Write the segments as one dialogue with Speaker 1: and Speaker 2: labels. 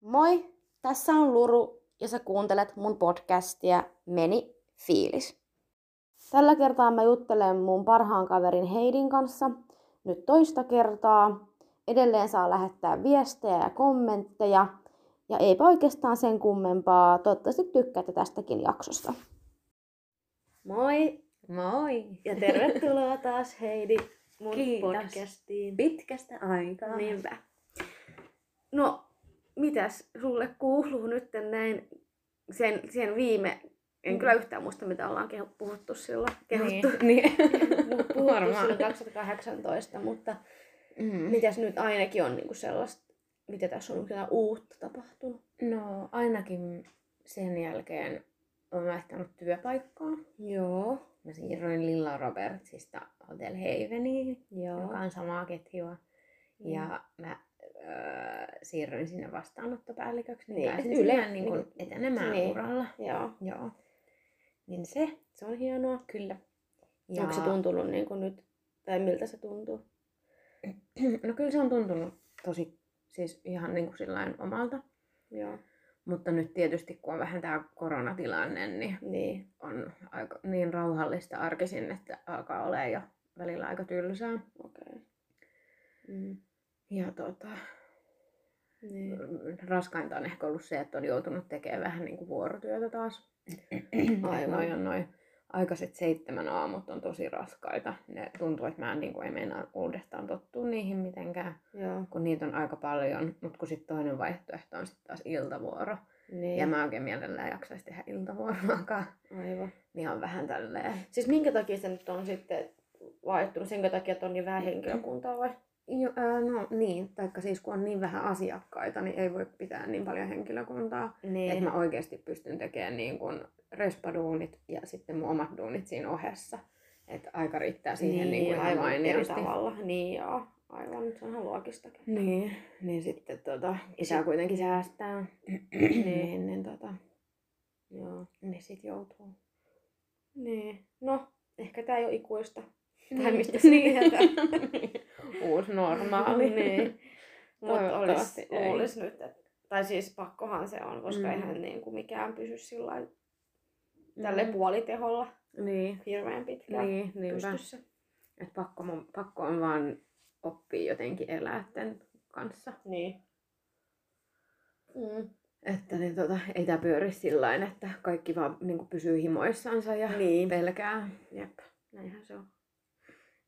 Speaker 1: Moi, tässä on Luru ja sä kuuntelet mun podcastia Meni fiilis. Tällä kertaa mä juttelen mun parhaan kaverin Heidin kanssa nyt toista kertaa. Edelleen saa lähettää viestejä ja kommentteja. Ja eipä oikeastaan sen kummempaa. Toivottavasti tykkäätte tästäkin jaksosta. Moi
Speaker 2: Moi!
Speaker 1: ja tervetuloa taas Heidi mun
Speaker 2: Kiitos.
Speaker 1: podcastiin.
Speaker 2: Pitkästä aikaa.
Speaker 1: Niinpä. No, mitäs sulle kuuluu nyt näin sen, sen viime, en
Speaker 2: Mm.
Speaker 1: kyllä yhtään muista mitä ollaan kehu, puhuttu silloin, kehuttu,
Speaker 2: Niin. niin.
Speaker 1: Mu- puhuttu
Speaker 2: Varmaan.
Speaker 1: silloin 2018, mutta
Speaker 2: Mm.
Speaker 1: mitäs nyt ainakin on niinku sellaista, mitä tässä on jotain uutta tapahtunut?
Speaker 2: No ainakin sen jälkeen olen vaihtanut työpaikkaa.
Speaker 1: Joo,
Speaker 2: Mä siirryin Lilla Robertsista Hotel Haveniin,
Speaker 1: joo.
Speaker 2: joka on samaa ketjua.
Speaker 1: Niin.
Speaker 2: Ja mä öö, siirryin sinne vastaanottopäälliköksi, niin,
Speaker 1: Niin,
Speaker 2: pääsin
Speaker 1: et
Speaker 2: sillä
Speaker 1: yle-
Speaker 2: niin kuin
Speaker 1: niinku-
Speaker 2: etenemään
Speaker 1: niin.
Speaker 2: niin. uralla.
Speaker 1: Joo,
Speaker 2: Joo. Niin se,
Speaker 1: se on hienoa.
Speaker 2: kyllä.
Speaker 1: Ja... Onko se tuntunut niin kuin nyt, tai miltä se tuntuu?
Speaker 2: No kyllä se on tuntunut tosi, siis ihan niin kuin sillain omalta.
Speaker 1: Joo,
Speaker 2: Mutta nyt tietysti kun on vähän tämä koronatilanne, niin
Speaker 1: niin.
Speaker 2: on aika, niin rauhallista arkisin, että alkaa olla jo välillä aika tylsää.
Speaker 1: Okei. Okay. Mm.
Speaker 2: Ja tota,
Speaker 1: Niin.
Speaker 2: raskainta on ehkä ollut se, että on joutunut tekemään vähän niin kuin vuorotyötä taas.
Speaker 1: Aivan.
Speaker 2: Aivan. Noi on noi aikaiset seitsemän aamut on tosi raskaita. Ne tuntuu, että mä en, niin kuin, ei meinaa uudestaan tottua niihin mitenkään,
Speaker 1: Joo,
Speaker 2: kun niitä on aika paljon. Mutta kun sitten toinen vaihtoehto on sitten taas iltavuoro.
Speaker 1: niin.
Speaker 2: Ja mä oikein mielellään jaksaisi tehdä iltavuoroakaan.
Speaker 1: Aivan.
Speaker 2: Niin on vähän tälleen
Speaker 1: Siis minkä takia se nyt on sitten vaihtunut? Senkö takia, että on niin vähän henkilökuntaa vai?
Speaker 2: Jo, ää, no niin, taikka siis kun on niin vähän asiakkaita, niin ei voi pitää niin paljon henkilökuntaa. Että
Speaker 1: Niin.
Speaker 2: mä oikeasti pystyn tekemään niin kuin respaduunit ja sitten mun omat duunit siinä ohessa. Että aika riittää siihen niin, niin kuin ihan
Speaker 1: aivan eri
Speaker 2: mainiosti.
Speaker 1: tavalla. Niin joo. Aivan, se on ihan loogistakin.
Speaker 2: Niin, niin sitten tota, pitää kuitenkin säästää. niin, niin, tota,
Speaker 1: Joo.
Speaker 2: niin sit joutuu.
Speaker 1: Niin. No, ehkä tää ei ole ikuista. Tai
Speaker 2: Niin.
Speaker 1: mistä se tietää.
Speaker 2: Uusi Niin. normaali.
Speaker 1: niin. Mutta
Speaker 2: Toivottavasti
Speaker 1: olisi,
Speaker 2: ei.
Speaker 1: luulis nyt, että, tai siis pakkohan se on, koska mm.
Speaker 2: Mm.
Speaker 1: eihän niin kuin mikään pysy sillä lailla tälle puoliteholla
Speaker 2: Niin,
Speaker 1: hirveän pitkään.
Speaker 2: niin, niinpä.
Speaker 1: Pystyssä.
Speaker 2: Et pakko, mun, pakko on vaan oppia jotenkin elää tämän kanssa.
Speaker 1: Niin. Mm.
Speaker 2: Että niin, tota, ei tämä pyöri sillä että kaikki vaan niin pysyy himoissansa ja
Speaker 1: Niin.
Speaker 2: pelkää.
Speaker 1: Jep, näinhän se on.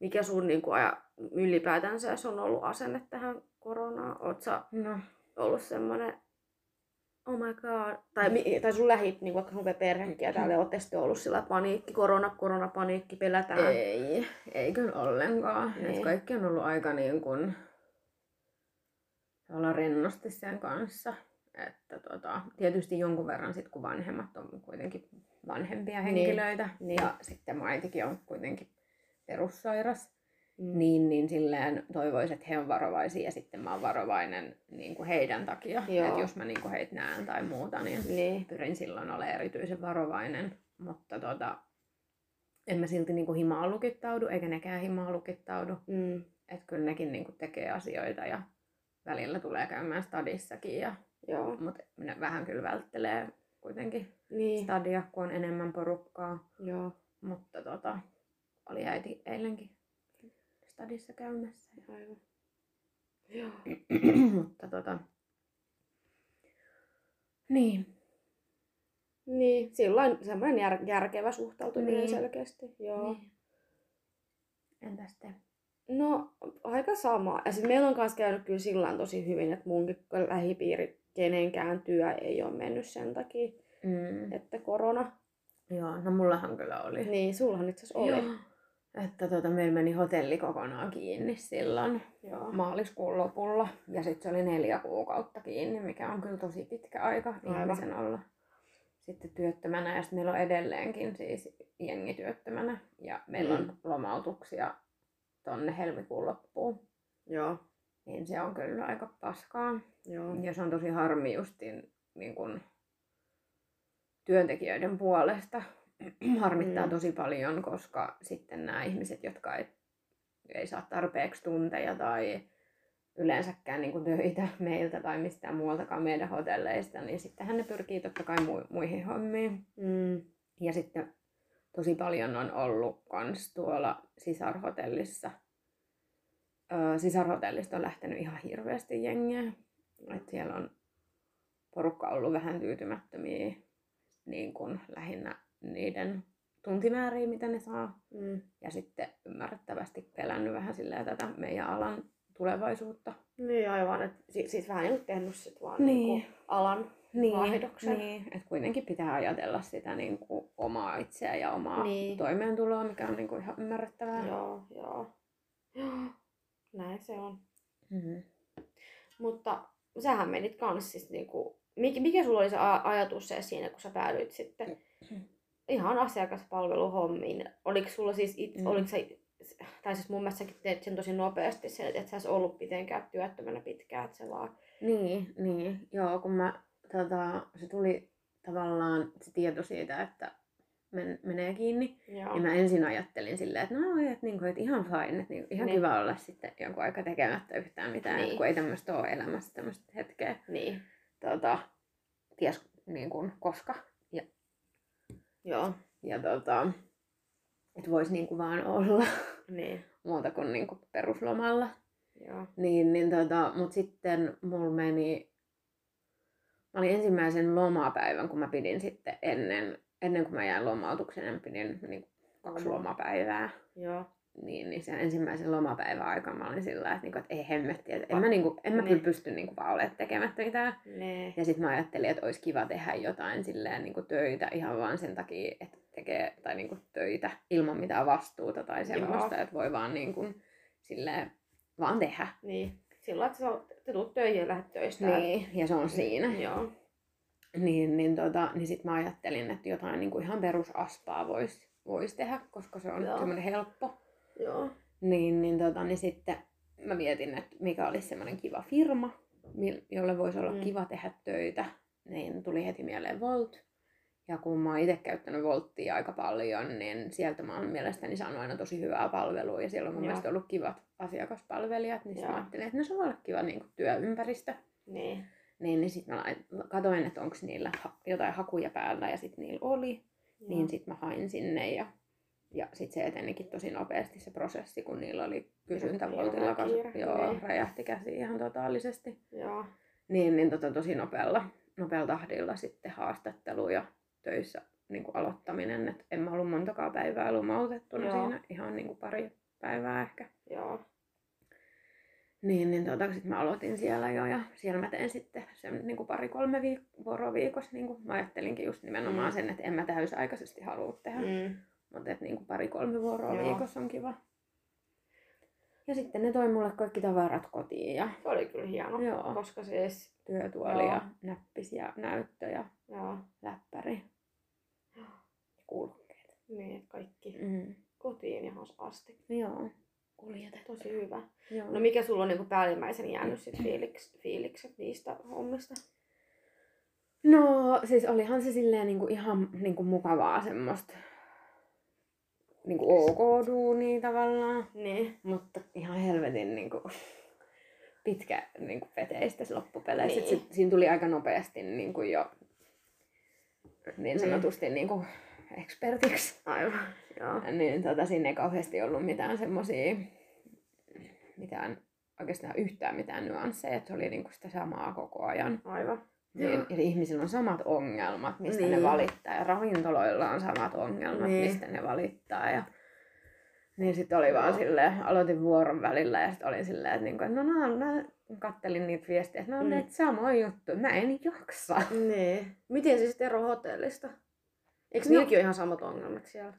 Speaker 1: Mikä sun niin kuin, aja, ylipäätänsä se on ollut asenne tähän koronaan? Oot sä
Speaker 2: No,
Speaker 1: ollut semmoinen, oh my god, tai, mi- tai sun lähi, niin vaikka sun perhekin ja täällä ootte sitten ollut sillä paniikki, korona, korona, paniikki, pelätään.
Speaker 2: ei, ei kyllä ollenkaan.
Speaker 1: Ei.
Speaker 2: Et kaikki on ollut aika niin kuin, olla rennosti sen kanssa. Että tota, tietysti jonkun verran sit, kun vanhemmat on kuitenkin vanhempia
Speaker 1: Niin.
Speaker 2: henkilöitä.
Speaker 1: Niin.
Speaker 2: Ja sitten mun äitikin on kuitenkin perussairas.
Speaker 1: Mm.
Speaker 2: niin, niin silleen toivoisin, että he on varovaisia ja sitten mä oon varovainen niin kuin heidän takia.
Speaker 1: Joo.
Speaker 2: Että jos mä niin kuin heitä näen tai muuta, niin
Speaker 1: Niin.
Speaker 2: pyrin silloin olemaan erityisen varovainen. Mutta tota, en mä silti niin kuin himaa lukittaudu, eikä nekään himaa lukittaudu.
Speaker 1: Mm.
Speaker 2: Että kyllä nekin niin kuin tekee asioita ja välillä tulee käymään stadissakin. Ja,
Speaker 1: Joo.
Speaker 2: mutta ne vähän kyllä välttelee kuitenkin
Speaker 1: Niin.
Speaker 2: stadia, kun on enemmän porukkaa.
Speaker 1: Joo.
Speaker 2: Mutta tota, oli äiti eilenkin stadissa käymässä. ja-
Speaker 1: Aivan. Joo.
Speaker 2: mutta tota... Niin.
Speaker 1: Niin, silloin semmoinen jär, järkevä suhtautuminen
Speaker 2: Niin.
Speaker 1: selkeästi. Joo.
Speaker 2: niin. Entäs te?
Speaker 1: No aika sama. Ja sitten meillä on kanssa käynyt kyllä sillä tosi hyvin, että munkin lähipiiri kenenkään työ ei ole mennyt sen takia,
Speaker 2: Mm.
Speaker 1: että korona.
Speaker 2: Joo, no mullahan kyllä oli.
Speaker 1: Niin, sullahan itse asiassa oli.
Speaker 2: Joo. Että tota, meillä meni hotelli kokonaan kiinni silloin
Speaker 1: Joo.
Speaker 2: maaliskuun lopulla. Ja sitten se oli neljä kuukautta kiinni, mikä on kyllä tosi pitkä aika
Speaker 1: Aivan.
Speaker 2: ihmisen olla sitten työttömänä. Ja sitten meillä on edelleenkin siis jengi työttömänä. Ja meillä
Speaker 1: Mm.
Speaker 2: on lomautuksia tonne helmikuun loppuun.
Speaker 1: Joo.
Speaker 2: Niin se on kyllä aika paskaa.
Speaker 1: Joo.
Speaker 2: Ja se on tosi harmi justin niin kun, työntekijöiden puolesta. Harmittaa
Speaker 1: Mm.
Speaker 2: mm. tosi paljon, koska sitten nämä ihmiset, jotka ei, ei saa tarpeeksi tunteja tai yleensäkään niin kuin töitä meiltä tai mistään muualtakaan meidän hotelleista, niin sittenhän ne pyrkii totta kai mu- muihin hommiin.
Speaker 1: Mm.
Speaker 2: Ja sitten tosi paljon on ollut kans tuolla sisarhotellissa. Öö, sisarhotellista on lähtenyt ihan hirveästi jengiä. Et siellä on porukka ollut vähän tyytymättömiä niin kun lähinnä niiden tuntimääriä, mitä ne saa.
Speaker 1: Mm.
Speaker 2: Ja sitten ymmärrettävästi pelännyt vähän sillä tätä meidän alan tulevaisuutta.
Speaker 1: Niin aivan, että si- siis vähän nyt tehnyt sit vaan
Speaker 2: Niin.
Speaker 1: niin. Niinku alan. vaihdoksen.
Speaker 2: Niin, että kuitenkin pitää ajatella sitä niin kuin omaa itseä ja omaa
Speaker 1: Niin.
Speaker 2: niin. toimeentuloa, mikä on niin kuin ihan ymmärrettävää.
Speaker 1: Joo, joo. Joo, Näin se on.
Speaker 2: Mm-hmm.
Speaker 1: Mutta sähän menit kans siis niinku, mikä, mikä sulla oli se a- ajatus se siinä, kun sä päädyit sitten ihan asiakaspalveluhommiin? Oliko sulla siis, it, mm.
Speaker 2: Mm.
Speaker 1: oliko sä, tai siis mun mielestä säkin teet sen tosi nopeasti sen, että et sä ois ollut mitenkään työttömänä pitkään, että se vaan...
Speaker 2: Niin, niin. Joo, kun mä, tota, se tuli tavallaan se tieto siitä, että men, menee kiinni.
Speaker 1: Joo.
Speaker 2: Ja Niin mä ensin ajattelin silleen, että no, et, niin kuin, et ihan fine, että niin,
Speaker 1: Niin.
Speaker 2: ihan niin. kiva olla sitten jonkun aika tekemättä yhtään mitään,
Speaker 1: Niin.
Speaker 2: niin. kun ei tämmöistä ole elämässä tämmöistä hetkeä.
Speaker 1: Niin,
Speaker 2: Tota, ties niin kuin, koska.
Speaker 1: joo.
Speaker 2: Ja tota, että voisi niin kuin vaan olla
Speaker 1: Niin,
Speaker 2: muuta kuin, niin kuin peruslomalla.
Speaker 1: joo.
Speaker 2: Niin, niin tota, mut sitten mulla meni, mä olin ensimmäisen lomapäivän, kun mä pidin sitten ennen, ennen kuin mä jäin lomautukseen, mä pidin niin kaksi
Speaker 1: Lomaa.
Speaker 2: lomapäivää.
Speaker 1: Joo.
Speaker 2: Niin, niin sen ensimmäisen lomapäivän aikana mä olin sillä lailla, että, niinku, että ei hemmetti, että en mä, niinku, en mä
Speaker 1: Niin.
Speaker 2: kyllä pysty niinku vaan olemaan tekemättä mitään.
Speaker 1: Niin.
Speaker 2: Ja sitten mä ajattelin, että olisi kiva tehdä jotain silleen niinku töitä ihan vaan sen takia, että tekee tai niinku töitä ilman mitään vastuuta tai semmoista, että voi vaan niinku, silleen, vaan tehdä.
Speaker 1: Niin. Silloin, että sä oot, te tulet töihin ja lähdet töistä.
Speaker 2: Niin, ja se on siinä.
Speaker 1: Joo.
Speaker 2: Niin, niin, tota, niin sitten mä ajattelin, että jotain niin kuin ihan perusaspaa voisi vois tehdä, koska se on
Speaker 1: Joo.
Speaker 2: semmoinen helppo.
Speaker 1: Joo.
Speaker 2: Niin, niin, tota, niin sitten mä mietin, että mikä olisi semmoinen kiva firma, mil- jolle voisi olla
Speaker 1: Mm.
Speaker 2: mm. kiva tehdä töitä. Niin tuli heti mieleen Volt. Ja kun mä oon itse käyttänyt Volttia aika paljon, niin sieltä mä oon mielestäni saanut aina tosi hyvää palvelua. Ja siellä on mun
Speaker 1: Joo.
Speaker 2: mielestä ollut kivat asiakaspalvelijat, niin sit
Speaker 1: Joo.
Speaker 2: mä ajattelin, että no se voi olla kiva niin kuin työympäristö.
Speaker 1: Niin.
Speaker 2: Niin, niin sitten mä lait- katoin, että onko niillä ha- jotain hakuja päällä ja sitten niillä oli.
Speaker 1: Joo.
Speaker 2: Niin sitten mä hain sinne ja, ja sitten se etenikin tosi nopeasti se prosessi, kun niillä oli kysyntä
Speaker 1: Hirveä
Speaker 2: voltilla kanssa.
Speaker 1: kiire,
Speaker 2: Joo,
Speaker 1: niin.
Speaker 2: räjähti käsi ihan totaalisesti.
Speaker 1: Joo.
Speaker 2: Niin, niin tota, tosi nopealla, nopealla tahdilla sitten haastattelu ja töissä niin kuin aloittaminen. Et en mä ollut montakaan päivää lomautettuna
Speaker 1: Joo.
Speaker 2: siinä, ihan niin kuin pari päivää ehkä.
Speaker 1: Joo.
Speaker 2: Niin, niin tota, sit mä aloitin siellä jo ja siellä mä tein sitten sen niin kuin pari-kolme viik- vuoroviikossa. Niin kuin mä ajattelinkin just nimenomaan
Speaker 1: Mm.
Speaker 2: sen, että en mä täysaikaisesti halua tehdä.
Speaker 1: Mm.
Speaker 2: Mutta et niinku pari-kolme vuoroa
Speaker 1: Joo.
Speaker 2: viikossa on kiva. Ja sitten ne toi mulle kaikki tavarat kotiin ja
Speaker 1: Se oli kyllä hieno.
Speaker 2: joo,
Speaker 1: Koska siis,
Speaker 2: työtuoli
Speaker 1: No. Joo.
Speaker 2: ja näppis ja näyttö ja
Speaker 1: joo,
Speaker 2: läppäri.
Speaker 1: Joo.
Speaker 2: Kulkeet.
Speaker 1: niin että kaikki
Speaker 2: Mm.
Speaker 1: kotiin ihan asti.
Speaker 2: Joo. Kuljetettu.
Speaker 1: Tosi hyvä.
Speaker 2: Joo.
Speaker 1: No mikä sulla on niinku päällimmäisen jäänyt sit fiiliks, fiilikset niistä hommista?
Speaker 2: No siis olihan se silleen niinku ihan niinku mukavaa semmoista niinku ok-duunia tavallaan.
Speaker 1: Niin.
Speaker 2: Mutta ihan helvetin niin kuin, pitkä niin kuin, veteistä se loppupeleissä.
Speaker 1: Niin.
Speaker 2: Niin. Se, siinä tuli aika nopeasti niin kuin jo
Speaker 1: Niin.
Speaker 2: niin sanotusti niin kuin, ekspertiksi.
Speaker 1: Aivan. Joo.
Speaker 2: Niin, tota, siinä ei kauheasti ollut mitään semmoisia, mitään, oikeastaan yhtään mitään nyansseja. että Se oli niin kuin, sitä samaa koko ajan.
Speaker 1: Aivan. Joo.
Speaker 2: Niin, eli ihmisillä on samat ongelmat, mistä niin.
Speaker 1: Niin.
Speaker 2: ne valittaa. Ja ravintoloilla on samat ongelmat,
Speaker 1: Niin.
Speaker 2: niin. mistä ne valittaa. Ja... Niin sitten oli vaan
Speaker 1: Joo.
Speaker 2: silleen, aloitin vuoron välillä ja sitten olin silleen, että niinku, et no, no, mä kattelin niitä viestejä, että no
Speaker 1: Mm.
Speaker 2: mm. ne samoin juttu, mä en jaksa.
Speaker 1: Niin. Miten se sitten ero hotellista? Eikö
Speaker 2: No.
Speaker 1: no. niilläkin ole ihan samat ongelmat siellä?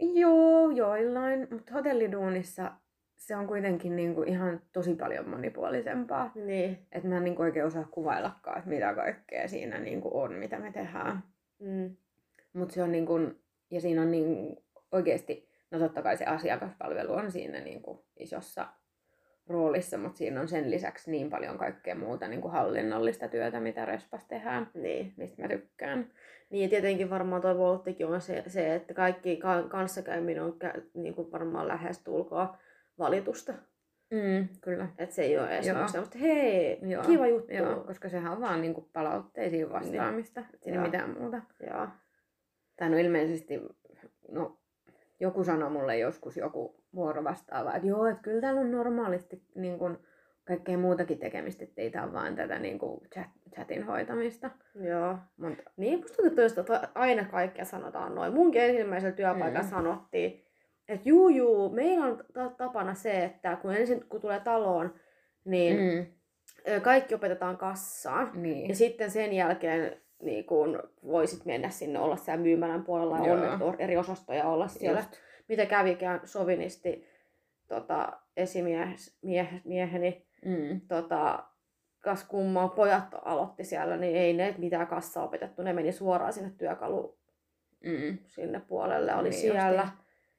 Speaker 2: Joo, joillain, mutta hotelliduunissa se on kuitenkin niinku ihan tosi paljon monipuolisempaa.
Speaker 1: Niin.
Speaker 2: Että mä en niinku oikein osaa kuvaillakaan, että mitä kaikkea siinä niinku on, mitä me tehdään.
Speaker 1: Mm.
Speaker 2: Mutta se on niin kun, ja siinä on niin oikeasti, no totta kai se asiakaspalvelu on siinä niin kun isossa roolissa, mutta siinä on sen lisäksi niin paljon kaikkea muuta niin kun hallinnollista työtä, mitä Respas tehdään,
Speaker 1: Niin.
Speaker 2: mistä mä tykkään.
Speaker 1: Niin ja tietenkin varmaan toi volttikin on se, se että kaikki ka- kanssakäyminen on kä- niinku varmaan lähes tulkoa valitusta.
Speaker 2: Mm, kyllä.
Speaker 1: Että se ei ole edes
Speaker 2: Joo.
Speaker 1: maksaa, mutta hei,
Speaker 2: Joo.
Speaker 1: kiva juttu.
Speaker 2: Joo, koska sehän on vaan niinku palautteisiin vastaamista. Niin. Siinä
Speaker 1: Joo.
Speaker 2: ei mitään muuta.
Speaker 1: Joo.
Speaker 2: Tai no ilmeisesti, no joku sanoi mulle joskus joku vuoro vastaava, että joo, että kyllä täällä on normaalisti niin kun, kaikkea muutakin tekemistä, ettei tää ole vaan tätä niin kun, chat, chatin hoitamista.
Speaker 1: Joo.
Speaker 2: Mutta
Speaker 1: Niin, musta tuntuu, että toista aina kaikkea sanotaan noin. Munkin ensimmäisellä työpaikalla
Speaker 2: Mm.
Speaker 1: mm. sanottiin, että juu juu, meillä on ta- tapana se, että kun ensin kun tulee taloon, niin mm.
Speaker 2: mm,
Speaker 1: kaikki opetetaan kassaan.
Speaker 2: niin.
Speaker 1: Ja sitten sen jälkeen niin kun voisit mennä sinne, olla siellä myymälän puolella ja
Speaker 2: Joo.
Speaker 1: on or- eri osastoja olla siellä.
Speaker 2: Just.
Speaker 1: Mitä kävikään sovinisti tota, esimieheni, mie- mieheni,
Speaker 2: Mm,
Speaker 1: tota, kas kummaa pojat aloitti siellä, niin ei ne mitään kassa opetettu. Ne meni suoraan sinne työkalu
Speaker 2: mm,
Speaker 1: sinne puolelle, oli
Speaker 2: Niin
Speaker 1: niin
Speaker 2: justiin.
Speaker 1: siellä.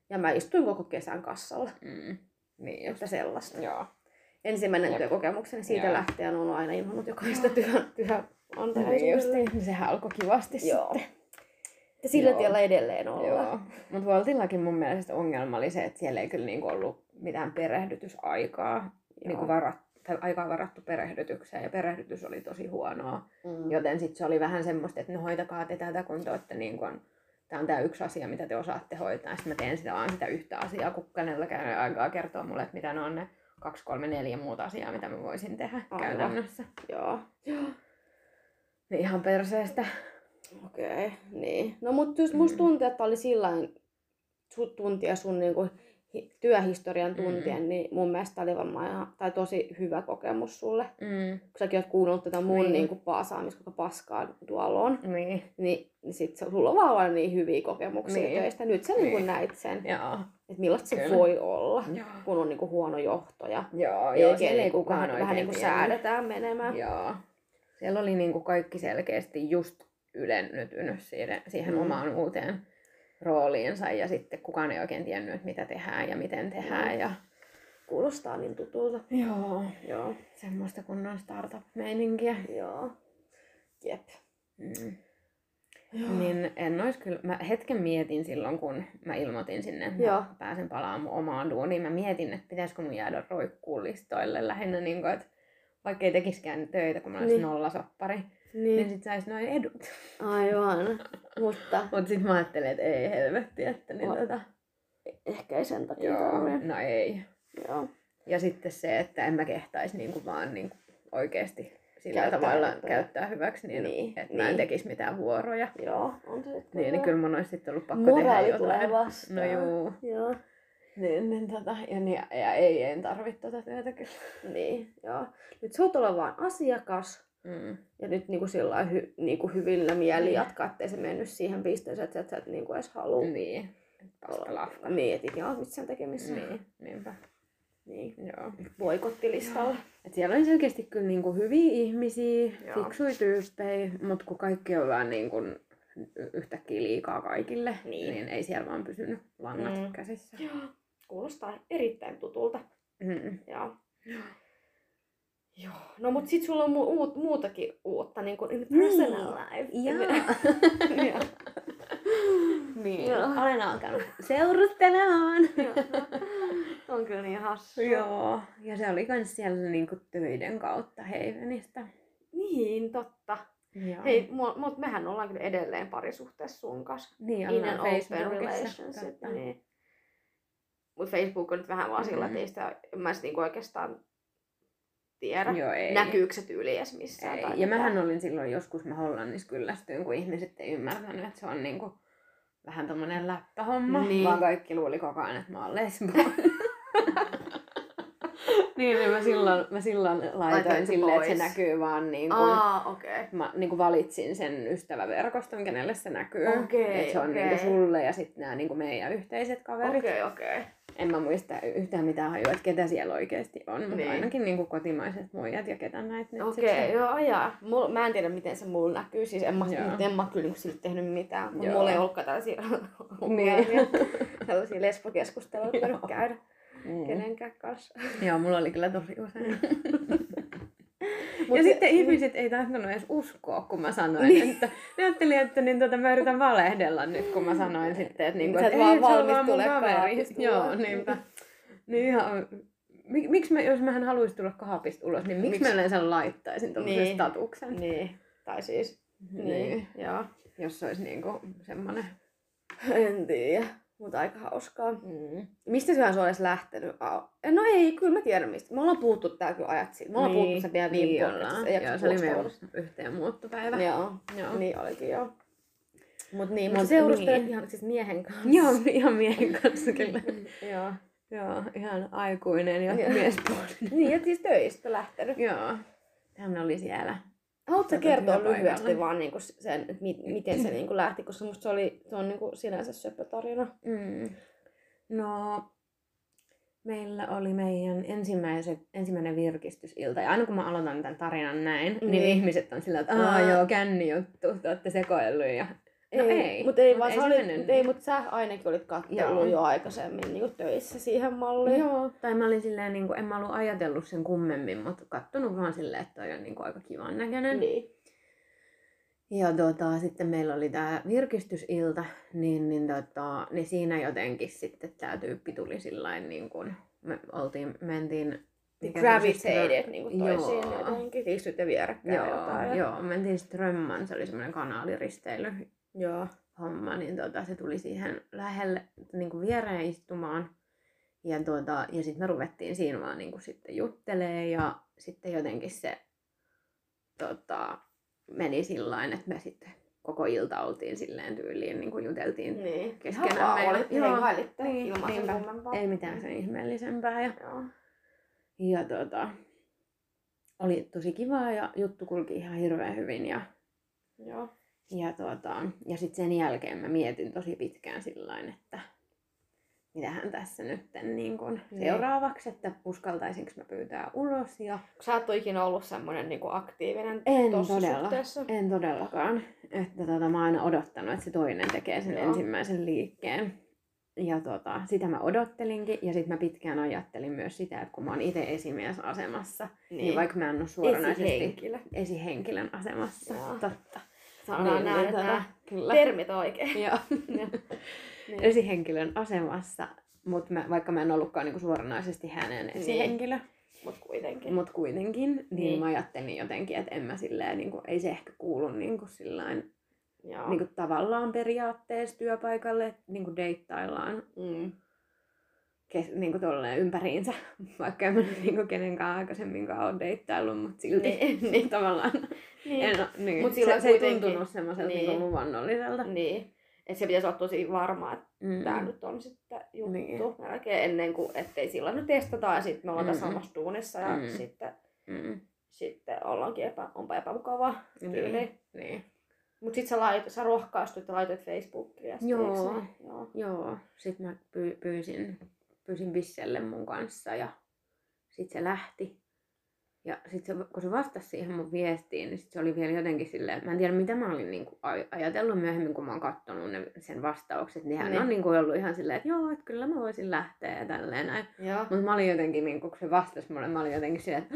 Speaker 1: Ja mä istuin koko kesän kassalla.
Speaker 2: mm. Niin just.
Speaker 1: Että sellaista.
Speaker 2: Joo.
Speaker 1: Ensimmäinen
Speaker 2: Jep.
Speaker 1: työkokemukseni siitä
Speaker 2: Joo.
Speaker 1: lähtien on aina ilmannut jokaista työ, työnantajaa.
Speaker 2: Niin just, niin sehän alkoi kivasti
Speaker 1: Joo. Ja sillä
Speaker 2: Joo.
Speaker 1: tiellä edelleen ollaan.
Speaker 2: Joo. Mutta Voltillakin mun mielestä ongelma oli se, että siellä ei kyllä niinku ollut mitään perehdytysaikaa. Niinku varat, tai aikaa varattu perehdytykseen ja perehdytys oli tosi huonoa.
Speaker 1: Mm.
Speaker 2: Joten sitten se oli vähän semmoista, että no hoitakaa te tätä kun te olette niin kuin, tämä on tämä yksi asia, mitä te osaatte hoitaa. Sitten mä teen sitä vaan sitä yhtä asiaa, kun kenelläkään ei ole aikaa kertoa mulle, että mitä ne on ne kaksi, kolme, neljä muuta asiaa, mitä mä voisin tehdä
Speaker 1: Aivan.
Speaker 2: käytännössä.
Speaker 1: Joo.
Speaker 2: Niin ihan perseestä.
Speaker 1: Okei, okay, niin. No mutta just musta
Speaker 2: Mm.
Speaker 1: tuntuu, että oli sillain sun tuntia sun niinku, hi- työhistorian tuntien, mm. niin mun mielestä oli varmaan ihan, tai tosi hyvä kokemus sulle.
Speaker 2: Mm.
Speaker 1: Kun säkin oot kuunnellut tätä mun
Speaker 2: Niin.
Speaker 1: niin. niinku, paasaamista, kuinka paskaa tuolla on,
Speaker 2: Niin.
Speaker 1: niin, niin sit se- sulla on vaan ollut niin hyviä kokemuksia
Speaker 2: Niin.
Speaker 1: niin. töistä. Nyt sä niin.
Speaker 2: Niin.
Speaker 1: niinku näit sen,
Speaker 2: Joo.
Speaker 1: että millaista se
Speaker 2: Kyllä.
Speaker 1: voi olla,
Speaker 2: Joo.
Speaker 1: kun on niinku huono johto ja
Speaker 2: Joo,
Speaker 1: ei
Speaker 2: joo,
Speaker 1: oikein
Speaker 2: siellä ei
Speaker 1: niinku,
Speaker 2: kukaan
Speaker 1: vähän,
Speaker 2: oikein
Speaker 1: vähän niinku
Speaker 2: tiennyt.
Speaker 1: säädetään menemään.
Speaker 2: Joo. Siellä oli niinku kaikki selkeästi just ylennytynyt siihen, siihen mm.
Speaker 1: Mm.
Speaker 2: omaan uuteen rooliinsa ja sitten kukaan ei oikein tiennyt, että mitä tehdään ja miten tehdään.
Speaker 1: Mm.
Speaker 2: Ja...
Speaker 1: Kuulostaa niin tutulta.
Speaker 2: Joo,
Speaker 1: Joo.
Speaker 2: semmoista kunnon startup-meininkiä.
Speaker 1: Joo. Jep.
Speaker 2: Mm.
Speaker 1: Joo.
Speaker 2: Niin en ois kyllä, mä hetken mietin silloin, kun mä ilmoitin sinne, että
Speaker 1: Joo.
Speaker 2: mä pääsen palaamaan mun omaan duuniin. Mä mietin, että pitäisikö mun jäädä roikkuun listoille lähinnä, niin kuin, että vaikka ei tekisikään töitä, kun mä olisin
Speaker 1: Niin.
Speaker 2: niin. nollasoppari, niin
Speaker 1: Niin.
Speaker 2: sit sais noin edut.
Speaker 1: Aivan. Mutta
Speaker 2: Mut sit mä ajattelin, että ei helvetti, että niin
Speaker 1: Joo.
Speaker 2: tota,
Speaker 1: ehkä ei sen takia
Speaker 2: joo,
Speaker 1: tarvitse.
Speaker 2: no ei.
Speaker 1: Joo.
Speaker 2: Ja sitten se, että en mä kehtaisi niinku vaan niinku oikeesti sillä
Speaker 1: Käyttää
Speaker 2: tavalla
Speaker 1: jotain.
Speaker 2: käyttää hyväksi, niin, niin
Speaker 1: Niin,
Speaker 2: että niin. mä en
Speaker 1: niin.
Speaker 2: tekisi mitään vuoroja.
Speaker 1: Joo. On se sitten
Speaker 2: Niin, niin kyllä mun olisi sitten ollut pakko
Speaker 1: Moraali
Speaker 2: tehdä
Speaker 1: tulee
Speaker 2: jotain.
Speaker 1: vastaan.
Speaker 2: No juu.
Speaker 1: Joo.
Speaker 2: Niin, niin tota, ja, niin, ja ei, en tarvitse tota työtä kyllä.
Speaker 1: Niin, joo. Nyt se on olla vaan asiakas.
Speaker 2: Mm.
Speaker 1: Ja nyt niinku sillä lailla hy, niinku hyvillä mieli
Speaker 2: Niin.
Speaker 1: jatkaa, ettei se mennyt siihen pisteeseen, että sä et, sä et niinku edes halua
Speaker 2: Niin. Paska lafka.
Speaker 1: Niin, et ikinä oot mitään tekemissä.
Speaker 2: Niin, niinpä.
Speaker 1: niin.
Speaker 2: Joo.
Speaker 1: Boikottilistalla.
Speaker 2: Et siellä oli selkeästi kyllä niinku hyviä ihmisiä,
Speaker 1: Joo.
Speaker 2: fiksuja tyyppejä, mutta kun kaikki on vaan niinku y- yhtäkkiä liikaa kaikille, niin,
Speaker 1: Niin.
Speaker 2: niin ei siellä vaan pysynyt langat mm.
Speaker 1: Mm.
Speaker 2: käsissä.
Speaker 1: Joo. Kuulostaa erittäin tutulta.
Speaker 2: Mm.
Speaker 1: Joo. Joo. No mut sit sulla on mu- uut, muutakin uutta, niin kuin personal life. Joo.
Speaker 2: niin.
Speaker 1: Joo.
Speaker 2: Olen alkanut seurustelemaan.
Speaker 1: on kyllä niin hassu.
Speaker 2: Joo. Ja se oli kans siellä niinku töiden kautta Heivenistä.
Speaker 1: Niin, totta.
Speaker 2: Joo.
Speaker 1: Hei, mu- mut mehän ollaan kyllä edelleen parisuhteessa sun kanssa.
Speaker 2: Niin,
Speaker 1: In
Speaker 2: ollaan
Speaker 1: an open
Speaker 2: Facebookissa.
Speaker 1: relationship.
Speaker 2: Totta.
Speaker 1: Niin. Mut Facebook on nyt vähän vaan sillä,
Speaker 2: Mm-hmm.
Speaker 1: että ei sitä, en mä sit niinku oikeastaan tiedä.
Speaker 2: Joo, ei.
Speaker 1: Näkyykö se tyyli edes missään?
Speaker 2: Ei.
Speaker 1: tai
Speaker 2: Ja
Speaker 1: mitään.
Speaker 2: mähän olin silloin joskus, mä Hollannissa kyllästyin, kun ihmiset ei ymmärtänyt, että se on niinku vähän tommonen läppähomma.
Speaker 1: Niin.
Speaker 2: Vaan kaikki luuli koko ajan, että mä oon lesbo. niin, niin mä silloin, mä silloin laitoin
Speaker 1: Laitoit
Speaker 2: silleen, että se
Speaker 1: pois.
Speaker 2: näkyy vaan niin kuin,
Speaker 1: Aa, okei. Okay.
Speaker 2: mä niin kuin valitsin sen ystäväverkoston, kenelle se näkyy.
Speaker 1: Okei,
Speaker 2: Et se on
Speaker 1: okei.
Speaker 2: niin kuin sulle ja sitten nämä niin kuin meidän yhteiset kaverit.
Speaker 1: Okei, okei.
Speaker 2: En mä muista yhtään mitään hajua, että ketä siellä oikeasti on, mutta
Speaker 1: Niin.
Speaker 2: ainakin niin kuin kotimaiset muijat ja ketä näitä nyt
Speaker 1: Okei, joo, ajaa. Mul, mä en tiedä, miten se mulla näkyy. Siis en mä,
Speaker 2: Joo.
Speaker 1: en mä kyllä niinku siitä tehnyt mitään. Mut
Speaker 2: Joo.
Speaker 1: mulla ei ollutkaan tällaisia
Speaker 2: Niin.
Speaker 1: ongelmia. tällaisia lesbokeskusteluja
Speaker 2: Joo.
Speaker 1: pitänyt käydä
Speaker 2: Mm.
Speaker 1: kenenkään kanssa.
Speaker 2: Joo, mulla oli kyllä tosi usein.
Speaker 1: Mm. Mut
Speaker 2: ja
Speaker 1: se- mm.
Speaker 2: sitten ihmiset ei tahtonut edes uskoa, kun mä sanoin,
Speaker 1: Niin.
Speaker 2: että ne ajatteli, että niin tota, mä yritän valehdella nyt, kun mä sanoin sitten, että,
Speaker 1: Sä
Speaker 2: niin kuin,
Speaker 1: et
Speaker 2: että
Speaker 1: vaan
Speaker 2: ei, se on
Speaker 1: valmis
Speaker 2: vaan mun
Speaker 1: tulee
Speaker 2: kaveri.
Speaker 1: kaapista
Speaker 2: Joo,
Speaker 1: ulos.
Speaker 2: niinpä. Niin ihan Mik, miksi mä, jos mähän haluaisin tulla kahapista ulos, niin miksi
Speaker 1: Miksi?
Speaker 2: mä yleensä laittaisin tuollaisen
Speaker 1: Niin.
Speaker 2: niin. statuksen?
Speaker 1: Niin, tai siis,
Speaker 2: Niin.
Speaker 1: joo.
Speaker 2: Jos se olisi niinku semmoinen.
Speaker 1: En tiedä, mutta aika hauskaa.
Speaker 2: Mm.
Speaker 1: Mistä sä se olisi lähtenyt? Au- No ei, kyllä mä tiedän mistä. Me ollaan puhuttu tää kyllä ajat sitten. Me ollaan niin, puhuttu sen vielä viime
Speaker 2: niin
Speaker 1: niin
Speaker 2: ollaan.
Speaker 1: podcastissa. ei
Speaker 2: Joo, se oli
Speaker 1: jaksa
Speaker 2: meidän
Speaker 1: puhua.
Speaker 2: yhteen muuttopäivä.
Speaker 1: Joo,
Speaker 2: Joo.
Speaker 1: niin olikin joo. Mut niin,
Speaker 2: Mut
Speaker 1: mut seurustelet
Speaker 2: niin.
Speaker 1: ihan siis miehen kanssa.
Speaker 2: Joo, ihan miehen kanssa kyllä.
Speaker 1: joo.
Speaker 2: Joo, ihan aikuinen ja
Speaker 1: Joo.
Speaker 2: miespuolinen.
Speaker 1: Niin, ja siis töistä lähtenyt.
Speaker 2: Joo, hän oli siellä.
Speaker 1: Haluatko sä
Speaker 2: Tätä
Speaker 1: kertoa
Speaker 2: työpaikalla.
Speaker 1: lyhyesti vaan niinku sen, että mi- miten se niinku lähti, koska musta se, oli, se on niinku sinänsä söpötarina.
Speaker 2: Mm. No, meillä oli meidän ensimmäiset, ensimmäinen virkistysilta. Ja aina kun mä aloitan tämän tarinan näin, niin,
Speaker 1: Niin.
Speaker 2: niin ihmiset on sillä, että
Speaker 1: Aa.
Speaker 2: aah joo, känni juttu, te olette sekoillut. Ja... No ei,
Speaker 1: Mutta ei,
Speaker 2: mut
Speaker 1: vaan
Speaker 2: ei
Speaker 1: sä
Speaker 2: se
Speaker 1: olit,
Speaker 2: mennyt
Speaker 1: mut ei,
Speaker 2: niin.
Speaker 1: mutta sä ainakin olit kattellut
Speaker 2: Joo.
Speaker 1: jo aikaisemmin niinku töissä siihen malliin.
Speaker 2: Joo, tai mä olin silleen, niin kuin, en mä ollut ajatellut sen kummemmin, mutta kattonut vaan silleen, että toi on niin kuin, aika kivan näköinen.
Speaker 1: Niin.
Speaker 2: Ja tota, sitten meillä oli tämä virkistysilta, niin, niin, tota, niin siinä jotenkin sitten tämä tyyppi tuli sillain niin kuin, me oltiin, mentiin... mikä se oli se
Speaker 1: Gravitated
Speaker 2: Strö-
Speaker 1: niin kuin toisiin
Speaker 2: Joo.
Speaker 1: jotenkin. Istuitte vierekkäin
Speaker 2: Joo,
Speaker 1: jotain.
Speaker 2: joo, mentiin sitten Römmän, se oli semmoinen kanaaliristeily
Speaker 1: joo.
Speaker 2: homma, niin tota, se tuli siihen lähelle niin kuin viereen istumaan. Ja, tota, ja sitten me ruvettiin siinä vaan niin kuin sitten juttelee ja sitten jotenkin se tota, meni sillä että me sitten koko ilta oltiin silleen tyyliin, niin kuin juteltiin. Mm.
Speaker 1: Niin.
Speaker 2: Keskenään
Speaker 1: Ihan vaan
Speaker 2: meillä.
Speaker 1: olitte,
Speaker 2: Joo.
Speaker 1: hengailitte
Speaker 2: Niin,
Speaker 1: ilman sen
Speaker 2: niinpä.
Speaker 1: kummempaa. Niin.
Speaker 2: Ei mitään sen ihmeellisempää. Ja,
Speaker 1: Joo.
Speaker 2: ja tota, oli tosi kivaa ja juttu kulki ihan hirveän hyvin ja
Speaker 1: Joo.
Speaker 2: Ja, tuota, ja sitten sen jälkeen mä mietin tosi pitkään sillain, että mitähän tässä nyt niin kun
Speaker 1: Niin.
Speaker 2: seuraavaksi, että uskaltaisinko mä pyytää ulos. Ja
Speaker 1: Sä et ole ikinä ollut semmoinen niinku aktiivinen
Speaker 2: En
Speaker 1: tossa
Speaker 2: todella.
Speaker 1: suhteessa.
Speaker 2: en todellakaan, että tota, mä oon aina odottanut, että se toinen tekee sen
Speaker 1: Joo.
Speaker 2: Joo. ensimmäisen liikkeen. Ja tota, sitä mä odottelinkin ja sitten mä pitkään ajattelin myös sitä, että kun mä oon itse esimiesasemassa, niin, niin vaikka mä en ole suoranaisesti
Speaker 1: Esihenkilö.
Speaker 2: esihenkilön asemassa,
Speaker 1: Joo.
Speaker 2: totta.
Speaker 1: Sanotaan
Speaker 2: Niin,
Speaker 1: näin,
Speaker 2: niin,
Speaker 1: että
Speaker 2: tota,
Speaker 1: nää
Speaker 2: kyllä.
Speaker 1: termit oikein.
Speaker 2: Joo.
Speaker 1: Niin.
Speaker 2: Niin. esihenkilön asemassa, mut mä, vaikka mä en ollutkaan niinku suoranaisesti hänen
Speaker 1: Niin.
Speaker 2: esihenkilö,
Speaker 1: Mut kuitenkin.
Speaker 2: niin. mutta kuitenkin, niin,
Speaker 1: Niin.
Speaker 2: niin mä ajattelin jotenkin, että en mä silleen, niinku, ei se ehkä kuulu niinku sillain,
Speaker 1: Joo.
Speaker 2: niinku, tavallaan periaatteessa työpaikalle, että niinku, deittaillaan
Speaker 1: Mm.
Speaker 2: kes, niinku, tolleen ympäriinsä, vaikka en mä nyt niinku, kenenkään aikaisemminkaan ole deittaillut, mutta silti
Speaker 1: Niin, niin.
Speaker 2: niin. tavallaan
Speaker 1: Niin.
Speaker 2: en, oo- niin.
Speaker 1: Mut
Speaker 2: Mut
Speaker 1: silloin
Speaker 2: se, se ei
Speaker 1: kuitenkin-
Speaker 2: tuntunut semmoiselta niin.
Speaker 1: Niin.
Speaker 2: niinku, luvannolliselta.
Speaker 1: Niin. Et se pitäisi olla tosi varma, että
Speaker 2: Mm.
Speaker 1: tää nyt on sitten juttu. Niin.
Speaker 2: Niin.
Speaker 1: Melkein ennen kuin, ettei sillä nyt testataan ja sitten me ollaan tässä
Speaker 2: Mm.
Speaker 1: samassa duunissa ja
Speaker 2: Mm.
Speaker 1: sitten,
Speaker 2: Mm.
Speaker 1: sitten ollaankin epä, onpa epämukavaa tyyli.
Speaker 2: Niin. niin.
Speaker 1: Mut sit sä, lait, sä rohkaistuit ja laitoit Facebookiin ja sit,
Speaker 2: Joo.
Speaker 1: eiks niin? Joo.
Speaker 2: Joo, sit mä py- pyysin, pyysin Bisselle mun kanssa ja sit se lähti. Ja sit se, kun se vastasi siihen mun viestiin, niin sit se oli vielä jotenkin silleen, että mä en tiedä mitä mä olin niinku aj- ajatellut myöhemmin, kun mä oon kattonut ne, sen vastaukset, niin hän
Speaker 1: Niin.
Speaker 2: on niinku ollut ihan silleen, että joo, että kyllä mä voisin lähteä ja tälleen näin.
Speaker 1: Joo.
Speaker 2: Mutta mä olin jotenkin, niin kun se vastasi mulle, mä olin jotenkin silleen, että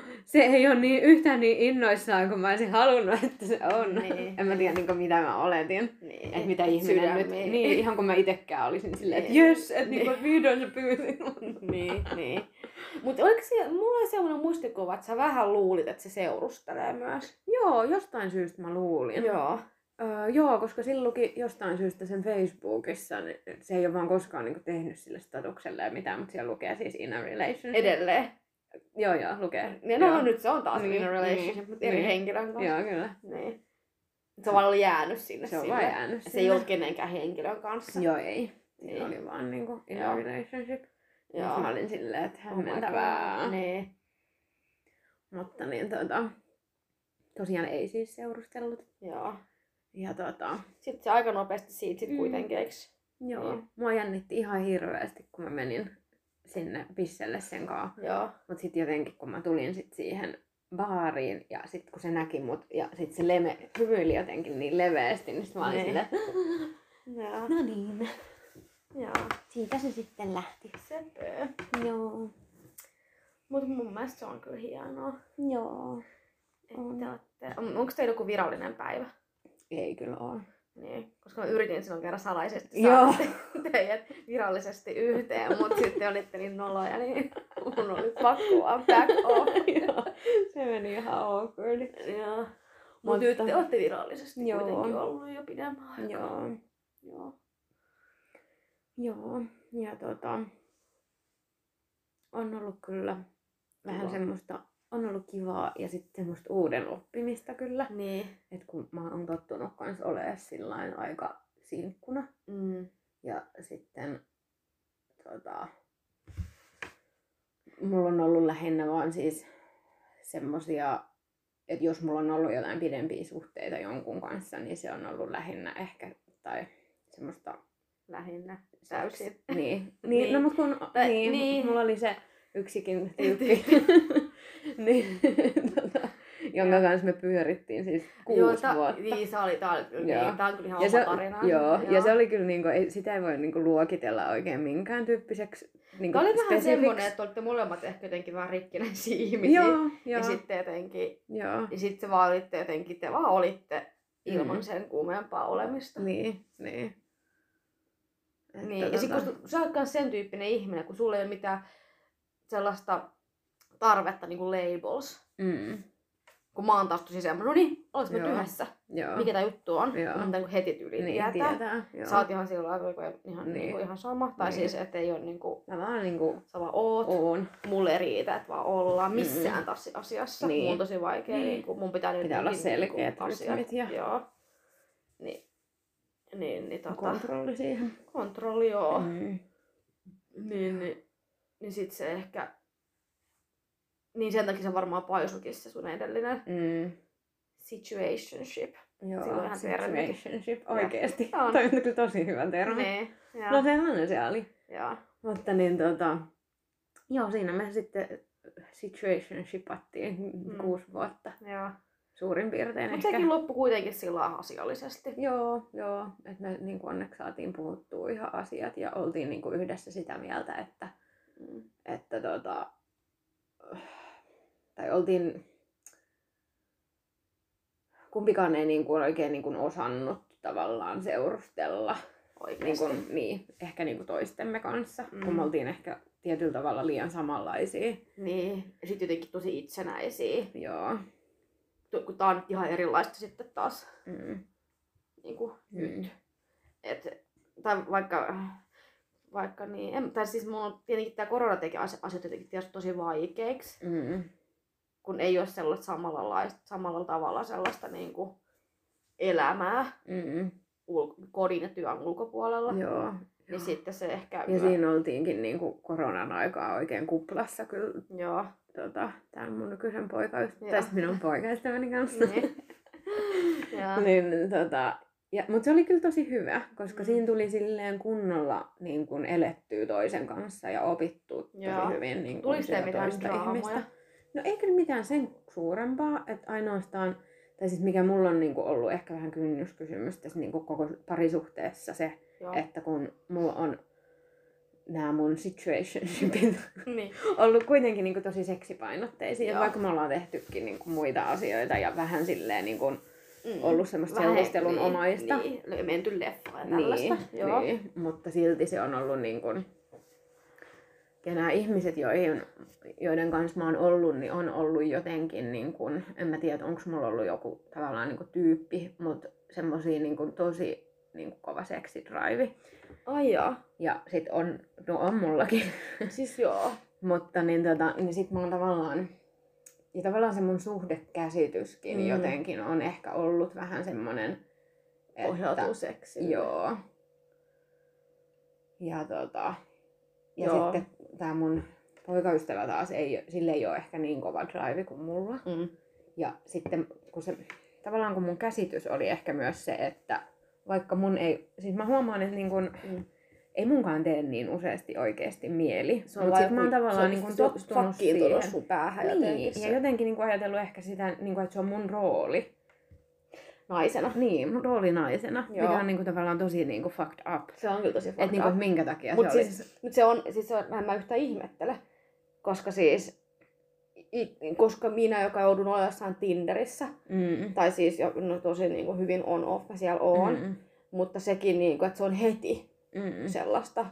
Speaker 2: se ei ole niin, yhtään niin innoissaan kuin mä olisin halunnut, että se on.
Speaker 1: Niin.
Speaker 2: En mä tiedä, niin kuin, mitä mä oletin
Speaker 1: Niin.
Speaker 2: että mitä ihminen nyt,
Speaker 1: Sydämiin.
Speaker 2: niin ihan kun mä itekään olisin silleen, että
Speaker 1: Niin.
Speaker 2: jes, että niinku,
Speaker 1: Niin.
Speaker 2: et vihdoin se pyysi
Speaker 1: niin, niin. Mutta oliko siellä, mulla oli sellainen muistikuva, että sä vähän luulit, että se seurustelee myös.
Speaker 2: Joo, jostain syystä mä luulin. Joo.
Speaker 1: Joo.
Speaker 2: Öö, joo, koska sillä luki jostain syystä sen Facebookissa, niin se ei ole vaan koskaan niinku tehnyt sille statukselle ja mitään, mutta siellä lukee siis in a relationship.
Speaker 1: Edelleen.
Speaker 2: Joo, joo, lukee.
Speaker 1: Ja no
Speaker 2: joo.
Speaker 1: nyt se on taas
Speaker 2: Niin,
Speaker 1: niin, in a relationship,
Speaker 2: niin,
Speaker 1: mutta eri
Speaker 2: niin.
Speaker 1: henkilön kanssa.
Speaker 2: Joo, kyllä.
Speaker 1: Niin. Se on vaan ollut jäänyt sinne.
Speaker 2: Se on
Speaker 1: sille.
Speaker 2: vaan jäänyt
Speaker 1: Se ei ollut kenenkään henkilön kanssa.
Speaker 2: Joo, ei.
Speaker 1: Niin.
Speaker 2: Se oli vaan niinku in
Speaker 1: Joo.
Speaker 2: a relationship.
Speaker 1: Joo.
Speaker 2: Joo. Mä olin silleen, että
Speaker 1: Oh my god.
Speaker 2: hämmentävää.
Speaker 1: Niin.
Speaker 2: Mutta niin tota, tosiaan ei siis seurustellut.
Speaker 1: Joo.
Speaker 2: Ja tota,
Speaker 1: Sitten se aika nopeasti siitä sit
Speaker 2: Mm.
Speaker 1: kuitenkin, eiks?
Speaker 2: joo,
Speaker 1: Niin.
Speaker 2: niin. mua jännitti ihan hirveästi, kun mä menin sinne pisselle sen kanssa.
Speaker 1: Joo.
Speaker 2: Mut sit jotenkin, kun mä tulin sit siihen baariin ja sit kun se näki mut ja sit se leme, hymyili jotenkin niin leveästi, niin sit mä olin
Speaker 1: Niin.
Speaker 2: silleen,
Speaker 1: Joo.
Speaker 2: no niin,
Speaker 1: Joo.
Speaker 2: siitä se sitten lähti.
Speaker 1: Sepö.
Speaker 2: Joo,
Speaker 1: Mut mun mielestä se on kyllä hienoa.
Speaker 2: joo.
Speaker 1: Että te olette... on- Onko teillä joku virallinen päivä?
Speaker 2: Ei kyllä oo. Niin, koska mä yritin silloin kerran salaisesti
Speaker 1: Joo.
Speaker 2: saada teidät virallisesti yhteen, mutta sitten olitte niin noloja, niin mun oli pakko vaan back off.
Speaker 1: Joo, se meni ihan awkward.
Speaker 2: Joo.
Speaker 1: Mutta-
Speaker 2: Mutta nyt te olette virallisesti
Speaker 1: Joo.
Speaker 2: Joo. kuitenkin ollut jo pidemmän aikaa.
Speaker 1: Joo.
Speaker 2: Joo. Joo. Ja tota, on ollut kyllä vähän
Speaker 1: Kivaa.
Speaker 2: semmoista, on ollut kivaa ja sitten semmoista uuden oppimista kyllä.
Speaker 1: Niin.
Speaker 2: Et kun mä oon tottunut kans olemaan sillain aika sinkkuna.
Speaker 1: Mm.
Speaker 2: Ja sitten tota, mulla on ollut lähinnä vaan siis semmosia, että jos mulla on ollut jotain pidempiä suhteita jonkun kanssa, niin se on ollut lähinnä ehkä, tai semmoista
Speaker 1: Lähinnä.
Speaker 2: Täysin. Niin. niin.
Speaker 1: Niin.
Speaker 2: No mut kun,
Speaker 1: Tai-
Speaker 2: niin,
Speaker 1: niin.
Speaker 2: niin. mulla oli se yksikin tyyppi, niin, tota, jonka kanssa me pyörittiin siis kuusi
Speaker 1: Joo, ta-
Speaker 2: vuotta.
Speaker 1: Niin, se oli, tää oli kyllä,
Speaker 2: Joo.
Speaker 1: niin, tää on kyllä ihan
Speaker 2: Ja se,
Speaker 1: oma tarina.
Speaker 2: joo, ja se oli kyllä, niinku, ei, sitä ei voi niinku, luokitella oikein minkään tyyppiseksi niinku,
Speaker 1: Tämä oli vähän
Speaker 2: spesifiksi.
Speaker 1: semmoinen, että olitte molemmat ehkä jotenkin vähän rikkinäisiä ihmisiä.
Speaker 2: Joo, joo,
Speaker 1: Ja sitten jotenkin,
Speaker 2: joo.
Speaker 1: ja sitten se vaan olitte jotenkin, te vaan olitte ilman
Speaker 2: Mm.
Speaker 1: sen kuumempaa olemista.
Speaker 2: Niin, niin. Että
Speaker 1: Niin, ja sit kun
Speaker 2: tota,
Speaker 1: su- sä oot kans sen tyyppinen ihminen, kun sulla ei ole mitään sellaista tarvetta niin kuin labels.
Speaker 2: mm,
Speaker 1: Kun mä oon taas tosi semmoinen, no niin, olis me
Speaker 2: Joo.
Speaker 1: yhdessä.
Speaker 2: joo.
Speaker 1: Mikä tää juttu on?
Speaker 2: Joo.
Speaker 1: Joo. Mä niin heti tyyliin
Speaker 2: niin,
Speaker 1: tietää.
Speaker 2: tietää. joo.
Speaker 1: Sä oot ihan sillä lailla kun ihan,
Speaker 2: Niin.
Speaker 1: niin. niin kuin ihan sama. Tai
Speaker 2: Niin.
Speaker 1: niin. siis, että ei ole niin kuin,
Speaker 2: Mä vaan niinku
Speaker 1: sä vaan oot.
Speaker 2: oon.
Speaker 1: Mulle ei riitä, että vaan ollaan
Speaker 2: Mm.
Speaker 1: missään tässä asiassa.
Speaker 2: Niin.
Speaker 1: Niin. Mun on tosi vaikea,
Speaker 2: Niin.
Speaker 1: niin. Niin kuin, mun pitää, nyt
Speaker 2: Pitää olla
Speaker 1: jotenkin
Speaker 2: selkeät
Speaker 1: niinku asiat.
Speaker 2: rytmit ja-
Speaker 1: Joo. Niin, niin, niin tota,
Speaker 2: kontrolli siihen.
Speaker 1: kontrolli joo.
Speaker 2: Mm.
Speaker 1: Niin, niin, niin sit se ehkä... Niin sen takia se varmaan paisukin se sun edellinen
Speaker 2: Mm.
Speaker 1: situationship.
Speaker 2: Joo,
Speaker 1: Sillä on ihan termi.
Speaker 2: situationship
Speaker 1: Joo.
Speaker 2: oikeesti.
Speaker 1: On.
Speaker 2: Toi on kyllä tosi hyvä termi.
Speaker 1: Niin, joo,
Speaker 2: No sellainen se oli.
Speaker 1: joo.
Speaker 2: Mutta niin tota, joo siinä me sitten situationshipattiin mm. kuusi vuotta
Speaker 1: joo.
Speaker 2: suurin piirtein
Speaker 1: Mutta
Speaker 2: ehkä.
Speaker 1: sekin loppui kuitenkin sillä lailla asiallisesti.
Speaker 2: Joo, joo. Että me niin onneksi saatiin puhuttua ihan asiat ja oltiin niin kuin yhdessä sitä mieltä, että,
Speaker 1: Mm.
Speaker 2: että tota, tai oltiin, kumpikaan ei niin kuin oikein niin kuin osannut tavallaan seurustella niin
Speaker 1: Oikeesti.
Speaker 2: kuin, niin, ehkä niin kuin toistemme kanssa, mm. kun
Speaker 1: Mm.
Speaker 2: me oltiin ehkä tietyllä tavalla liian samanlaisia.
Speaker 1: Niin. Ja sit jotenkin tosi itsenäisiä.
Speaker 2: Joo.
Speaker 1: Tu- Kun tää on nyt ihan erilaista sitten taas
Speaker 2: Mm.
Speaker 1: niin kuin
Speaker 2: Mm.
Speaker 1: nyt. Et, tai vaikka, vaikka niin, en, tai siis mulla on tietenkin tämä korona teki asi- asiat jotenkin tietysti tosi vaikeiksi.
Speaker 2: Mm.
Speaker 1: kun ei ole sellaista samalla, laista, samalla tavalla sellaista niin kuin elämää
Speaker 2: Mm.
Speaker 1: ul- kodin ja työn ulkopuolella, Joo.
Speaker 2: Joo.
Speaker 1: niin sitten se ehkä...
Speaker 2: Ja siinä oltiinkin niin kuin koronan aikaa oikein kuplassa kyllä
Speaker 1: Joo,
Speaker 2: tota, tämän mun nykyisen poikaystävän,
Speaker 1: Joo.
Speaker 2: tai sit minun poikaystäväni kanssa.
Speaker 1: niin. Joo.
Speaker 2: niin, tota, ja, mutta se oli kyllä tosi hyvä, koska
Speaker 1: Mm.
Speaker 2: mm. siinä tuli silleen kunnolla niin kun elettyä toisen kanssa ja opittu tosi
Speaker 1: Joo.
Speaker 2: hyvin niin kun
Speaker 1: Tuliko teillä
Speaker 2: sitä
Speaker 1: mitään
Speaker 2: toista
Speaker 1: draamoja?
Speaker 2: ihmistä. No ei kyllä mitään sen suurempaa, että ainoastaan, tai siis mikä mulla on niin kuin ollut ehkä vähän kynnyskysymys tässä niin kuin koko parisuhteessa se,
Speaker 1: Joo.
Speaker 2: että kun mulla on nämä mun situationshipit
Speaker 1: Niin.
Speaker 2: ollut kuitenkin niin kuin tosi seksipainotteisia,
Speaker 1: Joo.
Speaker 2: Joo. vaikka me ollaan tehtykin niin kuin muita asioita ja vähän silleen niin kuin
Speaker 1: Mm.
Speaker 2: ollut semmoista
Speaker 1: Vähän,
Speaker 2: seurustelun
Speaker 1: niin,
Speaker 2: omaista.
Speaker 1: Niin, Le- menty leffaan ja tällaista.
Speaker 2: Niin,
Speaker 1: Joo.
Speaker 2: niin, mutta silti se on ollut niin kuin, ja nämä ihmiset, joihin, joiden kanssa mä oon ollut, niin on ollut jotenkin, niin kuin, en mä tiedä, onko mulla ollut joku tavallaan niin kuin tyyppi, mutta semmoisia niin kuin tosi niin kuin kova seksidraivi.
Speaker 1: Ai joo.
Speaker 2: Ja sit on, no on mullakin,
Speaker 1: Siis joo.
Speaker 2: mutta niin, tota, niin sit mä oon tavallaan, ja tavallaan se mun suhdekäsityskin
Speaker 1: Mm.
Speaker 2: mm. jotenkin on ehkä ollut vähän semmonen,
Speaker 1: Pohjautuu seksiin.
Speaker 2: Joo. Ja tota, ja
Speaker 1: Joo.
Speaker 2: Joo. sitten tää mun poikaystävä taas, ei, sille ei ole ehkä niin kova drive kuin mulla.
Speaker 1: Mm.
Speaker 2: Ja sitten kun se, tavallaan kun mun käsitys oli ehkä myös se, että vaikka mun ei, siis mä huomaan, että niin kun,
Speaker 1: Mm.
Speaker 2: mm. ei munkaan tee niin useasti oikeasti mieli.
Speaker 1: Se on
Speaker 2: Mut
Speaker 1: vaan
Speaker 2: sit mä oon
Speaker 1: joku- se
Speaker 2: tavallaan
Speaker 1: on
Speaker 2: niin kun
Speaker 1: se on
Speaker 2: tottunut siihen.
Speaker 1: fakkiintunut sun päähän
Speaker 2: Niin,
Speaker 1: jotenkin
Speaker 2: ja
Speaker 1: se.
Speaker 2: jotenkin niin kun ajatellut ehkä sitä, niin kun, että se on mun rooli.
Speaker 1: Naisena.
Speaker 2: Niin, mun rooli naisena, Joo.
Speaker 1: Joo.
Speaker 2: mikä on niin kun, tavallaan tosi niin kun, fucked up.
Speaker 1: Se on kyllä tosi fakta.
Speaker 2: Että niinku, et minkä takia
Speaker 1: Mut
Speaker 2: se oli.
Speaker 1: siis, mut se on, siis se on, mä en mä yhtään ihmettele, koska siis, i, koska minä, joka joudun olemaan jossain Tinderissä,
Speaker 2: Mm.
Speaker 1: tai siis jo, no tosi niin kuin hyvin on niinku off, mä siellä oon, mm.
Speaker 2: Mm.
Speaker 1: Mutta sekin, niin kuin, että se on heti
Speaker 2: Mm.
Speaker 1: sellaista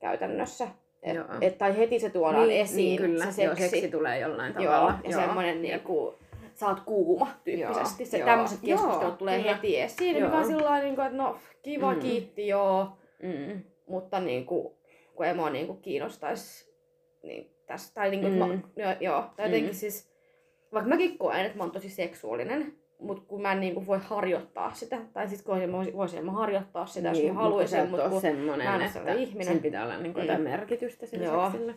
Speaker 1: käytännössä. Et,
Speaker 2: Joo.
Speaker 1: et, tai heti se tuodaan
Speaker 2: niin,
Speaker 1: esiin,
Speaker 2: niin, kyllä.
Speaker 1: se seksi.
Speaker 2: Joo, seksi tulee jollain
Speaker 1: Joo,
Speaker 2: tavalla.
Speaker 1: ja semmoinen niin kuin, sä oot kuuma tyyppisesti.
Speaker 2: Joo,
Speaker 1: Se,
Speaker 2: joo.
Speaker 1: tämmöiset
Speaker 2: Joo,
Speaker 1: keskustelut tulee
Speaker 2: kyllä.
Speaker 1: heti esiin,
Speaker 2: Joo.
Speaker 1: mikä on sillä niin kuin, että no kiva,
Speaker 2: Mm.
Speaker 1: kiitti, joo.
Speaker 2: Mm.
Speaker 1: Mutta niin kuin, kun emo niin kuin kiinnostaisi niin tässä, tai niin kuin, mm.
Speaker 2: Mm.
Speaker 1: mä, joo, joo, tai jotenkin mm.
Speaker 2: Mm.
Speaker 1: siis, vaikka mäkin koen, että mä oon tosi seksuaalinen, mutta kun mä en niin kuin voi harjoittaa sitä, tai siis kun mä voisin, voisin mä harjoittaa sitä, niin, jos mä haluaisin, mutta kun,
Speaker 2: kun semmoinen,
Speaker 1: mä en ole
Speaker 2: että
Speaker 1: sellainen ihminen.
Speaker 2: sen pitää olla niin kuin
Speaker 1: Mm.
Speaker 2: jotain merkitystä sillä
Speaker 1: Joo.
Speaker 2: seksillä.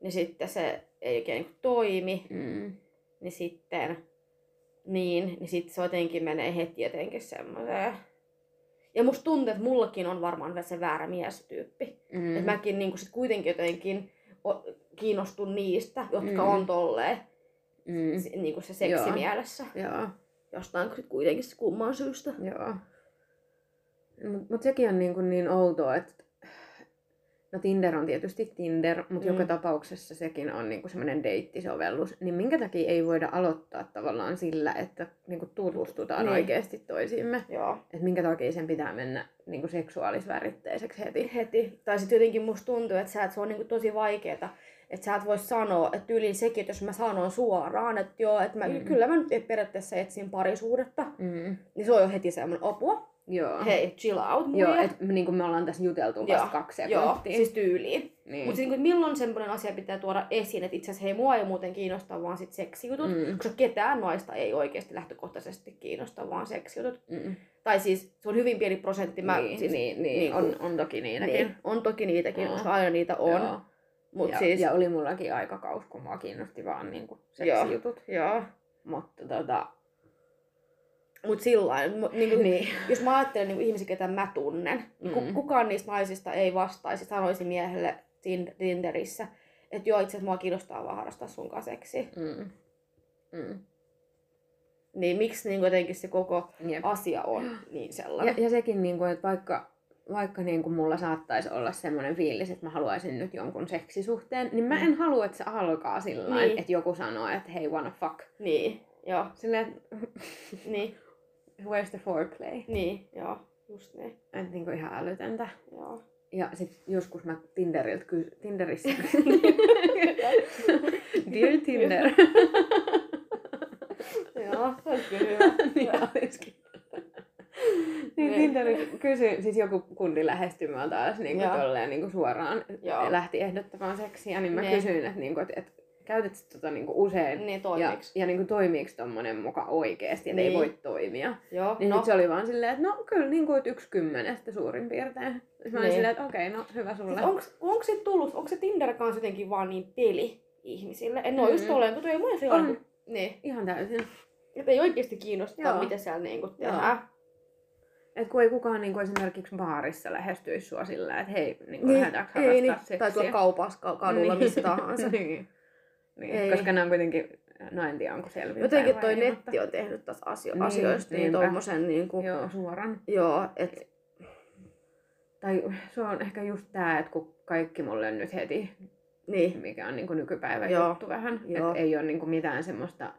Speaker 1: niin sitten se ei oikein niin kuin toimi.
Speaker 2: Mm.
Speaker 1: niin sitten, niin, niin sitten se jotenkin menee heti jotenkin semmoiseen. Ja musta tuntuu, että mullakin on varmaan se väärä miestyyppi. Mm.
Speaker 2: Mm.
Speaker 1: Että mäkin niin sit kuitenkin jotenkin o- kiinnostun niistä, jotka
Speaker 2: Mm.
Speaker 1: mm. on tolleen
Speaker 2: Mm.
Speaker 1: mm. niin se seksimielessä. Joo.
Speaker 2: Joo,
Speaker 1: Jostain sit kuitenkin se kumman syystä.
Speaker 2: joo. Mutta mut sekin on niin, kuin niin outoa, että No Tinder on tietysti Tinder, mutta
Speaker 1: Mm.
Speaker 2: mm. joka tapauksessa sekin on niinku semmoinen deittisovellus. Niin minkä takia ei voida aloittaa tavallaan sillä, että niinku tutustutaan
Speaker 1: Niin.
Speaker 2: niin. oikeasti toisiimme?
Speaker 1: Joo.
Speaker 2: Että minkä takia sen pitää mennä niinku seksuaalisväritteiseksi heti?
Speaker 1: Heti. Tai sitten jotenkin musta tuntuu, että sä, et, se on niinku tosi vaikeeta. Että sä et voi sanoa, että tyyliin sekin, että jos mä sanon suoraan, että joo, että mä,
Speaker 2: Mm.
Speaker 1: mm. kyllä mä nyt periaatteessa etsin parisuudetta,
Speaker 2: Mm.
Speaker 1: niin se on jo heti semmoinen apua.
Speaker 2: Joo.
Speaker 1: Hei, chill out muille.
Speaker 2: Joo, että niinku me ollaan tässä juteltu
Speaker 1: Joo,
Speaker 2: vasta kaksi sekuntia.
Speaker 1: Joo, siis tyyliin.
Speaker 2: niin.
Speaker 1: Mm. Mutta niin milloin semmoinen asia pitää tuoda esiin, että itse asiassa hei, mua ei muuten kiinnosta vaan sit seksijutut, mm.
Speaker 2: Mm.
Speaker 1: koska ketään naista ei oikeasti lähtökohtaisesti kiinnosta vaan seksijutut.
Speaker 2: Mm.
Speaker 1: Tai siis se on hyvin pieni prosentti. Mä,
Speaker 2: niin,
Speaker 1: siis,
Speaker 2: niin, niin,
Speaker 1: niinku-
Speaker 2: on, on toki niitäkin.
Speaker 1: niin, on toki niitäkin,
Speaker 2: Joo.
Speaker 1: koska aina niitä on.
Speaker 2: Joo.
Speaker 1: Mut
Speaker 2: ja,
Speaker 1: siis,
Speaker 2: ja oli mullakin aikakaus, kun mua kiinnosti vaan niinku seksijutut.
Speaker 1: joo.
Speaker 2: Mutta tota,
Speaker 1: Mut sillain, mu- niinku,
Speaker 2: niin.
Speaker 1: jos mä ajattelen niinku ihmisiä, ketä mä tunnen, niin
Speaker 2: Mm.
Speaker 1: mm. kukaan niistä naisista ei vastaisi, sanoisi miehelle Tin- Tinderissä, että joo, itse asiassa mua kiinnostaa vaan harrastaa sun kanssa seksiä.
Speaker 2: Mm. Mm.
Speaker 1: Niin miksi niin jotenkin se koko
Speaker 2: Jep.
Speaker 1: asia on niin
Speaker 2: Ja,
Speaker 1: sellainen?
Speaker 2: ja sekin, niinku, että vaikka, vaikka niinku mulla saattaisi olla semmoinen fiilis, että mä haluaisin nyt jonkun seksisuhteen, niin mä en halua, että se alkaa sillä
Speaker 1: Mm. Niin.
Speaker 2: niin. että joku sanoo, että hei, wanna fuck.
Speaker 1: Niin, joo,
Speaker 2: Silleen, että
Speaker 1: niin,
Speaker 2: where's the foreplay?
Speaker 1: niin, joo, just niin,
Speaker 2: Että niinku ihan älytöntä.
Speaker 1: joo.
Speaker 2: Ja sit joskus mä Tinderiltä ky- Tinderissä Dear Tinder.
Speaker 1: joo, se on kyllä hyvä.
Speaker 2: niin
Speaker 1: Joo.
Speaker 2: olisikin. niin
Speaker 1: Niin.
Speaker 2: Tinder kysyi, siis joku kundi lähestyi mua taas niin kuin
Speaker 1: Joo.
Speaker 2: tolleen niin kuin suoraan
Speaker 1: Joo.
Speaker 2: Joo. lähti ehdottamaan seksiä, niin mä
Speaker 1: Ne.
Speaker 2: ne. kysyin, että niin kuin, et, et, käytät sä tota niin kuin usein
Speaker 1: Niin
Speaker 2: ja,
Speaker 1: toimiks?
Speaker 2: ja niin kuin toimiiko tommonen muka oikeesti, että
Speaker 1: Niin.
Speaker 2: ei voi toimia.
Speaker 1: Joo,
Speaker 2: Niin no.
Speaker 1: no,
Speaker 2: sit se oli vaan silleen, että no kyllä niin kuin, että yksi kymmenestä suurin piirtein. Sit Mä olin
Speaker 1: Ne.
Speaker 2: silleen, että okei, no hyvä sulle.
Speaker 1: Siis onks, onks se tullut, onks se Tinder kanssa jotenkin vaan niin peli ihmisille? En oo just
Speaker 2: Mm.
Speaker 1: tolleen, kun toi ei mua se
Speaker 2: On.
Speaker 1: Niin,
Speaker 2: Ihan täysin.
Speaker 1: että ei oikeesti kiinnosta,
Speaker 2: Joo.
Speaker 1: mitä siellä niinku
Speaker 2: Joo.
Speaker 1: tehdään.
Speaker 2: Et kun ei kukaan niin kuin esimerkiksi baarissa lähestyisi sua sillä, että hei, niin kuin
Speaker 1: Niin,
Speaker 2: lähdetäänkö
Speaker 1: Ei, niin,
Speaker 2: harrastaa seksiä.
Speaker 1: tai tuolla kaupassa, ka- kadulla,
Speaker 2: Niin.
Speaker 1: missä tahansa.
Speaker 2: niin. niin.
Speaker 1: Ei.
Speaker 2: Koska nämä on kuitenkin, no en tiedä onko selviä.
Speaker 1: Jotenkin toi netti on tehnyt taas asio-
Speaker 2: Niin,
Speaker 1: asioista niin,
Speaker 2: niinpä.
Speaker 1: tommosen niinku, joo,
Speaker 2: Joo, suoran.
Speaker 1: joo että
Speaker 2: Tai se on ehkä just tää, että kun kaikki mulle nyt heti,
Speaker 1: niin,
Speaker 2: mikä on niinku nykypäivän
Speaker 1: Joo.
Speaker 2: juttu vähän.
Speaker 1: Joo.
Speaker 2: Että ei ole niinku mitään semmoista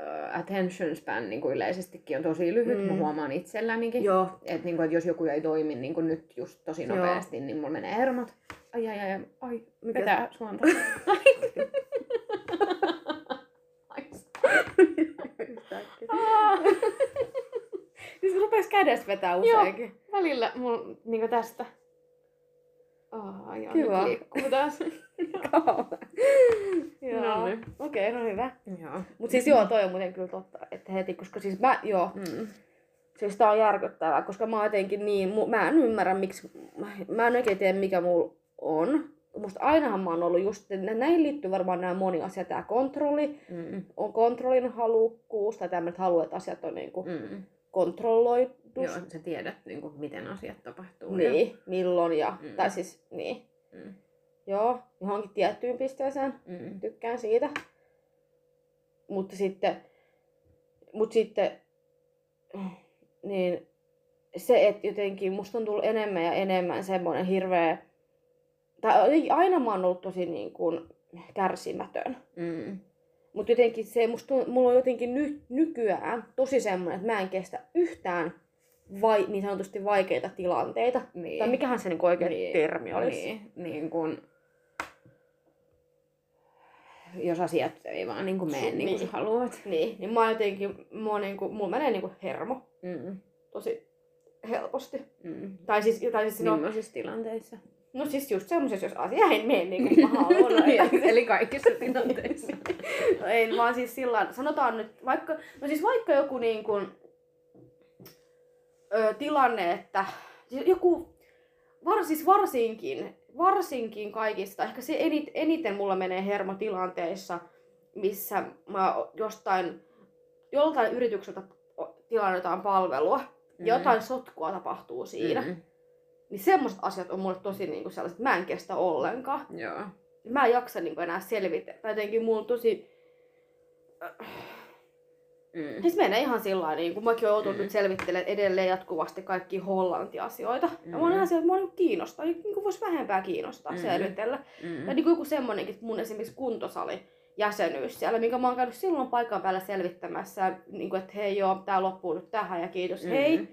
Speaker 2: ö, attention span niinku yleisestikin on tosi lyhyt,
Speaker 1: Mm.
Speaker 2: mm. mä huomaan itsellänikin.
Speaker 1: joo,
Speaker 2: Et niinku, et jos joku ei toimi niinku nyt just tosi
Speaker 1: Joo.
Speaker 2: nopeasti, niin mulla menee hermot. Ai ai ai, ai
Speaker 1: mikä
Speaker 2: vetää suonta. Ai.
Speaker 1: yhtäkkiä.
Speaker 2: Aa.
Speaker 1: Siis rupes kädestä vetää useinkin.
Speaker 2: Välillä mulla niinku tästä.
Speaker 1: Aa, joo,
Speaker 2: Kiva.
Speaker 1: nyt liikkuu taas. joo.
Speaker 2: No
Speaker 1: Okei,
Speaker 2: niin.
Speaker 1: no hyvä.
Speaker 2: Joo.
Speaker 1: Mut siis
Speaker 2: Mm-hmm.
Speaker 1: joo, toi on muuten kyllä totta, että heti, koska siis mä, joo,
Speaker 2: Mm.
Speaker 1: siis tää on järkyttävää, koska mä oon jotenkin niin, mu- mä en ymmärrä miksi, mä en oikein tiedä mikä mulla on. Musta ainahan mä oon ollut just, näihin liittyy varmaan nämä moni asia, tää kontrolli,
Speaker 2: Mm.
Speaker 1: on kontrollin halukkuus tai tämmöiset halu, että asiat on niinku
Speaker 2: Mm. Joo,
Speaker 1: kontrolloitus.
Speaker 2: sä tiedät, niin kuin, miten asiat tapahtuu. ja-
Speaker 1: Niin, milloin ja,
Speaker 2: Mm.
Speaker 1: tai siis niin.
Speaker 2: Mm.
Speaker 1: Joo, johonkin tiettyyn pisteeseen.
Speaker 2: Mm.
Speaker 1: Tykkään siitä. Mutta sitten, mut sitten niin se, että jotenkin musta on tullut enemmän ja enemmän semmoinen hirveä, tai jotenkin aina mä oon ollut tosi niin kuin kärsimätön.
Speaker 2: Mm.
Speaker 1: Mutta jotenkin se, musta, tunt- mulla on jotenkin ny, nykyään tosi semmoinen, että mä en kestä yhtään vai, niin sanotusti vaikeita tilanteita.
Speaker 2: Niin.
Speaker 1: Tai mikähän se niinku oikea
Speaker 2: Niin,
Speaker 1: termi olisi?
Speaker 2: Niin, niin kun, jos asiat ei vaan niin kuin mene niin, niin
Speaker 1: Niin.
Speaker 2: kuin sä haluat.
Speaker 1: Niin, niin mä oon jotenkin, mua niinku, mulla menee niinku hermo
Speaker 2: Mm,
Speaker 1: tosi helposti.
Speaker 2: mm.
Speaker 1: Tai siis, tai siis no,
Speaker 2: Millaisissa tilanteissa?
Speaker 1: no siis just semmoisessa, jos asia ei mene niin kuin mä haluan.
Speaker 2: Niin, Eli kaikissa tilanteissa.
Speaker 1: No ei, vaan siis sillä sanotaan nyt, vaikka, no siis vaikka joku niin kuin, ö, tilanne, että siis joku, var, siis varsinkin, varsinkin kaikista, ehkä se enit, eniten mulla menee hermotilanteissa, missä mä o- jostain, joltain yritykseltä o- tilaan jotain palvelua, mm. jotain sotkua tapahtuu siinä, mm.
Speaker 2: Mm.
Speaker 1: niin semmoiset asiat on mulle tosi niin kuin sellaiset, että mä en kestä ollenkaan
Speaker 2: Joo.
Speaker 1: mä en jaksa niin enää selvitä. Tai jotenkin mulla on tosi...
Speaker 2: Mm.
Speaker 1: Siis menee ihan sillä lailla, niin kun mäkin oon joutunut
Speaker 2: Mm.
Speaker 1: nyt selvittelemään edelleen jatkuvasti kaikki hollantiasioita. Mm. Ja mä oon
Speaker 2: Mm.
Speaker 1: ihan sillä, että mua niin kiinnostaa, niin kuin voisi vähempää kiinnostaa
Speaker 2: Mm.
Speaker 1: mm. selvitellä.
Speaker 2: Mm.
Speaker 1: Ja niin kuin joku semmonenkin, että mun esimerkiksi kuntosali jäsenyys siellä, minkä mä oon käynyt silloin paikan päällä selvittämässä, niin kuin, että hei joo, tää loppuu nyt tähän ja kiitos, mm. hei.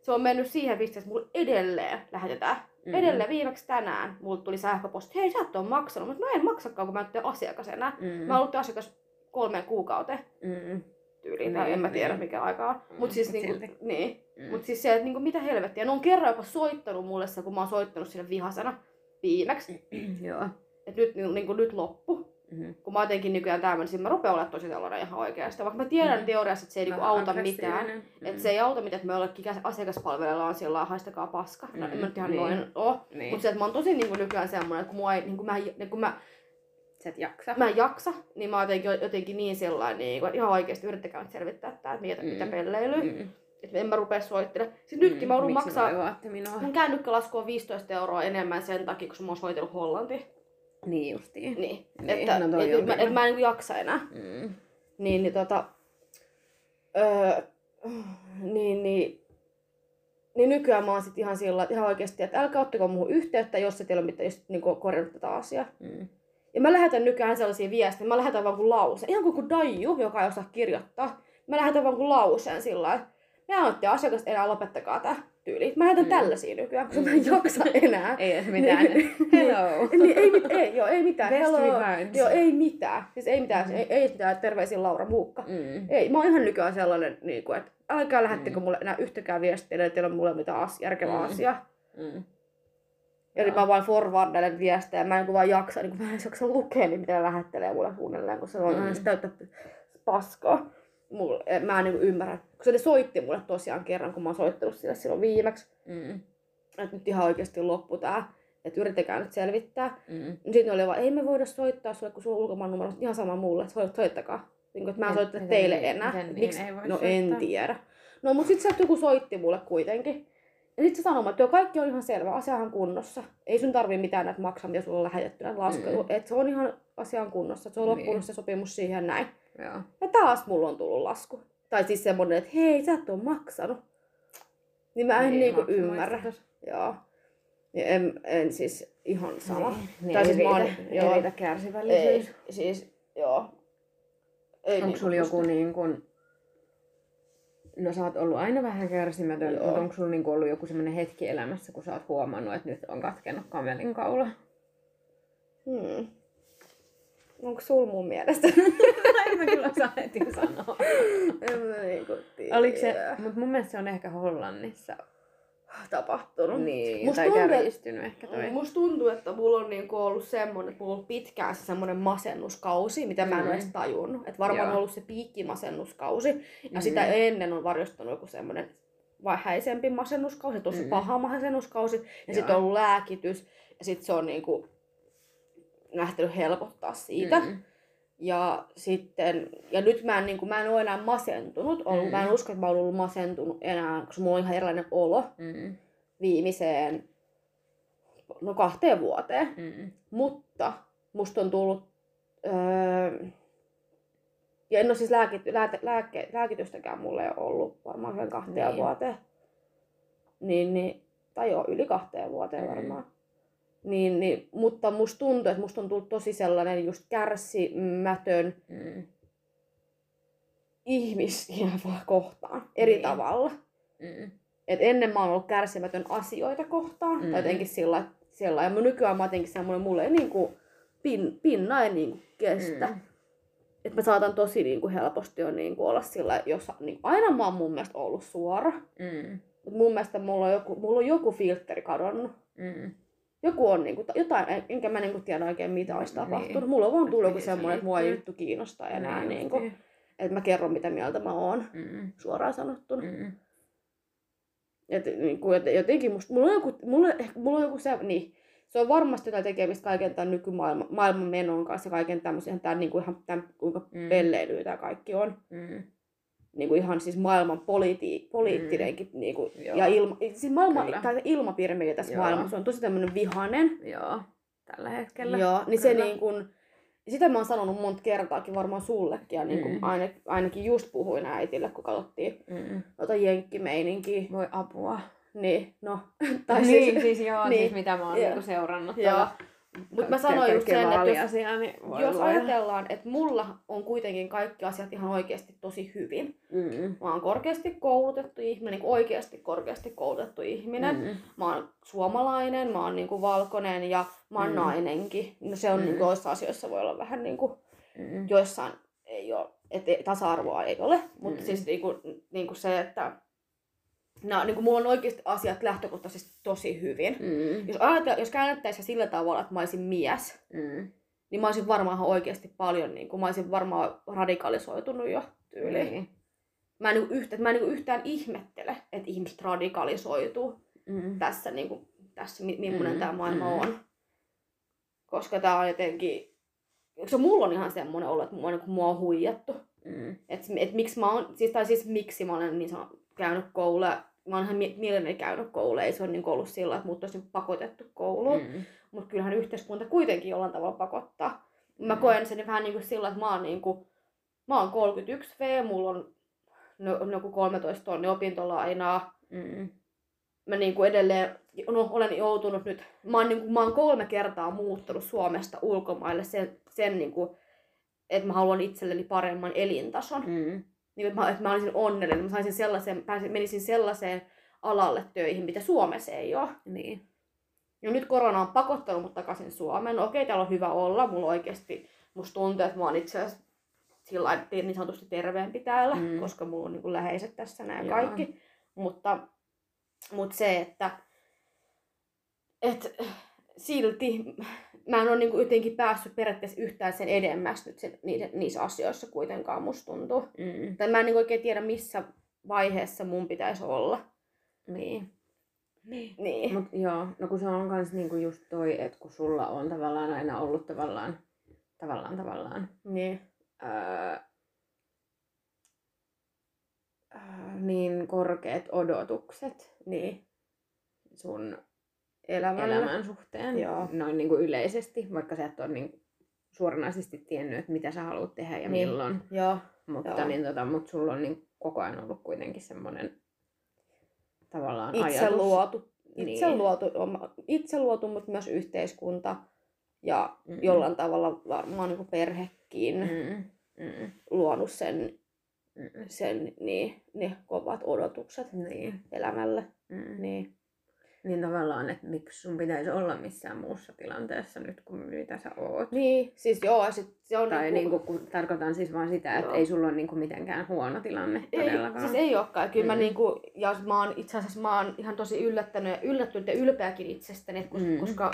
Speaker 1: Se on mennyt siihen pisteeseen, että mulla edelleen lähetetään
Speaker 2: Mm.
Speaker 1: Edelleen viimeksi tänään mulle tuli sähköposti, hei sä et ole maksanut, mutta mä en maksakaan, kun mä en ole asiakas enää.
Speaker 2: Mm.
Speaker 1: Mä oon ollut asiakas kolmeen kuukauteen
Speaker 2: Mm.
Speaker 1: tyyliin, tai en mä
Speaker 2: Niin,
Speaker 1: tiedä
Speaker 2: niin.
Speaker 1: mikä aika on.
Speaker 2: Mm,
Speaker 1: Mut siis,
Speaker 2: mut
Speaker 1: niinku,
Speaker 2: silti.
Speaker 1: niin.
Speaker 2: Mm.
Speaker 1: Mut siis se, että niinku, mitä helvettiä. Ne on kerran jopa soittanut mulle se, kun mä oon soittanut sille vihasena
Speaker 2: Mm.
Speaker 1: viimeksi.
Speaker 2: Joo.
Speaker 1: Että nyt, niinku, nyt loppu.
Speaker 2: Mm.
Speaker 1: Kun mä oon jotenkin nykyään tämmöinen, niin mä rupean olemaan tosi sellainen ihan oikeasti. Vaikka mä tiedän
Speaker 2: Mm.
Speaker 1: teoriassa, että se ei niinku,
Speaker 2: Vähän
Speaker 1: auta
Speaker 2: aggressiivinen.
Speaker 1: mitään.
Speaker 2: Mm.
Speaker 1: Että se ei auta mitään, että me jollekin käs- asiakaspalvelijalla on sillä lailla, haistakaa paska. No,
Speaker 2: Mm,
Speaker 1: en mä nyt ihan
Speaker 2: niin.
Speaker 1: noin oo.
Speaker 2: Niin.
Speaker 1: Mutta se, että mä oon tosi niinku nykyään semmoinen, että kun, mua ei, niinku mä, en- kun mä,
Speaker 2: Sä et jaksa.
Speaker 1: mä en jaksa, niin mä oon jotenkin, jotenkin niin sellainen, niinku, että ihan oikeasti yrittäkää nyt selvittää tää, että mitä,
Speaker 2: Mm.
Speaker 1: mm. mitä pelleilyä, mm.
Speaker 2: Mm.
Speaker 1: että en mä rupea soittelemaan. Siis nytkin mä joudun
Speaker 2: Miksi
Speaker 1: maksaa,
Speaker 2: vaivaatte minua?
Speaker 1: mun kännykkälasku on 15 euroa enemmän sen takia, kun mä oon soitellut Hollantiin.
Speaker 2: Niin justiin.
Speaker 1: Niin,
Speaker 2: Niin,
Speaker 1: että
Speaker 2: no
Speaker 1: no
Speaker 2: toi
Speaker 1: et,
Speaker 2: on
Speaker 1: et, mä,
Speaker 2: kyllä.
Speaker 1: et mä en niinku jaksa enää.
Speaker 2: Mm.
Speaker 1: Niin, niin tota, öö, niin, niin, niin nykyään mä oon sit ihan sillä ihan oikeesti, että älkää ottako muuhun yhteyttä, jos et ole mitään, jos niinku korjannut tätä asiaa.
Speaker 2: Mm.
Speaker 1: Ja mä lähetän nykyään sellaisia viestejä, mä lähetän vaan kuin lause. Ihan kuin kuin Daiju, joka ei osaa kirjoittaa. Mä lähetän vaan kuin lauseen sillä lailla. Mä ootte asiakas enää lopettakaa tää tyyli. Mä lähetän
Speaker 2: Mm.
Speaker 1: mm. tällaisia nykyään, koska mä en jaksa enää.
Speaker 2: Ei edes mitään.
Speaker 1: Niin.
Speaker 2: Hello.
Speaker 1: niin, ei, mit, ei, joo, ei mitään.
Speaker 2: Best
Speaker 1: Hello.
Speaker 2: regards.
Speaker 1: Joo, ei mitään. Siis ei mitään,
Speaker 2: Mm.
Speaker 1: ei, ei mitään terveisiä Laura Muukka.
Speaker 2: Mm.
Speaker 1: Ei, mä oon ihan nykyään sellainen, niin kuin, että älkää lähettekö
Speaker 2: Mm.
Speaker 1: mulle enää yhtäkään viestiä, että teillä on mulle mitään as- järkevää
Speaker 2: Mm.
Speaker 1: asiaa.
Speaker 2: Mm.
Speaker 1: Eli
Speaker 2: Joo.
Speaker 1: mä vaan forwardelen viestejä, mä en niin vaan jaksa, niin mä en edes jaksa lukea, niin mitä ne lähettelee mulle suunnilleen, kun se on
Speaker 2: Mm.
Speaker 1: mm. täyttä paskaa. Mulle, en- mä en niin ymmärrä, kun se ne soitti mulle tosiaan kerran, kun mä oon soittanut sille silloin viimeksi,
Speaker 2: Mm.
Speaker 1: että nyt ihan oikeasti loppu tää, että yrittäkää nyt selvittää.
Speaker 2: Mm.
Speaker 1: Sitten ne oli vaan, ei me voida soittaa sulle, kun sulla on ulkomaan numero, ihan sama mulle, soit- soittakaa. Niin kuin, että mä en
Speaker 2: Miten-
Speaker 1: soittele
Speaker 2: miten
Speaker 1: teille
Speaker 2: niin-
Speaker 1: enää.
Speaker 2: miten
Speaker 1: Et
Speaker 2: niin ei voi
Speaker 1: no en
Speaker 2: soittaa?
Speaker 1: tiedä. No mut sit sieltä joku soitti mulle kuitenkin. Ja sit se sanoi, että joo, kaikki on ihan selvä, asiahan kunnossa. Ei sun tarvii mitään näitä maksaa, mitä sulla on lähetettynä laskelu.
Speaker 2: Mm.
Speaker 1: Mm. Et se on ihan asian kunnossa, et se on
Speaker 2: Niin.
Speaker 1: loppunut se sopimus siihen näin.
Speaker 2: Joo.
Speaker 1: Ja taas mulla on tullut lasku. Tai siis semmonen, että hei, sä et oo maksanut. Niin mä en
Speaker 2: Niin,
Speaker 1: niinku
Speaker 2: maksamuista
Speaker 1: ymmärrä.
Speaker 2: tos.
Speaker 1: Joo. Ja en, en siis ihan sama.
Speaker 2: Niin. Niin,
Speaker 1: Tai
Speaker 2: ei
Speaker 1: siis mä oon-
Speaker 2: riitä-
Speaker 1: joo.
Speaker 2: Ei riitä
Speaker 1: Ei,
Speaker 2: kärsivällisyys.
Speaker 1: siis joo. Ei
Speaker 2: Onko
Speaker 1: niinku
Speaker 2: sulla
Speaker 1: pysty.
Speaker 2: joku niin kun... No sä oot ollut aina vähän kärsimätön,
Speaker 1: Joo.
Speaker 2: mutta onko sulla niin ollut joku semmoinen hetki elämässä, kun sä oot huomannut, että nyt on katkennut kamelin kaula?
Speaker 1: Hmm. Onko sul mun mielestä?
Speaker 2: en mä kyllä osaa heti sanoa.
Speaker 1: en mä niinku tiedä.
Speaker 2: Oliko se, mutta mun mielestä se on ehkä Hollannissa
Speaker 1: tapahtunut?
Speaker 2: niin,
Speaker 1: Musta
Speaker 2: tai
Speaker 1: tuntuu,
Speaker 2: kärjistynyt ehkä toi.
Speaker 1: Mm, Musta tuntuu, että mulla on niinku ollut semmonen, että mulla on ollut pitkään se semmonen masennuskausi, mitä mä en
Speaker 2: Mm.
Speaker 1: ole edes tajunnut. Et varmaan
Speaker 2: Joo.
Speaker 1: on ollut se piikkimasennuskausi. Ja
Speaker 2: Mm.
Speaker 1: sitä ennen on varjostunut joku semmonen vähäisempi masennuskausi, tosi
Speaker 2: Mm.
Speaker 1: mm. paha masennuskausi. Ja sitten
Speaker 2: Joo.
Speaker 1: on ollut lääkitys. Ja sitten se on niinku lähtenyt helpottaa siitä. Mm.
Speaker 2: Mm.
Speaker 1: Ja sitten, ja nyt mä en, niin kuin, mä en ole enää masentunut ollut,
Speaker 2: Mm.
Speaker 1: mm. mä en usko, että mä oon ollut masentunut enää, koska mulla on ihan erilainen olo
Speaker 2: Mm.
Speaker 1: viimeiseen, no kahteen vuoteen.
Speaker 2: Mm.
Speaker 1: Mutta musta on tullut, öö, ja en ole siis lääkity, lääke, lääke, lääkitystäkään mulle ei ole ollut varmaan sen kahteen
Speaker 2: Niin.
Speaker 1: niin. vuoteen. Niin, niin, tai joo, yli kahteen vuoteen
Speaker 2: Mm.
Speaker 1: mm. varmaan. Niin, niin, mutta musta tuntuu, että musta on tullut tosi sellainen just kärsimätön,
Speaker 2: Mm.
Speaker 1: ihmisiä vaan kohtaan eri
Speaker 2: Niin.
Speaker 1: niin. tavalla.
Speaker 2: Mm.
Speaker 1: Et ennen mä oon ollut kärsimätön asioita kohtaan, mm.
Speaker 2: Mm.
Speaker 1: tai jotenkin sillä, sillä ja mä nykyään mä oon jotenkin semmoinen, mulle ei niinku pin, pinna ei niinku kestä. Mm.
Speaker 2: Mm.
Speaker 1: Että mä saatan tosi niinku helposti jo niinku olla sillä, jos niinku, aina mä oon mun mielestä ollut suora.
Speaker 2: Mm.
Speaker 1: Mut mun mielestä mulla on joku, mulla on joku filtteri kadonnut.
Speaker 2: Mm.
Speaker 1: Joku on niinku, ta- jotain, en- enkä mä niinku tiedä oikein mitä olisi
Speaker 2: Niin.
Speaker 1: tapahtunut. Mulla on vaan tullut joku
Speaker 2: Mihin se
Speaker 1: semmoinen, että mua ei
Speaker 2: liittyy?
Speaker 1: juttu kiinnostaa enää.
Speaker 2: Niin
Speaker 1: niinku,
Speaker 2: justiin.
Speaker 1: että mä kerron mitä mieltä mä oon,
Speaker 2: Mm.
Speaker 1: suoraan sanottuna.
Speaker 2: Mm.
Speaker 1: Et, niin kuin, et, jotenkin musta, mulla on joku, mulla, ehkä- mulla on joku se, niin, se on varmasti jotain tekemistä kaiken tämän nykymaailman maailman menon kanssa ja kaiken tämmöisen, tämän, niin kuin, ihan, tämän, kuinka
Speaker 2: Mm.
Speaker 1: pelleilyä tämä kaikki on.
Speaker 2: Mm.
Speaker 1: Niin kuin ihan siis maailman politi, poliittinenkin, niin kuin,
Speaker 2: Mm. Joo.
Speaker 1: ja ilma, siis maailma,
Speaker 2: Kyllä.
Speaker 1: tai ilmapiiri, mikä tässä
Speaker 2: Joo.
Speaker 1: maailmassa on, tosi tämmöinen vihanen.
Speaker 2: Joo, tällä hetkellä.
Speaker 1: Joo, niin se
Speaker 2: Kyllä.
Speaker 1: niin kuin, sitä mä oon sanonut monta kertaakin varmaan sullekin, ja niin kuin
Speaker 2: Mm.
Speaker 1: aina, ainakin just puhuin äitille, kun katsottiin
Speaker 2: Mm.
Speaker 1: jota jenkkimeininkiä,
Speaker 2: Voi apua.
Speaker 1: Niin, no.
Speaker 2: Tai
Speaker 1: tai
Speaker 2: niin,
Speaker 1: siis,
Speaker 2: siis, joo,
Speaker 1: niin.
Speaker 2: niin. siis mitä mä oon
Speaker 1: Joo.
Speaker 2: niinku seurannut.
Speaker 1: joo.
Speaker 2: tuolla
Speaker 1: Mutta mä sanoin just sen, että jos,
Speaker 2: kevääliasiaa, niin voi
Speaker 1: jos
Speaker 2: luoja.
Speaker 1: ajatellaan, että mulla on kuitenkin kaikki asiat ihan oikeasti tosi hyvin.
Speaker 2: Mm.
Speaker 1: Mä oon korkeasti koulutettu ihminen, niin oikeasti korkeasti koulutettu ihminen. Mm.
Speaker 2: Mm.
Speaker 1: Mä oon suomalainen, mä oon niinku valkoinen ja mä oon mm.
Speaker 2: Mm.
Speaker 1: nainenkin. No se on mm.
Speaker 2: Mm.
Speaker 1: niinku, joissain asioissa voi olla vähän niinku,
Speaker 2: Mm.
Speaker 1: joissain ei ole, et, ei- tasa-arvoa ei ole. Mutta mm.
Speaker 2: Mm.
Speaker 1: siis niinku, niinku se, että no, niinku mulla on oikeasti asiat lähtökohtaisesti tosi hyvin.
Speaker 2: Mm.
Speaker 1: Jos, ajatella, jos käännettäisiin sillä tavalla, että mä olisin mies,
Speaker 2: Mm.
Speaker 1: niin mä olisin varmaan ihan oikeasti paljon, niin kuin, mä olisin varmaan radikalisoitunut jo tyyliin.
Speaker 2: Niin.
Speaker 1: Mä, en, niin yhtä, mä en niin yhtään ihmettele, että ihmiset radikalisoituu
Speaker 2: Mm.
Speaker 1: tässä, niin kuin, tässä mi- millainen mm.
Speaker 2: Mm,
Speaker 1: tämä maailma mm.
Speaker 2: mm.
Speaker 1: on. Koska tämä on jotenkin, se mulla on ihan semmoinen olo, että mua, niin mua on huijattu.
Speaker 2: Mm.
Speaker 1: Että et miksi mä oon, siis, tai siis miksi mä olen niin sanon, käynyt koulua, mä oon ihan mie- mielelläni käynyt koulua, ei se ole niin ollut sillä, että mut olisi niin pakotettu kouluun.
Speaker 2: Mm.
Speaker 1: mutta kyllähän yhteiskunta kuitenkin jollain tavalla pakottaa. Mä
Speaker 2: Mm.
Speaker 1: koen sen vähän niin kuin sillä, että mä oon, niin kuin, mä oon 31V, mulla on no, joku 13 tonni opintolainaa.
Speaker 2: Mm.
Speaker 1: Mä niin kuin edelleen no, olen joutunut nyt, mä oon, niin kuin, mä oon kolme kertaa muuttanut Suomesta ulkomaille sen, sen niin kuin, että mä haluan itselleni paremman elintason.
Speaker 2: Mm.
Speaker 1: Niin, että, mä, että mä olisin onnellinen, mä saisin sellaiseen, pääsin, menisin sellaiseen alalle töihin, mitä Suomessa ei ole.
Speaker 2: Niin.
Speaker 1: Ja nyt korona on pakottanut mut takaisin Suomeen. No Okei, täällä on hyvä olla. Mulla oikeasti, musta tuntuu, että mä oon itse asiassa sillä lailla te- niin sanotusti terveempi täällä, mm.
Speaker 2: Mm.
Speaker 1: koska mulla on niin kuin läheiset tässä nämä
Speaker 2: Joo.
Speaker 1: kaikki. Mutta, mutta se, että et, silti mä en ole niin kuin jotenkin päässyt periaatteessa yhtään sen edemmäs nyt sen, niiden, niissä asioissa kuitenkaan, musta tuntuu.
Speaker 2: Mm.
Speaker 1: Tai mä en niin oikein tiedä, missä vaiheessa mun pitäisi olla.
Speaker 2: Niin. Niin.
Speaker 1: Niin.
Speaker 2: Mut joo, no kun se on kans niinku just toi, että kun sulla on tavallaan aina ollut tavallaan, tavallaan tavallaan,
Speaker 1: niin.
Speaker 2: öö, öö, niin korkeat odotukset
Speaker 1: Niin.
Speaker 2: sun
Speaker 1: Elämällä.
Speaker 2: elämän suhteen
Speaker 1: Joo.
Speaker 2: noin niin kuin yleisesti, vaikka sä et ole niin suoranaisesti tiennyt, että mitä sä haluat tehdä ja
Speaker 1: Niin.
Speaker 2: niin. milloin.
Speaker 1: Joo. Joo.
Speaker 2: Mutta niin, tota, mut sulla on niin koko ajan ollut kuitenkin semmoinen tavallaan
Speaker 1: itse
Speaker 2: ajatus.
Speaker 1: luotu,
Speaker 2: Niin.
Speaker 1: itse, luotu, oma- itse luotu, mutta myös yhteiskunta ja
Speaker 2: Mm.
Speaker 1: jollain tavalla varmaan niin perhekin mm.
Speaker 2: Mm. Mm.
Speaker 1: luonut sen,
Speaker 2: Mm.
Speaker 1: sen niin, ne kovat odotukset
Speaker 2: Niin.
Speaker 1: elämälle.
Speaker 2: Mm. niin.
Speaker 1: Niin.
Speaker 2: Niin tavallaan, että miksi sun pitäisi olla missään muussa tilanteessa nyt kuin mitä sä oot.
Speaker 1: niin, siis joo, ja sit se on
Speaker 2: Tai
Speaker 1: niinku-
Speaker 2: niinku, kun tarkoitan siis vaan sitä, että
Speaker 1: Joo.
Speaker 2: ei sulla ole niinku mitenkään huono tilanne
Speaker 1: ei,
Speaker 2: todellakaan.
Speaker 1: siis ei olekaan. Kyllä mä
Speaker 2: Mm.
Speaker 1: niinku, ja mä oon, itse asiassa mä oon ihan tosi yllättänyt ja yllättynyt ja ylpeäkin itsestäni, että koska, mm.
Speaker 2: Mm.
Speaker 1: koska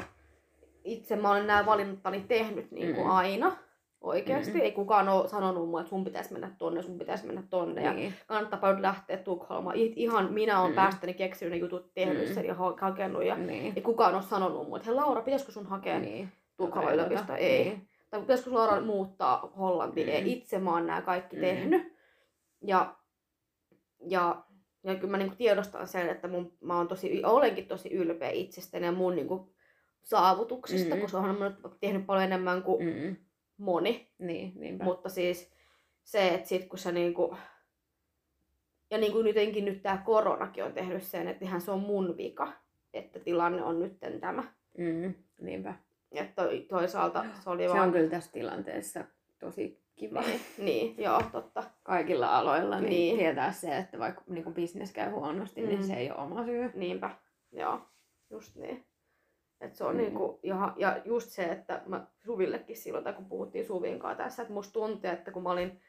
Speaker 1: itse mä olen nämä valinnantani tehnyt niin kuin
Speaker 2: Mm.
Speaker 1: aina oikeasti. Mm.
Speaker 2: Mm.
Speaker 1: Ei kukaan ole sanonut mulle, että sun pitäisi mennä tonne, sun pitäisi mennä tonne. Ja
Speaker 2: Niin.
Speaker 1: kannattaa nyt lähteä Tukholmaan. I- Ihan minä olen mm.
Speaker 2: Mm.
Speaker 1: päästäni keksinyt ne jutut, tehnyt
Speaker 2: Mm.
Speaker 1: sen ja ha- hakenut. Ja
Speaker 2: Niin.
Speaker 1: ei kukaan ole sanonut mulle, että hei Laura, pitäisikö sun hakea niin.
Speaker 2: Niin.
Speaker 1: Tukholman
Speaker 2: Todella.
Speaker 1: yliopistoa? Ei.
Speaker 2: Niin.
Speaker 1: Tai pitäisikö sun Laura muuttaa Hollantiin?
Speaker 2: Mm.
Speaker 1: Ei, itse mä oon nämä kaikki
Speaker 2: Mm.
Speaker 1: tehnyt. Ja, ja, ja kyllä mä niinku tiedostan sen, että mun, mä oon tosi, olenkin tosi ylpeä itsestäni ja mun niinku saavutuksista,
Speaker 2: Mm.
Speaker 1: koska onhan mä nyt tehnyt paljon enemmän kuin
Speaker 2: Mm.
Speaker 1: moni.
Speaker 2: Niin, niinpä.
Speaker 1: Mutta siis se, että sit kun sä niinku... Ja niinku jotenkin nyt tää koronakin on tehnyt sen, että ihan se on mun vika, että tilanne on nytten tämä.
Speaker 2: Mm. Niinpä.
Speaker 1: Että toi- toisaalta se oli
Speaker 2: Se
Speaker 1: Niin vaan...
Speaker 2: on kyllä tässä tilanteessa tosi kiva.
Speaker 1: Niin, joo, totta.
Speaker 2: kaikilla aloilla, niin,
Speaker 1: Niin.
Speaker 2: niin. tietää se, että vaikka niin kun bisnes käy huonosti, mm.
Speaker 1: Mm.
Speaker 2: niin se ei ole oma syy.
Speaker 1: Niinpä, joo, just niin. Et se on
Speaker 2: Mm.
Speaker 1: mm. niinku, ja, ja just se, että mä Suvillekin silloin, tai kun puhuttiin Suvin kanssa tässä, että musta tuntuu, että kun mä olin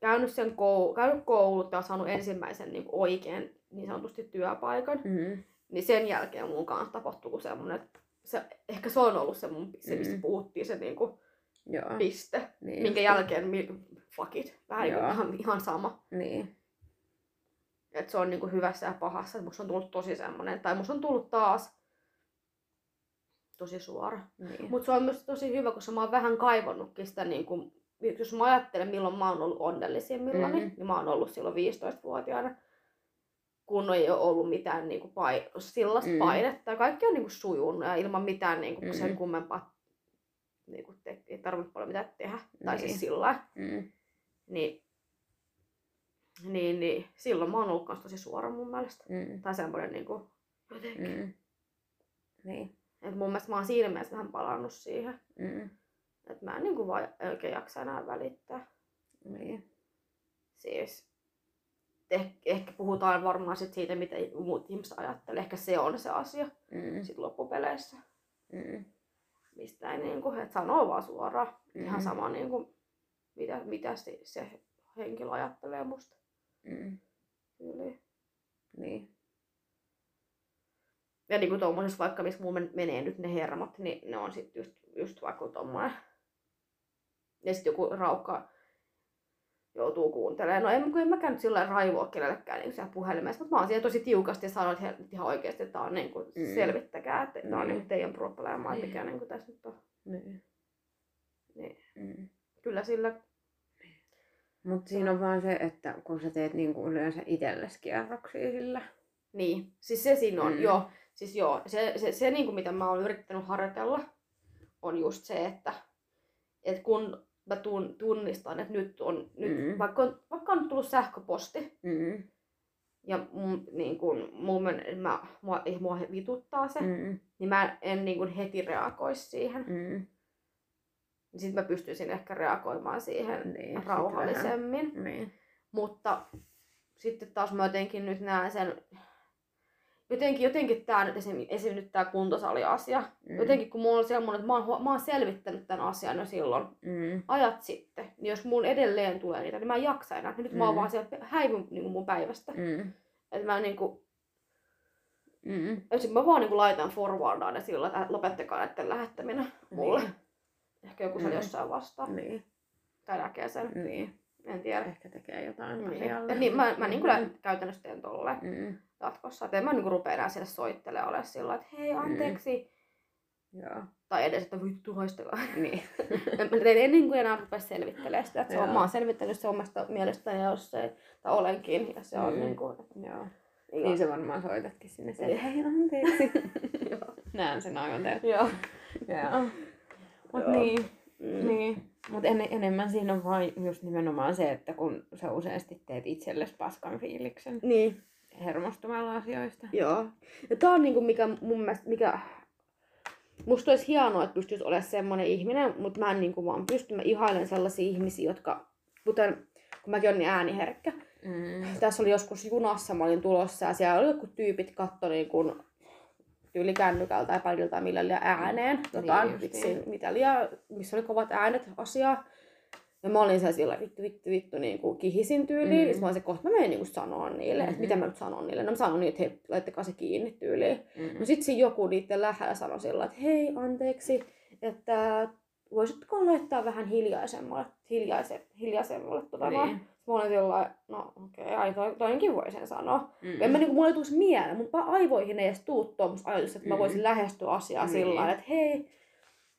Speaker 1: käynyt, sen koulu, käynyt koulut ja saanut ensimmäisen niinku oikean niin sanotusti työpaikan,
Speaker 2: Mm.
Speaker 1: niin sen jälkeen mun kanssa tapahtuu semmoinen, että se, ehkä se on ollut se, mun, se mistä
Speaker 2: Mm.
Speaker 1: puhuttiin, se niinku
Speaker 2: Joo.
Speaker 1: piste,
Speaker 2: Niin.
Speaker 1: minkä
Speaker 2: just.
Speaker 1: jälkeen mi, fuck it, vähän niinku,
Speaker 2: Joo.
Speaker 1: ihan, ihan sama.
Speaker 2: Niin.
Speaker 1: että se on niinku hyvässä ja pahassa. Et musta on tullut tosi semmoinen, tai musta on tullut taas tosi suora.
Speaker 2: niin.
Speaker 1: Mutta se on myös tosi hyvä, koska mä oon vähän kaivannutkin sitä, niinku, jos mä ajattelen milloin mä oon ollut onnellisimmillani,
Speaker 2: Mhm.
Speaker 1: mm-hmm. niin mä oon ollut silloin 15-vuotiaana, kun ei ole ollut mitään niinku pai- sellaista
Speaker 2: Mm.
Speaker 1: mm-hmm. painetta. Kaikki on niinku sujunut ja ilman mitään niinku mm-hmm. sen
Speaker 2: Mm.
Speaker 1: kummempaa, niinku te- ei tarvinnut paljon mitään tehdä. Niin. Tai
Speaker 2: Niin.
Speaker 1: siis sillä lailla.
Speaker 2: Mm.
Speaker 1: niin, niin, niin, silloin mä oon ollut kans tosi suora mun mielestä.
Speaker 2: Mm.
Speaker 1: Tai semmoinen niinku, jotenkin. Mm.
Speaker 2: Mm. Niin.
Speaker 1: Et mun mielestä mä oon siinä mielessä vähän palannut siihen.
Speaker 2: Mm.
Speaker 1: Että mä en niinku vaan oikein jaksa enää välittää.
Speaker 2: Niin.
Speaker 1: Siis eh, ehkä puhutaan varmaan sit siitä, mitä muut ihmiset ajattelee. Ehkä se on se asia
Speaker 2: Mm.
Speaker 1: sit loppupeleissä.
Speaker 2: Mm.
Speaker 1: Mistä ei niinku, et sanoo vaan suoraan. Mm. Ihan
Speaker 2: Mm.
Speaker 1: sama niinku, mitä, mitä se, se henkilö ajattelee musta.
Speaker 2: Mm.
Speaker 1: Yli.
Speaker 2: Niin.
Speaker 1: Ja niinku tuommoisessa vaikka, missä mulla men- menee nyt ne hermot, niin ne on sitten just, just vaikka tommoinen. Ja sitten joku raukka joutuu kuuntelemaan. No en, kun en mäkään nyt sillä lailla raivoa kenellekään niin siellä puhelimessa, mutta mä oon siellä tosi tiukasti ja sanon, että he- ihan oikeasti, että tää on niin kuin,
Speaker 2: Mm.
Speaker 1: selvittäkää, että tää on
Speaker 2: Mm.
Speaker 1: niin teidän probleema, että mikä
Speaker 2: Niin.
Speaker 1: niin kuin tässä nyt on.
Speaker 2: Niin.
Speaker 1: Niin.
Speaker 2: Mm.
Speaker 1: Kyllä sillä,
Speaker 2: Mutta siinä on vaan se, että kun sä teet niinku yleensä itsellesi kierroksia sillä.
Speaker 1: niin, siis se siinä on,
Speaker 2: Mm.
Speaker 1: mm. joo. Siis joo, se, se, se niin kuin mitä mä oon yrittänyt harjoitella, on just se, että, että kun mä tun, tunnistan, että nyt on, nyt,
Speaker 2: Mm.
Speaker 1: mm. vaikka, on, vaikka on tullut sähköposti,
Speaker 2: Mm.
Speaker 1: ja mun, niin kun, mun, men- mä, mua, ei mua vituttaa se, mm.
Speaker 2: Mm.
Speaker 1: niin mä en niin kun heti reagoi siihen.
Speaker 2: Mm.
Speaker 1: Mm. Sitten mä pystyisin ehkä reagoimaan siihen
Speaker 2: Niin.
Speaker 1: mm.
Speaker 2: sit
Speaker 1: rauhallisemmin.
Speaker 2: vähän. Niin.
Speaker 1: Mutta sitten taas mä jotenkin nyt näen sen, jotenkin, jotenkin tämä nyt esim, esim nyt tämä kuntosaliasia,
Speaker 2: Mm.
Speaker 1: Jotenkin kun mulla on semmoinen, että mä oon, huo- mä oon selvittänyt tämän asian jo silloin
Speaker 2: Mm.
Speaker 1: ajat sitten, niin jos mun edelleen tulee niitä, niin mä en jaksa enää. Nyt mä oon
Speaker 2: Mm.
Speaker 1: vaan siellä pe- häivyn niin mun päivästä.
Speaker 2: Mm.
Speaker 1: Että mä, niin kuin,
Speaker 2: Mm.
Speaker 1: mä vaan niin kuin laitan forwardaan ja sillä lailla, että lopettakaa näiden lähettäminen mulle.
Speaker 2: Niin.
Speaker 1: Ehkä joku se
Speaker 2: Mm.
Speaker 1: jossain vastaa
Speaker 2: Niin.
Speaker 1: tai näkee sen,
Speaker 2: Niin.
Speaker 1: en tiedä.
Speaker 2: Ehkä tekee jotain
Speaker 1: Niin.
Speaker 2: asialle.
Speaker 1: Et niin, mä, mä niin
Speaker 2: Mm.
Speaker 1: kuin käytännössä teen tolleen
Speaker 2: Mm.
Speaker 1: jatkossa. Et en mä niin kuin rupea enää siellä soittelemaan ole sillä lailla, että hei
Speaker 2: Mm.
Speaker 1: anteeksi.
Speaker 2: Joo.
Speaker 1: Tai edes, että vittu haistakaa.
Speaker 2: Niin.
Speaker 1: En- Mä tein ennen kuin enää rupea selvittelemään sitä. Että se on,
Speaker 2: Joo.
Speaker 1: mä oon selvittänyt se omasta mielestäni, ja jos se, tai olenkin, ja se on
Speaker 2: Mm.
Speaker 1: mm. niin kuin,
Speaker 2: Joo.
Speaker 1: Joo.
Speaker 2: Niin se varmaan soitatkin sinne se,
Speaker 1: Niin.
Speaker 2: hei anteeksi.
Speaker 1: Joo.
Speaker 2: Näen sen aivan täysin.
Speaker 1: Joo.
Speaker 2: Joo. Mut
Speaker 1: Joo.
Speaker 2: niin.
Speaker 1: Mm.
Speaker 2: Niin, mutta en, enemmän siinä on vain just nimenomaan se, että kun sä useasti teet itsellesi paskan fiiliksen
Speaker 1: Niin.
Speaker 2: hermostumalla asioista.
Speaker 1: Joo. Ja tää on niinku mikä mun mielestä, mikä... Musta olisi hienoa, että pystyisi olemaan semmoinen ihminen, mutta mä en niinku vaan pysty. Mä ihailen sellaisia ihmisiä, jotka, kuten kun mäkin olen niin ääniherkkä.
Speaker 2: Mm.
Speaker 1: Tässä oli joskus junassa, mä olin tulossa ja siellä oli joku tyypit katto niin kun tyyli kännykällä tai padilta tai millä liian ääneen. Jotain
Speaker 2: Niin
Speaker 1: niin
Speaker 2: justiin.
Speaker 1: vitsin, mitä liian, missä oli kovat äänet asiaa. Ja mä olin siellä sillä vittu, vittu, vittu, niin kuin kihisin tyyliin.
Speaker 2: Mm.
Speaker 1: Mm. Mä olin se kohta, mä menen niin kuin sanoa niille, mm-hmm.
Speaker 2: Mhm.
Speaker 1: että mitä mä nyt sanon niille. No mä sanon niin, että hei, laittakaa se kiinni tyyliin. No
Speaker 2: Mm.
Speaker 1: sit siinä joku niiden lähellä sanoi sillä että hei, anteeksi, että voisitko laittaa vähän hiljaisemmalle, hiljaise, hiljaisemmalle tuota niin.
Speaker 2: Niin.
Speaker 1: Mä olin sillä lailla, no okei, okay, ai toi, toinenkin voi sen sanoa. Mm. En mä,
Speaker 2: Mm.
Speaker 1: niinku, mulla ei tulisi mieleen, mun pa- aivoihin ei edes tuu tuommoista ajatusta, että
Speaker 2: Mm.
Speaker 1: mä voisin lähestyä asiaa
Speaker 2: Niin.
Speaker 1: mm. sillä lailla, että hei,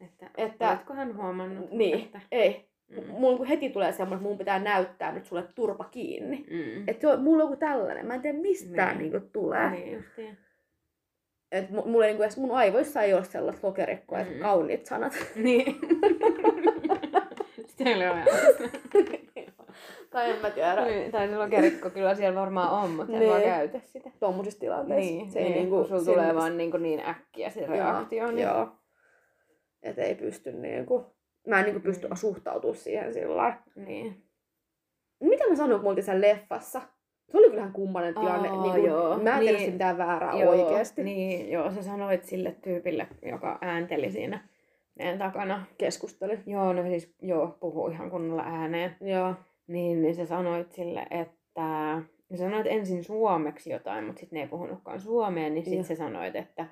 Speaker 2: Että,
Speaker 1: Että-
Speaker 2: oletko hän huomannut,
Speaker 1: Niin.
Speaker 2: että...
Speaker 1: ei. Mm.
Speaker 2: Mm.
Speaker 1: Mulla niinku heti tulee semmoinen, että mun pitää näyttää nyt sulle turpa kiinni.
Speaker 2: Mm.
Speaker 1: Että se on, mulla on joku tällainen, mä en tiedä mistä tää
Speaker 2: Niin.
Speaker 1: niinku tulee.
Speaker 2: Niin justiin.
Speaker 1: Et mu- mulla ei niinku edes, mun aivoissa ei ole sellaista lokerikkoa, että
Speaker 2: Mm.
Speaker 1: kauniit sanat.
Speaker 2: Niin. Sitä ei ole ajatellut.
Speaker 1: tai en mä tiedä.
Speaker 2: Niin, Tai silloin kerikko kyllä siellä varmaan on, mutta en
Speaker 1: Niin.
Speaker 2: vaan käytä sitä.
Speaker 1: Tuommoisissa tilanteissa.
Speaker 2: se niin, niinku, kun sulla
Speaker 1: sen-
Speaker 2: tulee vaan niinku niin äkkiä se reaktio. Niin...
Speaker 1: Joo. Et ei pysty niinku, mä en niinku pysty
Speaker 2: Mm.
Speaker 1: mm. suhtautumaan siihen sillä lailla.
Speaker 2: Niin. Mitä mä sanoin, kun me oltiin siellä leffassa? Se oli kyllähän kummanen tilanne.
Speaker 1: Aa,
Speaker 2: niin kuin,
Speaker 1: joo.
Speaker 2: Mä en tiedä
Speaker 1: Niin.
Speaker 2: niin, mitään väärää
Speaker 1: Joo,
Speaker 2: oikeasti.
Speaker 1: Niin, joo,
Speaker 2: Sä sanoit sille tyypille, joka äänteli siinä meidän takana.
Speaker 1: keskusteli.
Speaker 2: Joo, no siis joo, puhuu ihan kunnolla ääneen.
Speaker 1: Joo.
Speaker 2: Niin, niin sä sanoit sille, että... Sä sanoit ensin suomeksi jotain, mutta sitten ne ei puhunutkaan suomeen, niin
Speaker 1: Joo.
Speaker 2: sitten sä sanoit, että...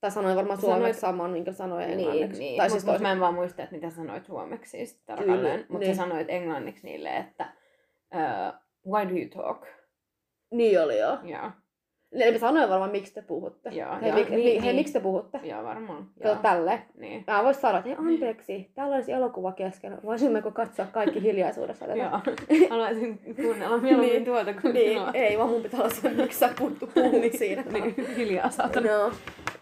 Speaker 1: Tai sanoi varmaan
Speaker 2: Sanoit-
Speaker 1: suomeksi saman, minkä sanoi
Speaker 2: Niin,
Speaker 1: englanniksi.
Speaker 2: niin.
Speaker 1: Tai
Speaker 2: Tai
Speaker 1: siis
Speaker 2: mut, mut
Speaker 1: toisin.
Speaker 2: mä en vaan muista, että mitä sä sanoit suomeksi siis
Speaker 1: Kyllä,
Speaker 2: tarkalleen. Mutta
Speaker 1: niin.
Speaker 2: sä sanoit englanniksi niille, että uh, why do you talk?
Speaker 1: Niin oli joo. Niin,
Speaker 2: Joo,
Speaker 1: Eli mä sanoin varmaan, miksi te puhutte.
Speaker 2: Joo,
Speaker 1: hei,
Speaker 2: joo,
Speaker 1: mik,
Speaker 2: niin,
Speaker 1: niin, hei
Speaker 2: niin.
Speaker 1: miksi te puhutte?
Speaker 2: joo varmaan.
Speaker 1: Kato
Speaker 2: Joo.
Speaker 1: tälle.
Speaker 2: Niin.
Speaker 1: Mä voisin sanoa, että hei anteeksi, täällä olisi elokuva kesken. Voisimmeko katsoa kaikki hiljaisuudessa tätä?
Speaker 2: Joo. Haluaisin kuunnella mieluummin
Speaker 1: Tota- Niin.
Speaker 2: niin. tuota kuin
Speaker 1: niin,
Speaker 2: sinua.
Speaker 1: ei vaan mun pitää olla se, miksi sä puhut, puhut
Speaker 2: Niin,
Speaker 1: siinä. No,
Speaker 2: niin, hiljaa saatana.
Speaker 1: Joo.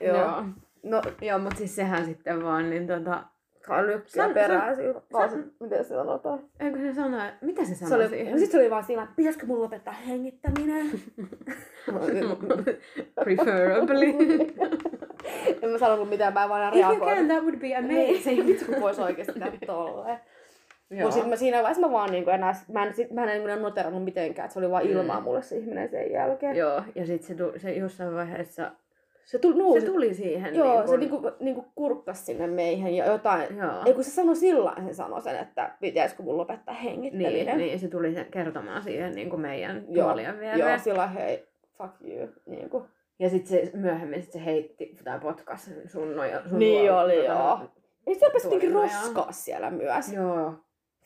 Speaker 1: Joo.
Speaker 2: Joo.
Speaker 1: No,
Speaker 2: Joo, mutta siis sehän sitten vaan, niin tota...
Speaker 1: kalykkiä
Speaker 2: San-
Speaker 1: perään. siinä. Vaan
Speaker 2: san-
Speaker 1: se- Miten se sanotaan?
Speaker 2: Eikö se sano, että- mitä se sanoi
Speaker 1: Se oli,
Speaker 2: siihen?
Speaker 1: no sit se oli vaan siinä, pitäisikö mun lopettaa hengittäminen? Mä olin-
Speaker 2: Preferably.
Speaker 1: en mä sanonut mitään, mä en vaan
Speaker 2: If you
Speaker 1: reagoin.
Speaker 2: can, that would be
Speaker 1: Niin, se
Speaker 2: amazing.
Speaker 1: ei vitsi, kun voisi oikeesti tehdä tolleen.
Speaker 2: Joo.
Speaker 1: Mutta sitten mä siinä vaiheessa mä vaan niinku enää, mä en, sit, mä en enää noterannut mitenkään, että se oli vaan ilmaa
Speaker 2: Mm.
Speaker 1: mulle se ihminen sen jälkeen.
Speaker 2: Joo, ja sitten se, tu- se jossain vaiheessa,
Speaker 1: Se tuli nousi.
Speaker 2: se tuli siihen.
Speaker 1: Joo,
Speaker 2: niin
Speaker 1: se niinku, niinku kurkkas sinne meihin ja jotain.
Speaker 2: Joo. Niin,
Speaker 1: Ei kun se sanoi sillä se sanoi sen, että pitäisikö mun lopettaa hengittäminen.
Speaker 2: niin, niin, se tuli se kertomaan siihen niin kuin meidän
Speaker 1: Joo,
Speaker 2: tuolien
Speaker 1: Joo,
Speaker 2: viereen.
Speaker 1: sillä hei, fuck you. Niinku.
Speaker 2: Ja sitten se myöhemmin sit se heitti tai potkas sen sun noja. Sun
Speaker 1: Niin
Speaker 2: luo-
Speaker 1: oli,
Speaker 2: tota-
Speaker 1: joo. Ja sitten se jotenkin
Speaker 2: Tuolilla, joo.
Speaker 1: roskaa siellä myös.
Speaker 2: Joo,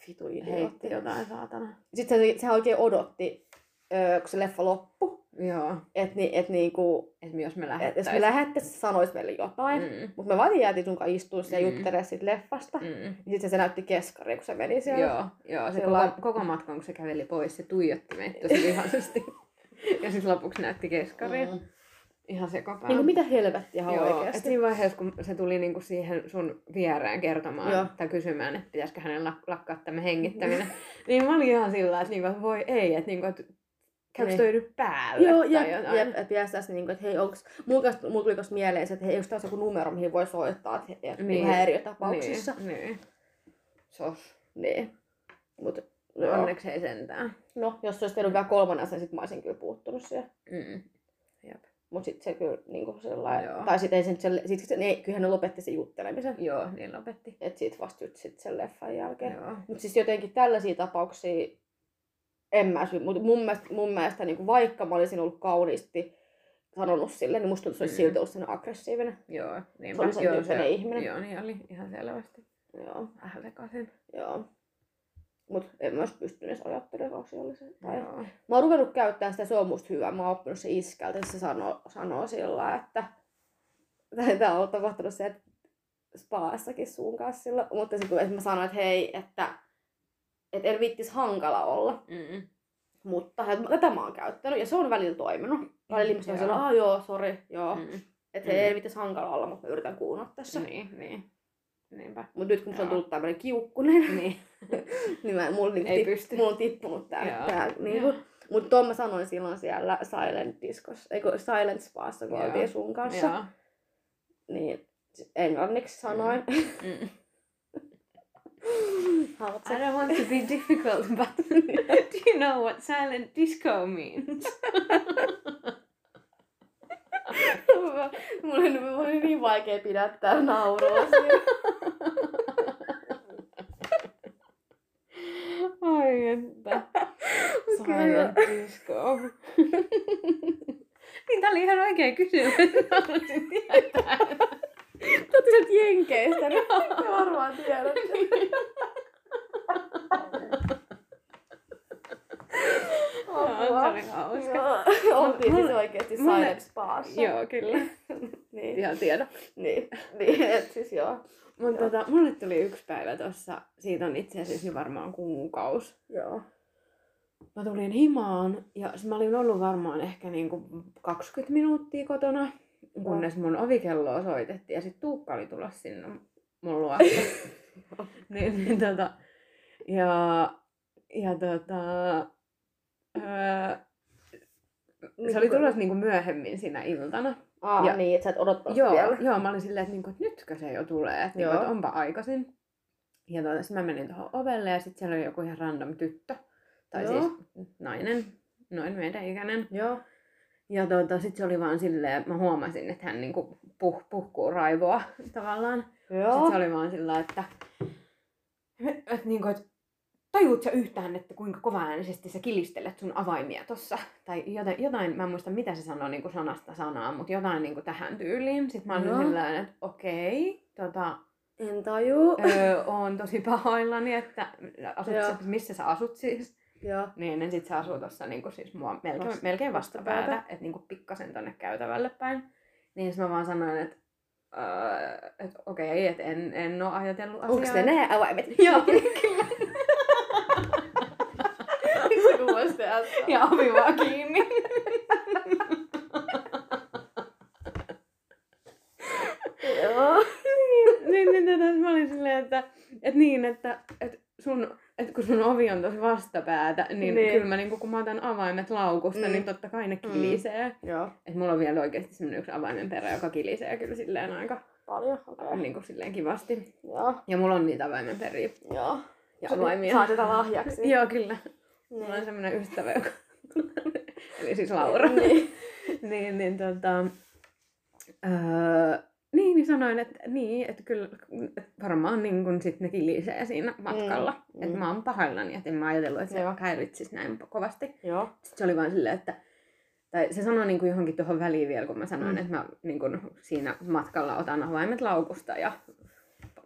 Speaker 1: Vitu
Speaker 2: heitti
Speaker 1: idiootti.
Speaker 2: jotain saatana.
Speaker 1: Sitten se, sehän oikein odotti, öö, kun se leffa loppui,
Speaker 2: Joo,
Speaker 1: että ni, et niinku,
Speaker 2: että jos me
Speaker 1: et jos
Speaker 2: lähettäisiin.
Speaker 1: me lähettäisiin, se sanoisi meille jotain. Mm.
Speaker 2: Mm.
Speaker 1: Mutta me vaan jäätiin sunkaan istuun ja
Speaker 2: Mm.
Speaker 1: juttelee siitä leffasta. Mm.
Speaker 2: Mm.
Speaker 1: Sitten se näytti keskari, kun se meni siellä.
Speaker 2: Joo, joo, se
Speaker 1: Sillä-
Speaker 2: koko, koko matkan, kun se käveli pois, se tuijotti meitä tosi vihaisesti. ja sitten lopuksi näytti keskaria. Mm.
Speaker 1: Mm.
Speaker 2: Ihan sekopää.
Speaker 1: Niin kuin mitä helvettiä ihan
Speaker 2: Joo, et
Speaker 1: oikeasti.
Speaker 2: siinä vaiheessa, kun se tuli niinku siihen sun viereen kertomaan
Speaker 1: Joo.
Speaker 2: Joo. tai kysymään, että pitäisikö hänen lak- lakkaa tämä hengittäminen, niin mä olin ihan sillä lailla, että niinku, että voi ei, että niinku, et
Speaker 1: Niin.
Speaker 2: käykö toi nyt päälle
Speaker 1: Joo,
Speaker 2: tai
Speaker 1: jep,
Speaker 2: jotain. Niin,
Speaker 1: jep, että jästäs niinku, että hei, onks, mulla mulla tuli tossa mieleen se, että hei, onks taas joku numero, mihin voi soittaa, että et, niin.
Speaker 2: Niin.
Speaker 1: häiriötapauksissa.
Speaker 2: Niin, niin. Sos.
Speaker 1: Niin. niin. Mut,
Speaker 2: No.
Speaker 1: joo.
Speaker 2: Onneksi ei sentään.
Speaker 1: no, jos se olisi tehnyt vielä kolmannen sen, sit mä olisin kyllä puuttunut siihen.
Speaker 2: Mm.
Speaker 1: Mut sit se kyllä niinku sellainen,
Speaker 2: Joo.
Speaker 1: tai sit ei se nyt se, sit se, ne, kyllähän ne lopetti sen juttelemisen.
Speaker 2: Joo, niin lopetti.
Speaker 1: Et sit vasta just sit sen leffan jälkeen.
Speaker 2: Joo.
Speaker 1: Mutta siis jotenkin tällaisia tapauksia en mä syy. Mutta mun mielestä, mun mielestä niin vaikka mä olisin ollut kauniisti sanonut sille, niin musta tuntuu, että se olisi
Speaker 2: Mm.
Speaker 1: silti ollut sen aggressiivinen.
Speaker 2: Joo, niin
Speaker 1: Se on sen
Speaker 2: joo,
Speaker 1: tyyppinen ihminen.
Speaker 2: Joo, niin oli ihan selvästi.
Speaker 1: Joo,
Speaker 2: Vähän sekaisin.
Speaker 1: joo. Mutta en mä olisi pystynyt edes ajattelemaan, että se oli se. Tai...
Speaker 2: Joo.
Speaker 1: Mä oon ruvennut käyttää sitä, se on musta hyvä. Mä oon oppinut se iskältä, että se sanoo, sanoo sillä lailla, että... Tai tää on tapahtunut se, että spaassakin sun kanssa silloin. Mutta sitten kun että mä sanoin, että hei, että, että en vittis hankala olla.
Speaker 2: Mm.
Speaker 1: Mutta hän- tätä mä oon käyttänyt ja se on välillä toiminut. Välillä ihmiset on
Speaker 2: Mm, Joo.
Speaker 1: sellainen, aah joo, sori, joo. Mm.
Speaker 2: Mm.
Speaker 1: Että ei pitäisi hankala olla, mutta mä yritän kuunnella tässä. Mm.
Speaker 2: Niin, niin. Niinpä.
Speaker 1: Mutta nyt kun musta on
Speaker 2: Joo.
Speaker 1: tullut tämmönen kiukkunen,
Speaker 2: Niin.
Speaker 1: niin mä, mulla, niinku
Speaker 2: Ei
Speaker 1: tip,
Speaker 2: pysty.
Speaker 1: mulla on tippunut tää.
Speaker 2: Joo.
Speaker 1: tää niinku. Mutta tuon mä sanoin silloin siellä Silent Discos, eikö Silent Spaassa, kun
Speaker 2: Joo.
Speaker 1: oltiin sun kanssa.
Speaker 2: Joo.
Speaker 1: Niin s- englanniksi sanoin. Mm.
Speaker 2: Mm.
Speaker 1: Haluatko
Speaker 2: I don't want to be difficult, but do you know what silent disco means?
Speaker 1: Mä- Mulla on, mulla on niin vaikea pidättää naurua siinä.
Speaker 2: Ai että.
Speaker 1: Kyllä.
Speaker 2: Silent disco. niin tää oli ihan oikea kysymys. Mä haluaisin tietää.
Speaker 1: Sä oot sieltä jenkeistä, niin te varmaan tiedätte.
Speaker 2: Joo, se oli hauska.
Speaker 1: Joo, Oltiin siis
Speaker 2: Mulla-
Speaker 1: oikeesti
Speaker 2: mulla-
Speaker 1: Silent Spaassa.
Speaker 2: Joo, kyllä.
Speaker 1: Niin,
Speaker 2: Ihan tiedä.
Speaker 1: niin, niin, et siis joo.
Speaker 2: Mutta
Speaker 1: Joo.
Speaker 2: tota, mulle tuli yksi päivä tossa, siitä on itse asiassa jo varmaan kuukausi.
Speaker 1: Joo.
Speaker 2: Mä tulin himaan ja sit mä olin ollut varmaan ehkä niinku 20 minuuttia kotona, kunnes mun ovikelloa soitettiin ja sit Tuukka oli tulla sinne mun luo. niin, niin tota, ja, ja tota, öö, se oli tulossa niinku myöhemmin sinä iltana.
Speaker 1: Aa,
Speaker 2: Ja-
Speaker 1: niin, et sä et odottanut
Speaker 2: Joo,
Speaker 1: vielä.
Speaker 2: joo, mä olin silleen, että, niinku, että nytkö se jo tulee, että,
Speaker 1: Joo.
Speaker 2: niinku, että onpa aikaisin. Ja tota, sit mä menin tuohon ovelle ja sitten siellä oli joku ihan random tyttö. Tai Joo.
Speaker 1: Joo.
Speaker 2: siis nainen, noin meidän ikäinen.
Speaker 1: Joo.
Speaker 2: Ja tota, sitten se oli vaan silleen, mä huomasin, että hän niinku puh, puhkuu raivoa tavallaan.
Speaker 1: Joo.
Speaker 2: Sitten se oli vaan sillä, että et, niinku, et, tajuut sä yhtään, että kuinka kovaäänisesti sä kilistelet sun avaimia tossa. Tai jotain, jotain mä en muista mitä se sanoi niinku sanasta sanaan, mutta jotain niinku tähän tyyliin. Sitten mä olin
Speaker 1: Joo.
Speaker 2: sillä että okei, tota,
Speaker 1: En tajuu.
Speaker 2: öö, oon tosi pahoillani, että asut,
Speaker 1: Joo.
Speaker 2: sä- missä sä asut siis.
Speaker 1: Joo.
Speaker 2: Niin, niin sit sä asuu tossa niinku siis mua melkein,
Speaker 1: Vast-
Speaker 2: melkein
Speaker 1: vastapäätä.
Speaker 2: vastapäätä, että niinku pikkasen tonne käytävälle päin. Niin sit mä vaan sanoin, että öö, et okei, että en, en oo ajatellut asiaa.
Speaker 1: Onks ne nää avaimet?
Speaker 2: Joo.
Speaker 1: Se kuulosti äsken.
Speaker 2: Ja ovi vaan kiinni.
Speaker 1: Joo.
Speaker 2: niin, niin, niin, niin, mä olin silleen, että, että niin, että, että sun että kun sun ovi on tosi vastapäätä, niin,
Speaker 1: Niin.
Speaker 2: niin. kyllä mä, niin kun mä otan avaimet laukusta,
Speaker 1: Mm.
Speaker 2: mm. niin totta kai ne
Speaker 1: Mm.
Speaker 2: kilisee. Mm.
Speaker 1: Joo.
Speaker 2: Että mulla on vielä oikeasti semmoinen yksi avaimen perä, joka kilisee kyllä silleen aika
Speaker 1: Paljon, okei.
Speaker 2: niin kuin silleen kivasti.
Speaker 1: Joo.
Speaker 2: Ja mulla on niitä avaimen periä.
Speaker 1: Joo.
Speaker 2: Ja
Speaker 1: Sä-
Speaker 2: avaimia.
Speaker 1: Saat tätä lahjaksi.
Speaker 2: Joo, kyllä. Mulla on
Speaker 1: Niin.
Speaker 2: semmoinen ystävä, joka... Eli siis Laura.
Speaker 1: Niin.
Speaker 2: niin, niin tota... Öö, niin, niin sanoin, että niin, että kyllä että varmaan niin kun sit ne kilisee siinä matkalla.
Speaker 1: Mm,
Speaker 2: Mm, että
Speaker 1: mm.
Speaker 2: mä oon pahoillani, että en mä ajatellut, että se
Speaker 1: Joo.
Speaker 2: häiritsisi näin kovasti.
Speaker 1: Joo.
Speaker 2: Sitten se oli vaan silleen, että tai se sanoi niin kuin johonkin tuohon väliin vielä, kun mä sanoin,
Speaker 1: Mm.
Speaker 2: mm. että mä niin kuin siinä matkalla otan avaimet laukusta ja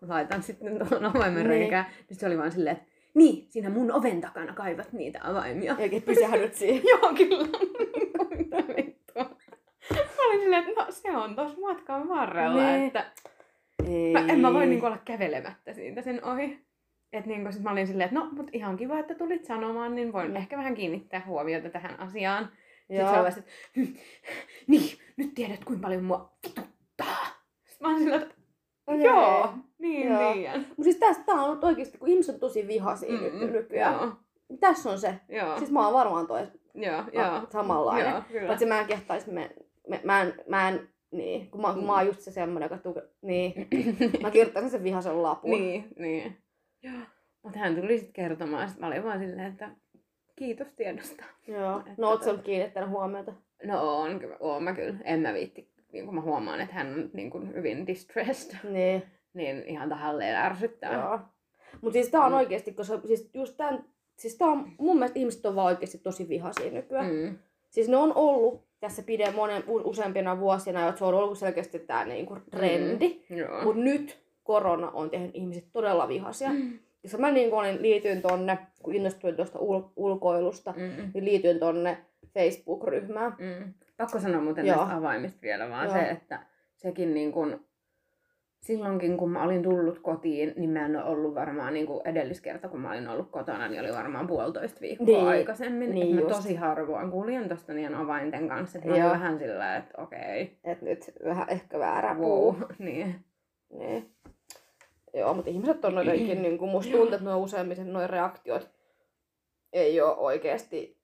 Speaker 2: laitan sitten tuohon avaimen
Speaker 1: Niin.
Speaker 2: niin. reikään. Sitten se oli vaan silleen, että niin, siinä mun oven takana kaivat niitä avaimia.
Speaker 1: Eikä pysähdyt siihen.
Speaker 2: Joo, kyllä. Mitä vittua. Mä olin silleen, että no se on tuossa matkan varrella,
Speaker 1: Niin.
Speaker 2: niin. että
Speaker 1: Ei.
Speaker 2: mä, en mä voi niinku olla kävelemättä siitä sen ohi. Et niinku sit mä olin silleen, että no, mut ihan kiva, että tulit sanomaan, niin voin
Speaker 1: Mm.
Speaker 2: mm. ehkä vähän kiinnittää huomiota tähän asiaan. Joo. Sitten se
Speaker 1: Joo.
Speaker 2: on vasta, että "Hm, niin, nyt tiedät kuinka paljon mua vituttaa. Sitten mä oon sillä, että
Speaker 1: Okei.
Speaker 2: joo, niin,
Speaker 1: Joo.
Speaker 2: joo. liian.
Speaker 1: Mut siis tästä tää on ollut oikeesti, kun ihmiset on tosi vihaisia mm, nyt
Speaker 2: Mm,
Speaker 1: nykyään.
Speaker 2: Joo,
Speaker 1: Tässä on se.
Speaker 2: joo,
Speaker 1: Siis mä oon varmaan toi
Speaker 2: joo,
Speaker 1: joo.
Speaker 2: joo.
Speaker 1: samanlainen.
Speaker 2: Joo, kyllä.
Speaker 1: Paitsi mä en kehtais, me, me, mä en, mä en, niin, kun mä, kun mä
Speaker 2: Mm.
Speaker 1: oon just se semmonen, joka tuke, niin, mä kirjoittaisin sen vihaisen lapun.
Speaker 2: Niin, niin. Joo. Mutta hän tuli sitten kertomaan, sit mä olin vaan silleen, että kiitos tiedosta.
Speaker 1: Joo.
Speaker 2: Että
Speaker 1: No oot sä
Speaker 2: tota-
Speaker 1: nyt kiinnittänyt huomiota?
Speaker 2: No on, kyllä- oon mä kyllä, en mä viitti, niin kun mä huomaan, että hän on niin kun hyvin distressed,
Speaker 1: Niin.
Speaker 2: niin ihan tahalleen ärsyttää.
Speaker 1: Joo. Mut siis tää on
Speaker 2: Mm.
Speaker 1: oikeesti, koska siis just tän, siis tää on, mun mielestä ihmiset on vaan oikeesti tosi vihaisia nykyään.
Speaker 2: Mm.
Speaker 1: Siis ne on ollut tässä pide monen, u- useampina vuosina, että se on ollut selkeästi tää niinku trendi. Mm.
Speaker 2: Joo.
Speaker 1: Mut nyt korona on tehnyt ihmiset todella vihaisia. Mm.
Speaker 2: Mm.
Speaker 1: Jos mä niin olin, liityin tonne, kun innostuin tuosta ul- ulkoilusta,
Speaker 2: Mm.
Speaker 1: niin liityin tonne Facebook-ryhmään.
Speaker 2: Mm. Pakko sanoa muuten
Speaker 1: Joo.
Speaker 2: näistä avaimista vielä vaan
Speaker 1: Joo.
Speaker 2: se, että sekin niin kun, silloinkin kun mä olin tullut kotiin, niin mä en ole ollut varmaan niin kuin edelliskerta, kun mä olin ollut kotona, niin oli varmaan puolitoista viikkoa
Speaker 1: Niin.
Speaker 2: niin. aikaisemmin.
Speaker 1: Niin
Speaker 2: Niin mä
Speaker 1: just.
Speaker 2: tosi harvoin kuljen tosta niiden avainten kanssa, että mä
Speaker 1: Joo.
Speaker 2: olin vähän sillä että okei,
Speaker 1: Et nyt vähän ehkä väärä puu.
Speaker 2: wow. niin.
Speaker 1: Niin. Joo, mutta ihmiset on jotenkin, niin kuin musta tuntuu, että nuo useimmiten nuo reaktiot ei ole oikeasti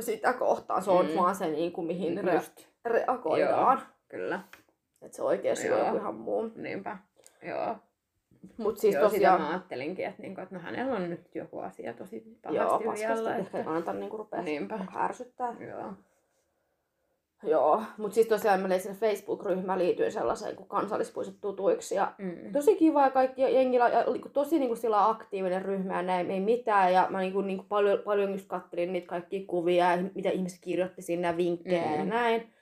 Speaker 1: sitä kohtaa. Se on mm.
Speaker 2: Mm.
Speaker 1: vaan se, niin kuin, mihin re-
Speaker 2: Just,
Speaker 1: reagoidaan.
Speaker 2: kyllä,
Speaker 1: Että se oikeasti on
Speaker 2: Joo.
Speaker 1: joku ihan muu.
Speaker 2: niinpä. Joo,
Speaker 1: Mutta siis
Speaker 2: Joo tosiaan... sitä
Speaker 1: tosiaan...
Speaker 2: mä ajattelinkin, että, niinku, että no hänellä on nyt joku asia tosi
Speaker 1: Joo,
Speaker 2: pahasti
Speaker 1: paskasta,
Speaker 2: vielä.
Speaker 1: että ehkä ei
Speaker 2: Että... Niin.
Speaker 1: kannata niinku rupea
Speaker 2: Niinpä,
Speaker 1: ärsyttää.
Speaker 2: joo.
Speaker 1: Joo, mutta siis tosiaan mä olin sinne Facebook-ryhmään liityin sellaiseen kuin kansallispuistot tutuiksi. Ja
Speaker 2: Mm.
Speaker 1: tosi kiva ja kaikki ja jengillä ja oli tosi niinku sillä aktiivinen ryhmä ja näin, ei mitään. Ja mä niinku, niinku paljon, paljon just kattelin niitä kaikkia kuvia ja mitä ihmiset kirjoitti sinne ja vinkkejä mm. ja
Speaker 2: Mm.
Speaker 1: näin.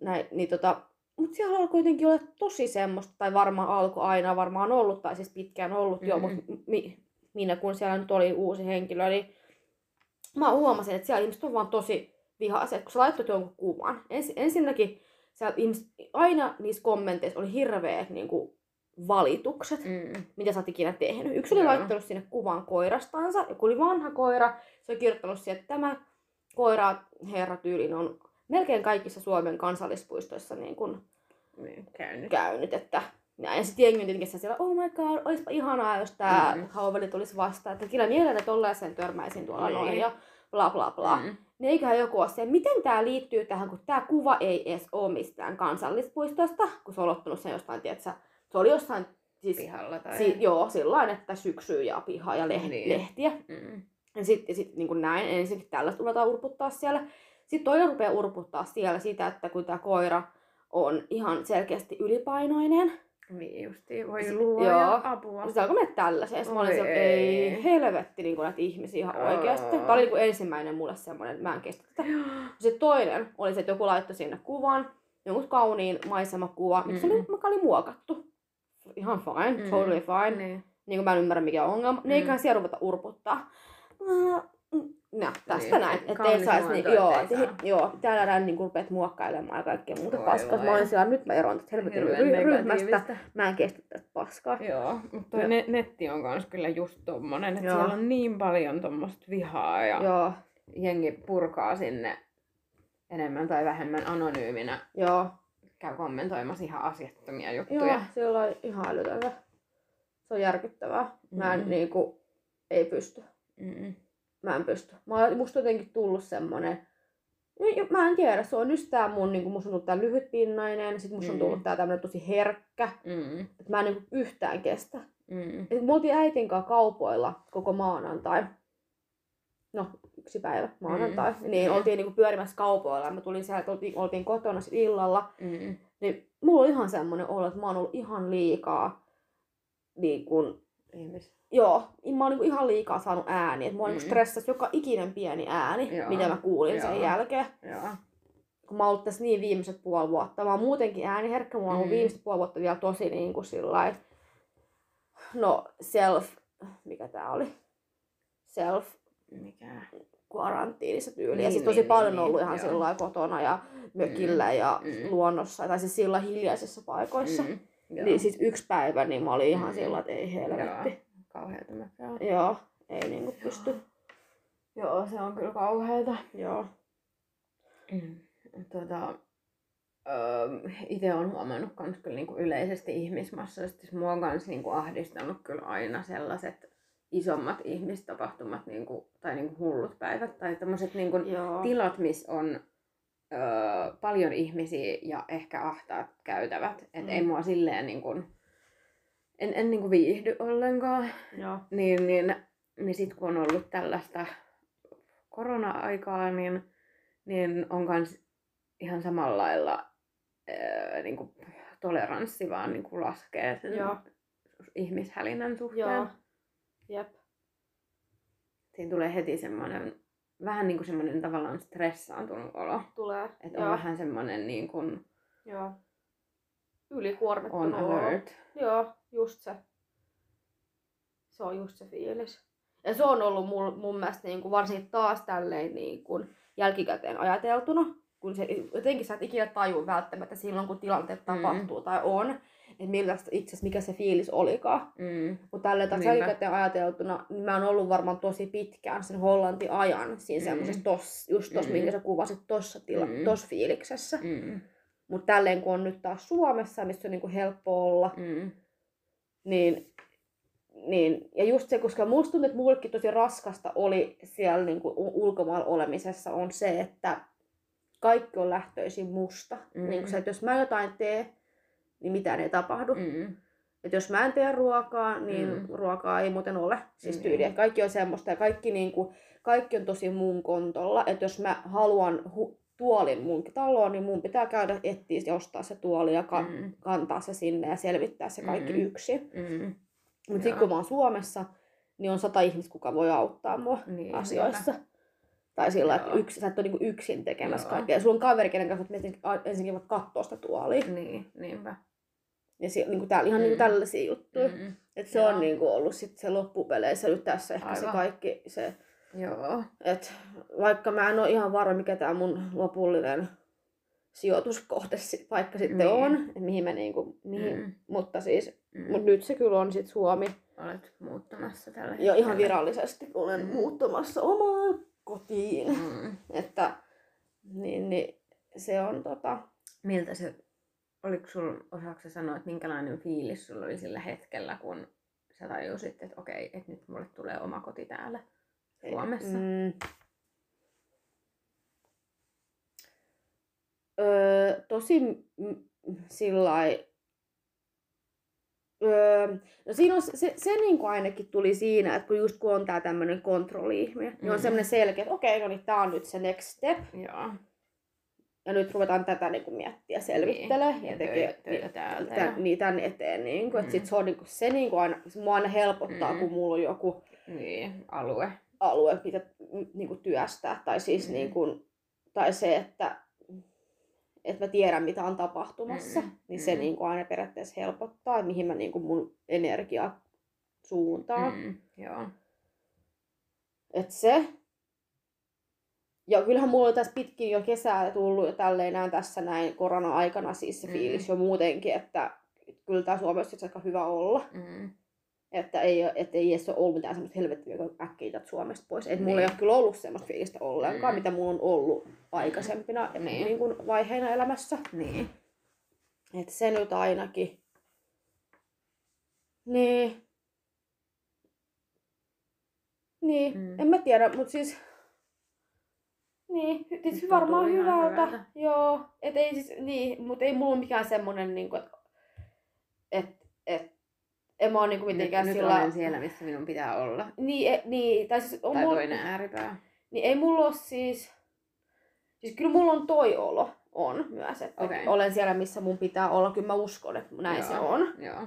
Speaker 1: näin niin tota, mutta siellä alkoi jotenkin olla tosi semmoista, tai varmaan alkoi aina, varmaan ollut, tai siis pitkään ollut mm. jo,
Speaker 2: Mm.
Speaker 1: mutta mi, minä kun siellä nyt oli uusi henkilö, niin mä huomasin, että siellä ihmiset on vaan tosi vihaiset, kun sä laittoi jonkun kuvan. Ens, ensinnäkin siellä ihmiset, aina niissä kommenteissa oli hirveät niin kuin, valitukset, mm.
Speaker 2: Mm.
Speaker 1: mitä sä oot ikinä tehnyt. Yksi oli
Speaker 2: Joo.
Speaker 1: laittanut sinne kuvan koirastansa, joku oli vanha koira, se oli kirjoittanut siihen, että tämä koira herra tyylin on melkein kaikissa Suomen kansallispuistoissa niin kuin,
Speaker 2: Niin, käynyt.
Speaker 1: käynyt, että näin. Ja sitten jengi on tietenkin siellä, oh my god, olisipa ihanaa, jos tämä mm
Speaker 2: Mm.
Speaker 1: hauveli tulisi vastaan. Että kyllä mielellä tollaiseen törmäisin tuolla
Speaker 2: Niin.
Speaker 1: noin ja bla bla bla. Mm.
Speaker 2: Mm.
Speaker 1: Niin eiköhän joku ole se, miten tämä liittyy tähän, kun tämä kuva ei edes ole mistään kansallispuistosta, kun se on ottanut sen jostain, tietsä, se oli jossain Siis,
Speaker 2: pihalla tai...
Speaker 1: si- joo, sillä että syksyä ja pihaa ja leh-
Speaker 2: Niin.
Speaker 1: lehtiä.
Speaker 2: Mm.
Speaker 1: Ja sitten sit, niin näin, ensinnäkin tällaista ruvetaan urputtaa siellä. Sitten toinen rupeaa urputtaa siellä sitä, että kun tämä koira on ihan selkeästi ylipainoinen.
Speaker 2: Niin justiin, voi
Speaker 1: Si-
Speaker 2: luo
Speaker 1: joo.
Speaker 2: ja apua.
Speaker 1: Sitten alkoi mennä tällaiseen. Sitten mä olin
Speaker 2: Oi
Speaker 1: se, että
Speaker 2: ei.
Speaker 1: ei helvetti niin näitä ihmisiä ihan
Speaker 2: Aa.
Speaker 1: oikeasti. Tämä oli niin ensimmäinen mulle semmoinen, että mä en kestä tätä. Se toinen oli se, että joku laittoi sinne kuvan, jonkun kauniin maisemakuva, mm. se oli,
Speaker 2: Mm.
Speaker 1: mikä oli muokattu. Ihan fine, mm.
Speaker 2: Mm.
Speaker 1: totally fine. Mm.
Speaker 2: Niin.
Speaker 1: Niin kuin mä en ymmärrä mikä on ongelma, mm.
Speaker 2: Mm.
Speaker 1: niin eiköhän siellä ruveta urputtaa. No, tästä
Speaker 2: Niin,
Speaker 1: näin,
Speaker 2: et
Speaker 1: että ei
Speaker 2: kaunis
Speaker 1: saisi,
Speaker 2: luonto,
Speaker 1: niin,
Speaker 2: et
Speaker 1: joo,
Speaker 2: ei
Speaker 1: et,
Speaker 2: saa.
Speaker 1: joo, täällä näin niin rupeat muokkailemaan ja kaikkea muuta
Speaker 2: Voi
Speaker 1: paskaa. Mä
Speaker 2: voi.
Speaker 1: olin siellä, nyt mä eroon tästä helvetin
Speaker 2: Hirveän
Speaker 1: ry- ryhmästä,
Speaker 2: negatiivista.
Speaker 1: mä en kestä tästä paskaa.
Speaker 2: Joo, mutta
Speaker 1: Joo.
Speaker 2: ne, netti on kans kyllä just tommonen, että
Speaker 1: Joo.
Speaker 2: siellä on niin paljon tommosta vihaa ja
Speaker 1: Joo,
Speaker 2: jengi purkaa sinne enemmän tai vähemmän anonyyminä.
Speaker 1: joo,
Speaker 2: Käy kommentoimassa ihan asiattomia
Speaker 1: joo,
Speaker 2: juttuja.
Speaker 1: sillä oli ihan älytöntä. Se on järkyttävää. Mä en
Speaker 2: Mm.
Speaker 1: niinku, ei pysty.
Speaker 2: Mm.
Speaker 1: mä en pysty. Mä, oon- musta on jotenkin tullut semmonen, Ni- jo- mä en tiedä, se on just tää mun, niinku, musta on tullut tää lyhytpinnainen, sit musta on
Speaker 2: Mm.
Speaker 1: tullut tää tämmönen tosi herkkä,
Speaker 2: Mm.
Speaker 1: että mä en niinku yhtään kestä.
Speaker 2: Mm.
Speaker 1: Et me oltiin äitin kanssa kaupoilla koko maanantai. No, yksi päivä, maanantai. Mm. Niin,
Speaker 2: Mm.
Speaker 1: oltiin niinku pyörimässä kaupoilla. Mä tulin sieltä, oltiin, oltiin kotona sit illalla.
Speaker 2: Mm.
Speaker 1: Niin mulla on ihan semmonen olo, että mä oon ollut ihan liikaa niin kun,
Speaker 2: Ihmis.
Speaker 1: Joo, mä oon niinku ihan liikaa saanut ääniä. Et Mua mm.
Speaker 2: Mm.
Speaker 1: stressasi joka ikinen pieni ääni, Joo.
Speaker 2: Joo.
Speaker 1: mitä mä kuulin Joo. sen
Speaker 2: Joo.
Speaker 1: jälkeen.
Speaker 2: Joo.
Speaker 1: Kun mä oon ollut tässä niin viimeiset puoli vuotta. Mä oon muutenkin ääniherkkä, mulla on ollut
Speaker 2: Mm.
Speaker 1: viimeiset puoli vuotta vielä tosi niinku sillai... No, self... Mikä tää oli? Self
Speaker 2: Mikä?
Speaker 1: karantiinissa tyyliin. Niin, ja
Speaker 2: Niin,
Speaker 1: siis tosi
Speaker 2: niin,
Speaker 1: paljon
Speaker 2: niin,
Speaker 1: ollut
Speaker 2: niin,
Speaker 1: ihan
Speaker 2: joo.
Speaker 1: sillä kotona ja mökillä mm. ja mm.
Speaker 2: Mm.
Speaker 1: luonnossa. Tai siis sillä hiljaisissa paikoissa. Mm.
Speaker 2: Mm. Joo.
Speaker 1: Niin siis yksi päivä, niin mä olin ihan mm.
Speaker 2: Mm.
Speaker 1: sillä, että ei helvetti.
Speaker 2: Joo. Kauheeta mäkään.
Speaker 1: Joo, ei niinku pysty.
Speaker 2: Joo, se on kyllä kauheeta.
Speaker 1: Joo.
Speaker 2: Mm. Tota, öö, itse olen huomannut kans kyllä niinku yleisesti ihmismassasta, siis mua on kans niinku ahdistanut kyllä aina sellaiset isommat ihmistapahtumat niinku, tai niinku hullut päivät tai tämmöiset niinku
Speaker 1: Joo.
Speaker 2: tilat, missä on öö, paljon ihmisiä ja ehkä ahtaat käytävät. Et
Speaker 1: Mm.
Speaker 2: ei mua silleen niinku, en, en niinku viihdy ollenkaan.
Speaker 1: Joo.
Speaker 2: Niin, niin, niin sitten kun on ollut tällaista korona-aikaa, niin, niin on kans ihan samalla lailla ää, niin kuin toleranssi vaan niin kuin laskee sen
Speaker 1: Joo.
Speaker 2: ihmishälinän suhteen.
Speaker 1: Joo. Jep.
Speaker 2: Siinä tulee heti semmoinen, vähän niin kuin semmoinen tavallaan stressaantunut olo.
Speaker 1: Tulee.
Speaker 2: Että on
Speaker 1: Joo.
Speaker 2: vähän semmoinen niin kuin
Speaker 1: Joo. Ylikuormittunut.
Speaker 2: on
Speaker 1: olo.
Speaker 2: alert.
Speaker 1: Joo, just se. Se on just se fiilis. Ja se on ollut mul, mun mielestä niin kuin varsinkin taas tälleen niin kuin jälkikäteen ajateltuna, kun se, jotenkin sä et ikinä tajua välttämättä silloin, kun tilanteet
Speaker 2: Mm.
Speaker 1: tapahtuu tai on, että millaista itse asiassa, mikä se fiilis olikaan.
Speaker 2: Mm.
Speaker 1: Mutta tällä taas
Speaker 2: Niinpä.
Speaker 1: jälkikäteen ajateltuna, niin mä oon ollut varmaan tosi pitkään sen Hollanti ajan siinä
Speaker 2: Mm.
Speaker 1: semmosessa tos, just tossa,
Speaker 2: Mm.
Speaker 1: minkä sä kuvasit tossa, tila,
Speaker 2: Mm.
Speaker 1: tossa fiiliksessä.
Speaker 2: Mm.
Speaker 1: Mutta tälleen kun on nyt taas Suomessa, missä on niinku helppo olla,
Speaker 2: Mm.
Speaker 1: niin, niin, ja just se, koska musta tuntuu, että mullekin tosi raskasta oli siellä niinku u- ulkomailla olemisessa, on se, että kaikki on lähtöisin musta. Mm.
Speaker 2: Mm.
Speaker 1: Niin se, että jos mä jotain teen, niin mitään ei tapahdu.
Speaker 2: Mm.
Speaker 1: Et jos mä en tee ruokaa, niin mm.
Speaker 2: Mm.
Speaker 1: ruokaa ei muuten ole. Siis
Speaker 2: Mm.
Speaker 1: tyyli, että kaikki on semmoista ja kaikki, niinku, kaikki on tosi mun kontolla. Että jos mä haluan hu- tuolin mun taloon, niin mun pitää käydä etsiä ja ostaa se tuoli ja ka- mm.
Speaker 2: Mm.
Speaker 1: kantaa se sinne ja selvittää se kaikki mm.
Speaker 2: Mm.
Speaker 1: yksin.
Speaker 2: Mm.
Speaker 1: Mutta sitten
Speaker 2: Joo.
Speaker 1: kun mä oon Suomessa, niin on sata ihmistä, kuka voi auttaa mua
Speaker 2: Niin,
Speaker 1: asioissa. Tai sillä että
Speaker 2: Joo.
Speaker 1: yksi, sä et ole niinku yksin tekemässä
Speaker 2: Joo.
Speaker 1: kaikkea. Sulla on kaveri, kenen kanssa sä menet ensinnäkin vaikka kattoo sitä tuolia.
Speaker 2: niinpä. Niin, niinpä.
Speaker 1: Ja si- niinku täällä, ihan niinku
Speaker 2: Mm.
Speaker 1: tällaisia juttuja.
Speaker 2: Mm.
Speaker 1: Et se
Speaker 2: Joo.
Speaker 1: on niinku ollut sit se loppupeleissä nyt tässä ehkä se
Speaker 2: Aivan.
Speaker 1: kaikki se,
Speaker 2: Joo.
Speaker 1: että vaikka mä en ole ihan varma, mikä tämä mun lopullinen sijoituskohde sit, vaikka sitten niin.
Speaker 2: Niin.
Speaker 1: on, et mihin mä niinku, mihin, mm.
Speaker 2: Mm.
Speaker 1: mutta siis,
Speaker 2: Mm.
Speaker 1: mut nyt se kyllä on sit Suomi
Speaker 2: olet muuttamassa tällä
Speaker 1: jo
Speaker 2: hetkellä.
Speaker 1: ihan virallisesti, olen mm.
Speaker 2: Mm.
Speaker 1: muuttamassa omaan kotiin,
Speaker 2: Mm.
Speaker 1: että niin, niin se on tota,
Speaker 2: Miltä se, oliko sul, osaako sä sanoa, että minkälainen fiilis sulla oli sillä hetkellä, kun sä tajusit, että okei, että nyt mulle tulee oma koti täällä Suomessa? Mm.
Speaker 1: Mm. Öö, tosi sillä Öö, no siinä on, se, se, se niin kuin ainakin tuli siinä, että kun just kun on tää tämmönen kontrolli-ihminen, mm. niin on
Speaker 2: Mm.
Speaker 1: semmoinen selkeä, että okei, no niin, tää on nyt se next step,
Speaker 2: Joo.
Speaker 1: ja nyt ruvetaan tätä niin kuin miettiä, selvittelee,
Speaker 2: Niin,
Speaker 1: ja
Speaker 2: ja
Speaker 1: tekee
Speaker 2: töitä- töitä täältä ja-
Speaker 1: Tän, niin, tän eteen. Niin kuin, mm.
Speaker 2: Mm.
Speaker 1: sit se on niin kuin, se niin kuin aina, se mua aina helpottaa, mm.
Speaker 2: Mm.
Speaker 1: kun mulla on joku
Speaker 2: Niin, alue.
Speaker 1: alue, mitä niin kuin, työstää, tai siis mm.
Speaker 2: Mm.
Speaker 1: niin kuin, tai se, että että mä tiedän, mitä on tapahtumassa, mm.
Speaker 2: Mm.
Speaker 1: niin se
Speaker 2: Mm.
Speaker 1: niin kuin, aina periaatteessa helpottaa, että mihin mä niin kuin, mun energiaa suuntaan. Mm.
Speaker 2: Mm. Joo.
Speaker 1: Et se. Ja kyllähän mulla on tässä pitkin jo kesää tullut jo tälleen näin tässä näin korona-aikana siis se
Speaker 2: Mm.
Speaker 1: fiilis jo muutenkin, että kyllä tää Suomessa on aika hyvä olla.
Speaker 2: Mm.
Speaker 1: Että ei, oo- et ei edes ole ollut mitään semmoista helvettiä, joka äkkiä täältä Suomesta pois. Et mulla ei
Speaker 2: Niin.
Speaker 1: ole kyllä ollut semmoista fiilistä ollenkaan,
Speaker 2: Mm.
Speaker 1: mitä mulla on ollut aikaisempina niin.
Speaker 2: Niin.
Speaker 1: Niin kuin vaiheina elämässä.
Speaker 2: Niin.
Speaker 1: Et se nyt ainakin. Niin. Niin, mm.
Speaker 2: Mm.
Speaker 1: en mä tiedä, mutta siis... Niin, hy- siis
Speaker 2: Tuntuu
Speaker 1: varmaan
Speaker 2: ihan
Speaker 1: hyvältä.
Speaker 2: hyvältä.
Speaker 1: Joo, et ei siis, niin, mutta ei mulla ole mikään semmonen niinku, että... Et, et, en mä oo niinku mitenkään
Speaker 2: nyt,
Speaker 1: sillä...
Speaker 2: nyt olen siellä, missä minun pitää olla.
Speaker 1: Niin, e, niin, tai siis on
Speaker 2: tai
Speaker 1: mulla,
Speaker 2: toinen ääripää.
Speaker 1: niin ei mulla ole siis... Siis kyllä mulla on toi olo, on myös, että okay.
Speaker 2: Okei.
Speaker 1: olen siellä, missä mun pitää olla. Kyllä mä uskon, että näin Joo. se
Speaker 2: Joo.
Speaker 1: on
Speaker 2: Joo.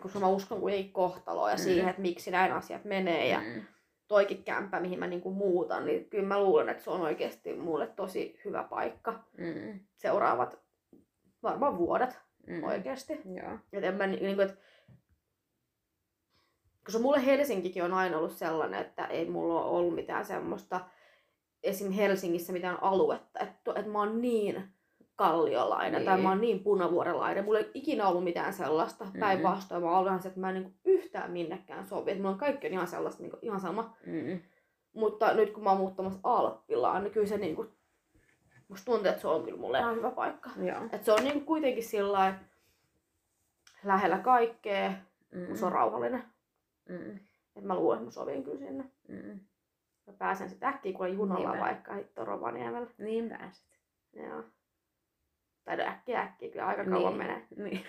Speaker 1: koska mä uskon kuitenkin kohtaloon ja mm.
Speaker 2: Mm.
Speaker 1: siihen, että miksi näin asiat menee ja
Speaker 2: Mm.
Speaker 1: toikin kämppä, mihin mä niinku muutan, niin kyllä mä luulen, että se on oikeasti mulle tosi hyvä paikka
Speaker 2: Mm.
Speaker 1: seuraavat varmaan vuodet
Speaker 2: Mm.
Speaker 1: mm. oikeasti.
Speaker 2: Joo.
Speaker 1: Et en mä ni- niinku, et, koska mulle Helsinkikin on aina ollut sellainen, että ei mulla ole ollut mitään semmoista esim. Helsingissä mitään aluetta, että, että mä oon niin kalliolainen niin. tai
Speaker 2: Niin.
Speaker 1: mä oon niin punavuorelainen. Mulla ei ikinä ollut mitään sellaista.
Speaker 2: Mm.
Speaker 1: Päinvastoin mä oon ollut ihan se, että mä en niinku yhtään minnekään sovi. Et mulla on kaikki on ihan sellaista, niinku, ihan sama.
Speaker 2: Mm.
Speaker 1: Mutta nyt kun mä oon muuttamassa Alppilaan, niin kyllä se niinku, musta tuntuu, että se on kyllä mulle ihan hyvä paikka.
Speaker 2: Joo.
Speaker 1: Et se on niinku kuitenkin sillä lähellä kaikkea,
Speaker 2: Mm.
Speaker 1: kun se on rauhallinen.
Speaker 2: Mm.
Speaker 1: Et mä luulen, että mä sovin kyllä sinne.
Speaker 2: Mm.
Speaker 1: Mä pääsen sitä äkkiä, kun olen junalla
Speaker 2: Niinpä.
Speaker 1: vaikka hitto Rovaniemellä.
Speaker 2: Niin pääset.
Speaker 1: Joo. Tai no äkkiä äkkiä, kyllä aika kauan
Speaker 2: niin.
Speaker 1: menee.
Speaker 2: Niin.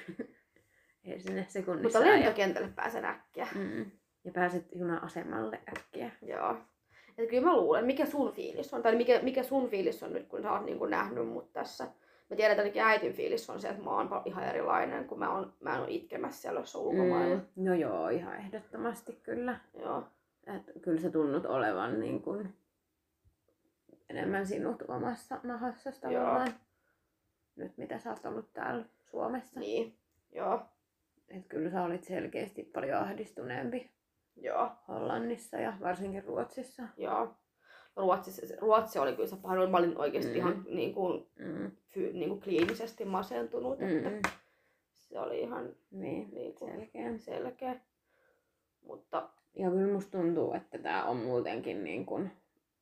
Speaker 2: Ei sinne sekunnissa
Speaker 1: Mutta
Speaker 2: aja.
Speaker 1: lentokentälle pääsen äkkiä.
Speaker 2: Mm. Ja pääset juna-asemalle äkkiä.
Speaker 1: Joo. Et kyllä mä luulen, mikä sun fiilis on, tai mikä, mikä sun fiilis on nyt, kun sä oot niin kuin nähnyt mut tässä. Mä tiedän, että ainakin äitin fiilis on se, että mä oon pal- ihan erilainen, kun mä, oon, mä en ole itkemässä siellä jossain ulkomailla. Mm.
Speaker 2: No joo, ihan ehdottomasti kyllä.
Speaker 1: Joo.
Speaker 2: Et kyllä sä tunnut olevan niin kun, enemmän sinut omassa nahassasi
Speaker 1: Joo.
Speaker 2: tavallaan. Nyt mitä sä oot ollut täällä Suomessa.
Speaker 1: Niin. Joo.
Speaker 2: Et kyllä sä olit selkeästi paljon ahdistuneempi
Speaker 1: Joo.
Speaker 2: Hollannissa ja varsinkin Ruotsissa.
Speaker 1: Joo. Ruotsi, Ruotsi oli kyllä se pahoin. Mä olin oikeasti mm.
Speaker 2: Mm.
Speaker 1: ihan niin kuin,
Speaker 2: Mm.
Speaker 1: fy, niin kuin kliinisesti masentunut. Mm. Että
Speaker 2: Mm.
Speaker 1: se oli ihan
Speaker 2: Niin,
Speaker 1: niin kuin,
Speaker 2: selkeä.
Speaker 1: selkeä. Mutta
Speaker 2: Ja kyllä musta tuntuu, että tämä on muutenkin niin kun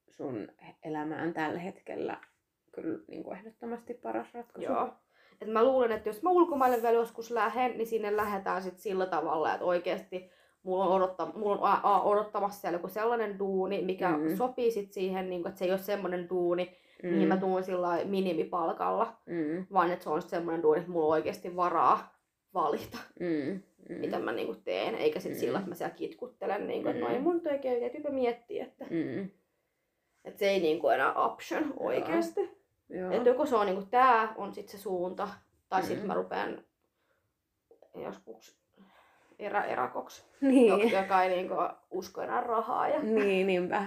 Speaker 2: sun elämään tällä hetkellä kyllä niin kun ehdottomasti paras ratkaisu.
Speaker 1: Joo. Et mä luulen, että jos mä ulkomaille vielä joskus lähden, niin sinne lähdetään sit sillä tavalla, että oikeasti mulla on, odotta, mulla on a, a, odottamassa siellä joku sellainen duuni, mikä mm.
Speaker 2: Mm.
Speaker 1: sopii sit siihen, niin kun, että se ei ole semmoinen duuni, mm. mihin
Speaker 2: Mm-hmm.
Speaker 1: mä tuun sillä lailla minimipalkalla,
Speaker 2: mm.
Speaker 1: vaan että se on sit semmoinen duuni, että mulla on oikeasti varaa valita,
Speaker 2: Mm. Mm.
Speaker 1: mm. mitä mä niin teen, eikä sit mm.
Speaker 2: Mm.
Speaker 1: sillä, että mä siellä kitkuttelen, niin kun, että no
Speaker 2: Mm.
Speaker 1: ei mun töikin, täytyypä miettiä, että,
Speaker 2: Mm.
Speaker 1: että se ei niin kuin enää option oikeasti.
Speaker 2: Joo.
Speaker 1: Että joko se on niinku tää on sit se suunta, tai sit
Speaker 2: Mm.
Speaker 1: mä rupean joskus erä, erakoksi,
Speaker 2: niin.
Speaker 1: jo- joka ei niinku usko enää rahaa. Ja,
Speaker 2: niin, niinpä.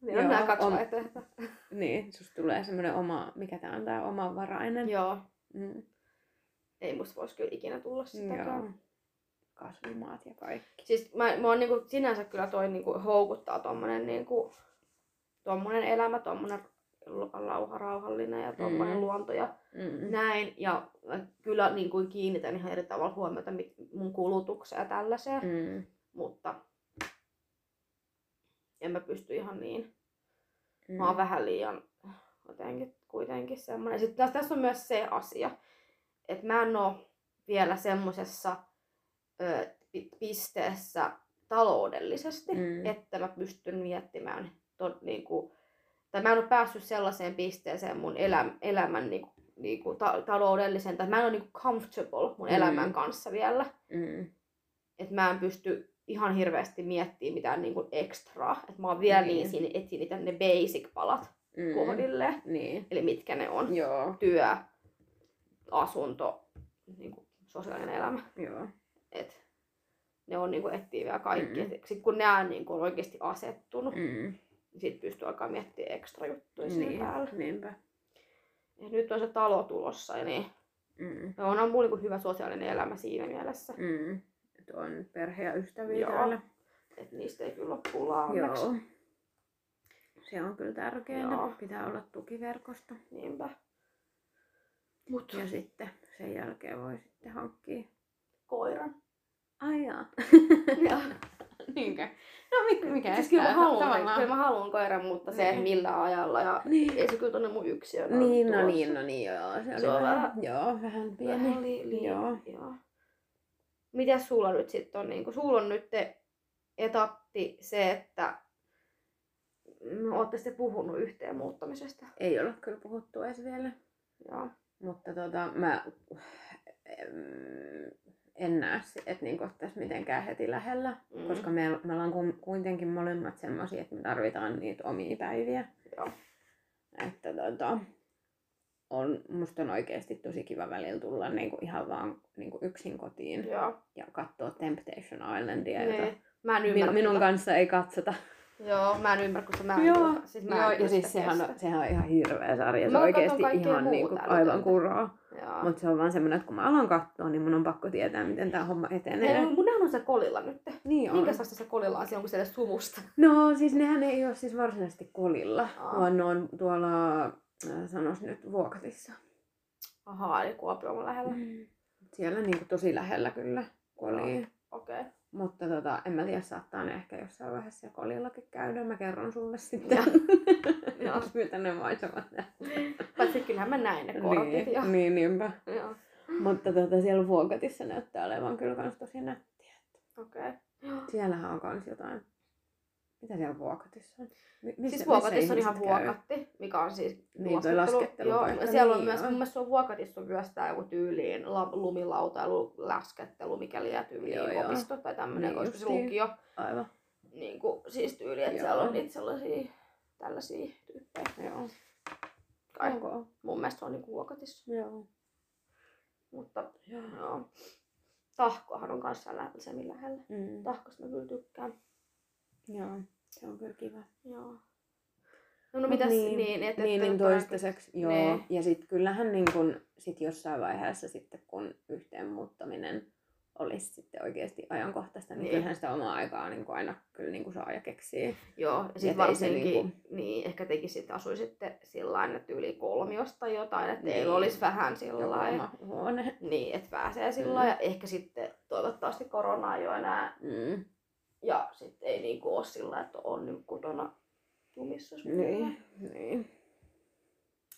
Speaker 1: niin on
Speaker 2: Joo,
Speaker 1: nämä kaksi
Speaker 2: on.
Speaker 1: vaihtoehtoa.
Speaker 2: Niin, susta tulee semmoinen oma, mikä tää on tää omavarainen.
Speaker 1: Joo,
Speaker 2: Mm.
Speaker 1: ei musta voisi kyllä ikinä tulla sitäkään.
Speaker 2: Joo. Kasvimaat ja kaikki.
Speaker 1: Siis mä, mä oon niinku, sinänsä kyllä toi niinku houkuttaa tommonen, niinku, tommonen elämä, tommonen lu- lauha, rauhallinen ja tommonen
Speaker 2: Mm.
Speaker 1: luonto ja
Speaker 2: Mm.
Speaker 1: näin. Ja mä kyllä niin kuin kiinnitän ihan eri tavalla huomiota mit- mun kulutukseen ja tällaiseen.
Speaker 2: Mm.
Speaker 1: mutta en mä pysty ihan niin.
Speaker 2: Mm.
Speaker 1: Mä oon vähän liian jotenkin kuitenkin semmonen. Sitten taas tässä on myös se asia, että mä en oo vielä semmosessa ö, pi- pisteessä taloudellisesti,
Speaker 2: Mm.
Speaker 1: että mä pystyn miettimään to, niinku, tai mä en ole päässyt sellaiseen pisteeseen mun elä, elämän niinku, niinku, ta, taloudellisen, tai mä en ole niinku comfortable mun
Speaker 2: Mm.
Speaker 1: elämän kanssa vielä
Speaker 2: Mm.
Speaker 1: että mä en pysty ihan hirveästi miettimään mitään niinku ekstraa. Että mä oon vielä
Speaker 2: Niin.
Speaker 1: niin. siinä etsin itse ne basic-palat
Speaker 2: Mm.
Speaker 1: mm. kohdilleen.
Speaker 2: Niin.
Speaker 1: Eli mitkä ne on.
Speaker 2: Joo.
Speaker 1: Työ, asunto, niinku sosiaalinen elämä.
Speaker 2: Joo.
Speaker 1: Et ne on niinku etsii vielä kaikki. Mm.
Speaker 2: Mm.
Speaker 1: Sitten kun nämä on niinku oikeasti asettunut,
Speaker 2: Mm.
Speaker 1: niin sit pystyy alkaa miettimään ekstra juttuja niin.
Speaker 2: Niin.
Speaker 1: siinä päällä.
Speaker 2: Niinpä.
Speaker 1: Ja nyt on se talo tulossa, ja niin
Speaker 2: Mm.
Speaker 1: no, on mulla niinku hyvä sosiaalinen elämä siinä mielessä.
Speaker 2: Mm. Et on perhe ja ystäviä
Speaker 1: Joo.
Speaker 2: täällä.
Speaker 1: Että niistä ei kyllä ole pulaa onneksi.
Speaker 2: Joo. Se on kyllä tärkeää.
Speaker 1: Joo.
Speaker 2: Pitää olla tukiverkosto.
Speaker 1: Niinpä. Mut
Speaker 2: Ja sitten sen jälkeen voi sitten hankkia.
Speaker 1: koiran.
Speaker 2: Ai jaa.
Speaker 1: Joo. Niinkö? No mikä, mikä
Speaker 2: Siis
Speaker 1: siis
Speaker 2: kyllä
Speaker 1: kyllä
Speaker 2: mä haluan-
Speaker 1: haluan, kyllä mä haluan koiran, mutta se, että
Speaker 2: Niin.
Speaker 1: millä ajalla ja
Speaker 2: Niin.
Speaker 1: ei se kyllä tonne mun yksiön ole
Speaker 2: Niin, no
Speaker 1: tulossa.
Speaker 2: niin, no niin, joo. Se, oli
Speaker 1: Se on
Speaker 2: vähän,
Speaker 1: vähän-
Speaker 2: joo, vähän niin. pieni.
Speaker 1: Vähän Li, li,
Speaker 2: Joo.
Speaker 1: joo. joo. Mitäs sulla nyt sitten on? Niin kun sulla on nyt te etappi se, että no, ootte sitten puhunut yhteen muuttamisesta.
Speaker 2: Ei olla kyllä puhuttu edes vielä.
Speaker 1: Joo.
Speaker 2: Mutta tota, mä em, en näe, si- että niinku tässä mitenkään heti lähellä.
Speaker 1: Mm.
Speaker 2: Mm-hmm. Koska me, me ollaan ku- kuitenkin molemmat semmoisia, että me tarvitaan niitä omia päiviä.
Speaker 1: Joo.
Speaker 2: Että tota, on, musta on oikeasti tosi kiva välillä tulla niinku ihan vaan niinku yksin kotiin
Speaker 1: Joo.
Speaker 2: ja katsoa Temptation Islandia, jota
Speaker 1: Niin. Mä en
Speaker 2: min,
Speaker 1: ymmärrä.
Speaker 2: minun
Speaker 1: tota.
Speaker 2: kanssa ei katsota.
Speaker 1: Joo, mä en ymmärrä, koska mä en
Speaker 2: Joo,
Speaker 1: tota- Siis mä en
Speaker 2: Joo, ja
Speaker 1: kyllä sitä
Speaker 2: siis sehän
Speaker 1: kestä.
Speaker 2: on, sehän on ihan hirveä sarja. Se
Speaker 1: Mä
Speaker 2: on
Speaker 1: katson
Speaker 2: oikeasti
Speaker 1: kaikkea
Speaker 2: ihan
Speaker 1: muuta
Speaker 2: niinku
Speaker 1: älytöntä.
Speaker 2: aivan kuraa.
Speaker 1: Joo.
Speaker 2: Mutta se on vaan semmoinen, että kun mä alan katsoa, niin mun on pakko tietää, miten tämä homma etenee.
Speaker 1: Ne, mun nehän on se kolilla nyt.
Speaker 2: niin on.
Speaker 1: Minkä sasta se kolilla on? Se onko siellä sumusta?
Speaker 2: No siis nehän ei ole siis varsinaisesti kolilla,
Speaker 1: Aa.
Speaker 2: vaan ne on tuolla, äh, sanois nyt, vuokatissa.
Speaker 1: Ahaa, eli Kuopio on lähellä.
Speaker 2: Siellä niinku tosi lähellä kyllä kolia.
Speaker 1: Okei. Okay.
Speaker 2: Mutta tota, en mä tiedä, saattaa ne ehkä jossain vaiheessa siellä kolillakin käydä. Mä kerron sulle sitten,
Speaker 1: Joo.
Speaker 2: mitä ne maisemat näyttää.
Speaker 1: Paitsi kyllähän mä näin ne kortit. ja-
Speaker 2: Niin, niin, niinpä.
Speaker 1: Joo.
Speaker 2: Mutta tota, siellä vuokatissa näyttää olevan kyllä kans tosi nättiä.
Speaker 1: Okei. Okay.
Speaker 2: Siellähän on kans jotain. Mitä siellä vuokatissa on? Mi- missä-
Speaker 1: Siis vuokatissa
Speaker 2: missä
Speaker 1: on ihan
Speaker 2: ihmiset käy?
Speaker 1: vuokatti, mikä on siis
Speaker 2: Niin, toi
Speaker 1: luoskettelu- Joo,
Speaker 2: laskettelupaikka.
Speaker 1: ja siellä on
Speaker 2: Niin,
Speaker 1: myös,
Speaker 2: joo.
Speaker 1: mun mielestä se on vuokatissa on myös tää joku tyyliin la, lumilautailu, laskettelu, mikä liian tyyliin
Speaker 2: Joo, joo.
Speaker 1: opisto tai tämmönen,
Speaker 2: Niin
Speaker 1: koska se
Speaker 2: justiin.
Speaker 1: lukio,
Speaker 2: Aivan.
Speaker 1: niin kuin, siis tyyli, että
Speaker 2: Joo.
Speaker 1: siellä on niitä sellaisia, tällaisia tyyppejä.
Speaker 2: Joo.
Speaker 1: Kai.
Speaker 2: Onko?
Speaker 1: Mun mielestä se on niinku vuokatissa,
Speaker 2: Joo.
Speaker 1: mutta
Speaker 2: Joo.
Speaker 1: joo. Tahkohan on kanssa lämmin lähellä.
Speaker 2: Mm.
Speaker 1: Tahkosta mä kyllä tykkään.
Speaker 2: Joo. Se on kyllä kiva.
Speaker 1: Joo. No, no
Speaker 2: Mut
Speaker 1: mitäs niin,
Speaker 2: niin,
Speaker 1: niin että...
Speaker 2: niin, niin toistaiseksi, joo.
Speaker 1: Niin.
Speaker 2: Ja sitten kyllähän niin kun, sit jossain vaiheessa sitten, kun yhteen muuttaminen olisi sitten oikeasti ajankohtaista, niin,
Speaker 1: Niin.
Speaker 2: kyllähän sitä omaa aikaa niin kun aina kyllä niin kun saa ja keksii.
Speaker 1: Joo, ja sitten
Speaker 2: Et ei se
Speaker 1: varsinkin,
Speaker 2: niinku-
Speaker 1: niinku... niin, ehkä tekin sitten asuisitte sillä lailla, että yli kolmiosta jotain, että
Speaker 2: Niin.
Speaker 1: teillä olisi vähän sillä
Speaker 2: Joku
Speaker 1: lailla.
Speaker 2: oma huone.
Speaker 1: Niin, että pääsee sillä
Speaker 2: Mm.
Speaker 1: lailla. Ja ehkä sitten toivottavasti korona ei ole enää.
Speaker 2: Mm.
Speaker 1: Ja sitten ei niinku ole sillä lailla, että on nyt kotona jumissa. sun lailla.
Speaker 2: Niin. niin.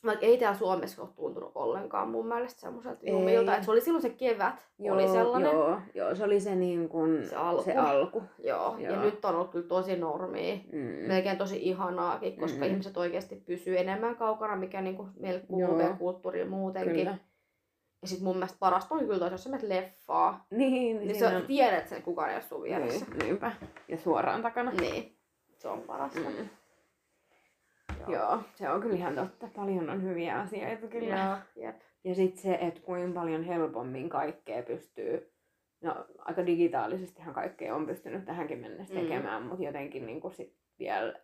Speaker 1: Vaikka ei täällä Suomessa ole tuntunut ollenkaan mun mielestä semmoiselta
Speaker 2: Ei.
Speaker 1: jumilta. Et se oli silloin se kevät, joo, oli sellainen. Joo.
Speaker 2: Joo, joo, se oli se, niin kun,
Speaker 1: Se alku.
Speaker 2: se alku.
Speaker 1: Joo. Ja
Speaker 2: Joo.
Speaker 1: nyt on ollut kyllä tosi normia.
Speaker 2: Mm.
Speaker 1: melkein tosi ihanaakin, koska
Speaker 2: Mm.
Speaker 1: mm-hmm. ihmiset oikeasti pysyy enemmän kaukana, mikä niinku meillä kuuluu
Speaker 2: Joo.
Speaker 1: meidän kulttuuriin muutenkin.
Speaker 2: Kyllä.
Speaker 1: Kyllä. Ja sitten mun mielestä parasta on kyllä toisaalta, jos sä menet leffaa,
Speaker 2: Niin,
Speaker 1: niin
Speaker 2: siinä
Speaker 1: sä
Speaker 2: on-
Speaker 1: tiedät sen, kukaan ei ole sun vieressä.
Speaker 2: Niin, niinpä. Ja suoraan takana.
Speaker 1: Niin. niin. Se on parasta.
Speaker 2: Mm. Joo, se on kyllä ihan totta. Paljon on hyviä asioita kyllä.
Speaker 1: Joo. Jep.
Speaker 2: Ja sitten se, että kuinka paljon helpommin kaikkea pystyy, no aika digitaalisestihan kaikkea on pystynyt tähänkin mennessä
Speaker 1: Mm.
Speaker 2: tekemään, mutta jotenkin niinku sit vielä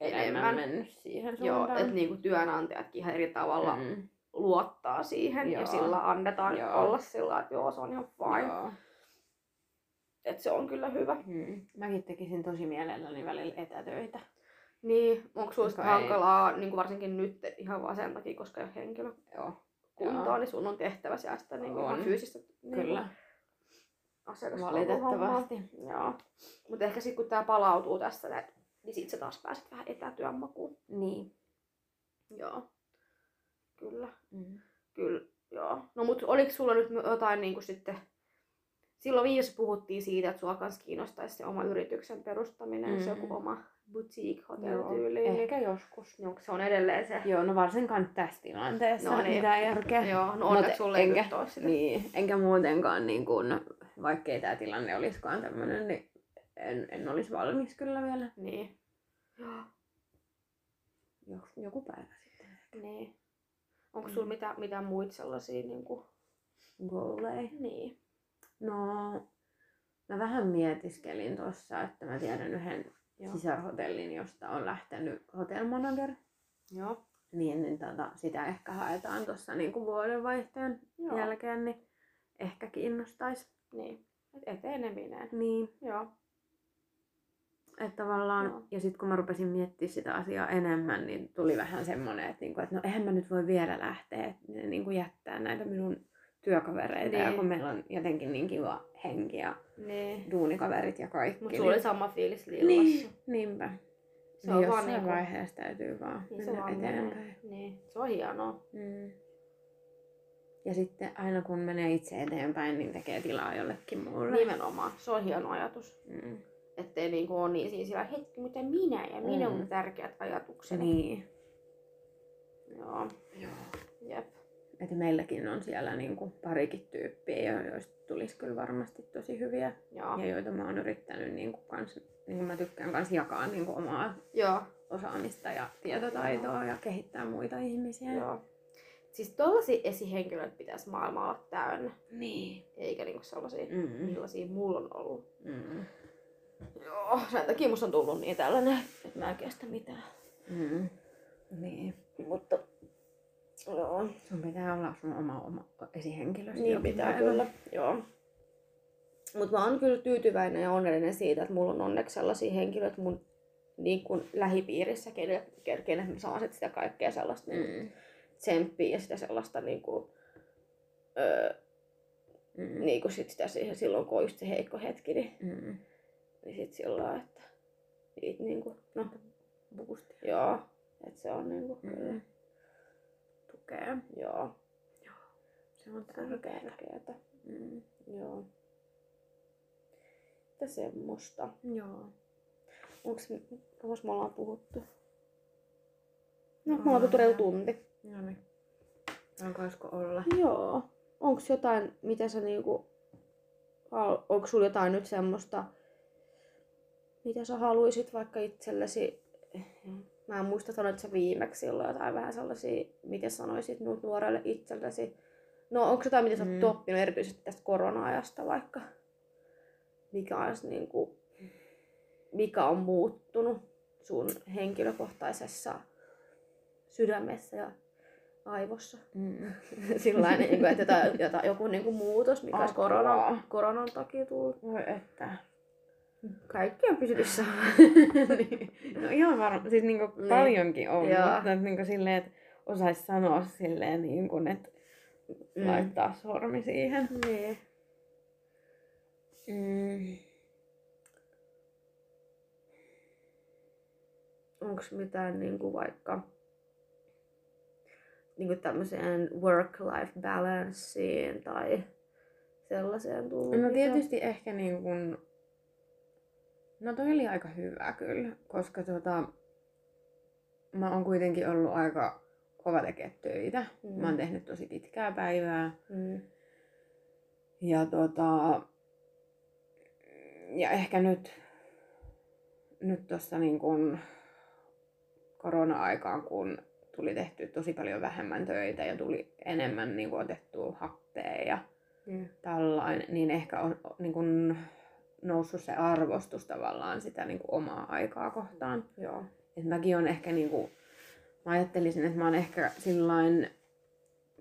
Speaker 2: enemmän,
Speaker 1: Enemmän.
Speaker 2: mennyt siihen
Speaker 1: Joo,
Speaker 2: suuntaan.
Speaker 1: että niinku työnantajatkin ihan eri tavalla mm.
Speaker 2: mm.
Speaker 1: luottaa siihen
Speaker 2: Joo.
Speaker 1: ja sillä annetaan
Speaker 2: Joo.
Speaker 1: joo. olla sillä lailla, että joo, se on ihan fine.
Speaker 2: Joo.
Speaker 1: Että se on kyllä hyvä.
Speaker 2: Mm. Mäkin tekisin tosi mielelläni välillä etätöitä.
Speaker 1: Niin, onko susta
Speaker 2: Koska ei-
Speaker 1: hankalaa, niin varsinkin nyt ihan vaan sen takia, koska ei ole henkilö,
Speaker 2: Joo, Joo.
Speaker 1: kuntoon, niin sun on tehtävä siellä sitä niin kuin
Speaker 2: On.
Speaker 1: ihan fyysistä niin
Speaker 2: kyllä.
Speaker 1: asiakaspalveluhommaa.
Speaker 2: Valitettavasti.
Speaker 1: Joo. Mutta ehkä sitten kun tämä palautuu tässä, näin, niin sit sä taas pääset vähän etätyön makuun.
Speaker 2: Niin.
Speaker 1: Joo. Kyllä.
Speaker 2: Mm.
Speaker 1: Kyllä. Joo. No mut oliko sulla nyt jotain niin kuin sitten... Silloin viisi puhuttiin siitä, että sua kanssa kiinnostaisi se oma yrityksen perustaminen, mm-hmm. se
Speaker 2: Mm.
Speaker 1: joku oma boutique hotel
Speaker 2: Joo,
Speaker 1: tyyliin. Niin,
Speaker 2: ehkä joskus.
Speaker 1: niin onko se on edelleen se?
Speaker 2: Joo, no varsinkaan tässä tilanteessa.
Speaker 1: No niin.
Speaker 2: Mitä järkeä.
Speaker 1: Joo, no
Speaker 2: Mut
Speaker 1: onneksi sulle ei
Speaker 2: Eh, enkä-
Speaker 1: nyt ole sitä.
Speaker 2: Niin, enkä muutenkaan niin kuin vaikkei tämä tilanne olisikaan tämmöinen, niin en, en olisi valmis kyllä vielä.
Speaker 1: Niin.
Speaker 2: Joks- Joku päivä sitten.
Speaker 1: niin. Onko sulla
Speaker 2: Mm.
Speaker 1: mitä, mitä muita sellaisia niin kuin...
Speaker 2: Goalei.
Speaker 1: Niin.
Speaker 2: No, mä vähän mietiskelin tuossa, että mä tiedän yhden
Speaker 1: Joo.
Speaker 2: sisarhotellin, josta on lähtenyt hotel manager.
Speaker 1: Joo.
Speaker 2: Niin, niin tota, sitä ehkä haetaan tuossa niinku vuodenvaihteen
Speaker 1: Joo.
Speaker 2: jälkeen, niin ehkä kiinnostaisi.
Speaker 1: Niin. Et eteneminen.
Speaker 2: Niin,
Speaker 1: Joo.
Speaker 2: että tavallaan,
Speaker 1: Joo.
Speaker 2: ja sitten kun mä rupesin miettimään sitä asiaa enemmän, niin tuli vähän semmoinen, että, niinku, että no eihän mä nyt voi vielä lähteä, että ne niinku jättää näitä minun työkavereita, ja
Speaker 1: Niin.
Speaker 2: kun meillä on jotenkin niin kiva henki ja
Speaker 1: Niin.
Speaker 2: duunikaverit ja kaikki.
Speaker 1: Mutta sulla oli sama fiilis liillassa.
Speaker 2: niin, niinpä. Niin
Speaker 1: Se on vaan
Speaker 2: jossain
Speaker 1: niinku...
Speaker 2: vaiheessa täytyy vaan
Speaker 1: Niin se
Speaker 2: mennä
Speaker 1: vaan
Speaker 2: eteenpäin.
Speaker 1: menee. Niin. Se on hienoa.
Speaker 2: Mm. Ja sitten aina kun menee itse eteenpäin, niin tekee tilaa jollekin muulle.
Speaker 1: Niin Nimenomaan. Se on hieno ajatus.
Speaker 2: Mm.
Speaker 1: Ettei niinku ole niin siinä sillä, hetki, mitä minä ja minun
Speaker 2: Mm.
Speaker 1: tärkeät ajatukseni.
Speaker 2: Niin.
Speaker 1: Joo.
Speaker 2: Joo.
Speaker 1: Jep.
Speaker 2: Että meilläkin on siellä niinku parikin tyyppiä, jo- joista tulisi kyllä varmasti tosi hyviä.
Speaker 1: Joo.
Speaker 2: Ja joita mä oon yrittänyt niinku kans, niinku mä tykkään kans jakaa niinku omaa
Speaker 1: Joo.
Speaker 2: osaamista ja tietotaitoa ja kehittää muita ihmisiä.
Speaker 1: Joo. Siis tollasia esihenkilöitä pitäisi maailma olla täynnä,
Speaker 2: Niin.
Speaker 1: eikä niinku sellaisia, mm.
Speaker 2: Mm.
Speaker 1: millaisia mulla on ollut.
Speaker 2: Mm.
Speaker 1: Joo, sen takia musta on tullut niin tällainen, että mä en kestä mitään.
Speaker 2: Mm. Niin.
Speaker 1: Mutta joo,
Speaker 2: Sun pitää olla sun oma, oma esihenkilösi.
Speaker 1: niin
Speaker 2: joku
Speaker 1: pitää
Speaker 2: päivä.
Speaker 1: kyllä. Joo. Mutta mä oon kyllä tyytyväinen ja onnellinen siitä, että mulla on onneksi sellaisia henkilöitä mun niin kuin lähipiirissä, kenen, kenen mä saan sit sitä kaikkea sellaista mm.
Speaker 2: Mm.
Speaker 1: tsemppiä ja sitä sellaista niin kuin, öö,
Speaker 2: Mm.
Speaker 1: niin kuin sit sitä siihen silloin, kun on just se heikko hetki, niin
Speaker 2: Mm.
Speaker 1: Niin sit sillä lailla, että niitä niinku, no
Speaker 2: Boost.
Speaker 1: joo, että se on niinku kyllä,
Speaker 2: Mm. Tukea.
Speaker 1: joo,
Speaker 2: Se on
Speaker 1: se on
Speaker 2: tärkeää.
Speaker 1: tärkeetä,
Speaker 2: Mm.
Speaker 1: joo. Että semmoista.
Speaker 2: Joo.
Speaker 1: Onks, kauas me ollaan puhuttu? No, me ollaan puhuttu reilu tunti.
Speaker 2: No niin. Alkaisiko olla?
Speaker 1: Joo. Onks jotain, mitä sä niinku, hal- onks sulla jotain nyt semmoista, mitä sä haluisit vaikka itsellesi? Mä en muista sanoa, että sä viimeksi silloin jotain vähän sellaisia, miten sanoisit nyt nuorelle itsellesi. No onko jotain, mitä sä oot
Speaker 2: Mm.
Speaker 1: mm. oppinut erityisesti tästä korona-ajasta vaikka? Mikä on, niinku, mikä on muuttunut sun henkilökohtaisessa sydämessä ja aivossa?
Speaker 2: Mm.
Speaker 1: Sillä niin kuin, että jotain, jotain, joku niin kuin muutos, mikä olisi
Speaker 2: Apua.
Speaker 1: koronan, koronan takia tullut.
Speaker 2: Voi että.
Speaker 1: Kaikki on pysytyssä.
Speaker 2: no ihan varmaan. Siis niinku
Speaker 1: Niin.
Speaker 2: paljonkin on,
Speaker 1: Joo.
Speaker 2: mutta et niinku silleen, että osais sanoa silleen niin kuin, että mm. laittaa sormi siihen.
Speaker 1: Niin.
Speaker 2: Mm.
Speaker 1: Onko mitään niin kuin vaikka niin kuin tämmöiseen work-life balanceen tai sellaiseen tullut?
Speaker 2: No
Speaker 1: mitään?
Speaker 2: tietysti ehkä niin kuin... No toi oli aika hyvä kyllä, koska tota... Mä oon kuitenkin ollut aika kova tekee töitä.
Speaker 1: Mm.
Speaker 2: Mä oon tehnyt tosi pitkää päivää.
Speaker 1: Mm.
Speaker 2: Ja tota... Ja ehkä nyt... Nyt tossa niin kuin korona-aikaan, kun tuli tehty tosi paljon vähemmän töitä ja tuli enemmän niin kuin otettua hakkeen ja
Speaker 1: Mm.
Speaker 2: tällainen, niin ehkä on on niin kuin noussut se arvostus tavallaan sitä niin kuin omaa aikaa kohtaan.
Speaker 1: Joo.
Speaker 2: Et mäkin on ehkä niin kuin, mä ajattelisin, että mä oon ehkä sillain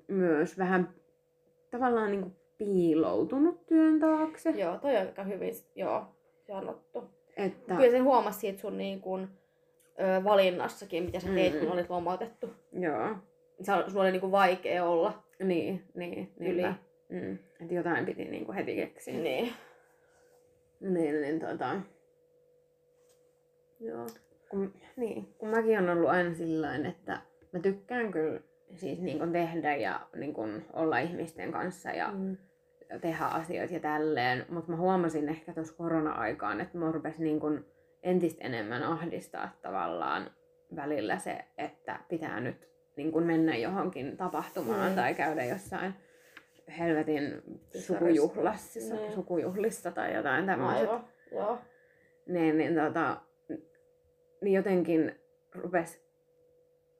Speaker 2: myös vähän tavallaan niin kuin piiloutunut työn taakse.
Speaker 1: Joo, toi on aika hyvin joo, sanottu.
Speaker 2: Että,
Speaker 1: Kyllä sen huomasi siitä sun niin kuin, ö, valinnassakin, mitä sä teit,
Speaker 2: Mm.
Speaker 1: mm. kun olit lomautettu.
Speaker 2: joo,
Speaker 1: Sä- Sulla oli niin kuin vaikea olla
Speaker 2: niin, niin,
Speaker 1: yli.
Speaker 2: niinpä. Mm. Että jotain piti niin kuin heti keksiä.
Speaker 1: Niin.
Speaker 2: Niin, niin, tota,
Speaker 1: Joo.
Speaker 2: kun, niin, kun mäkin on ollut aina sillain, että mä tykkään kyllä siis niin kuin tehdä ja niin kuin olla ihmisten kanssa ja
Speaker 1: Mm.
Speaker 2: tehdä asioita ja tälleen, mutta mä huomasin ehkä tuossa korona-aikaan, että mä rupesi niin kuin entistä enemmän ahdistaa tavallaan välillä se, että pitää nyt niin kuin mennä johonkin tapahtumaan
Speaker 1: Mm.
Speaker 2: tai käydä jossain helvetin sukujuhlassa,
Speaker 1: Niin.
Speaker 2: sukujuhlissa tai jotain tämmöiset,
Speaker 1: Aivan, joo.
Speaker 2: niin, niin, tota, niin jotenkin rupes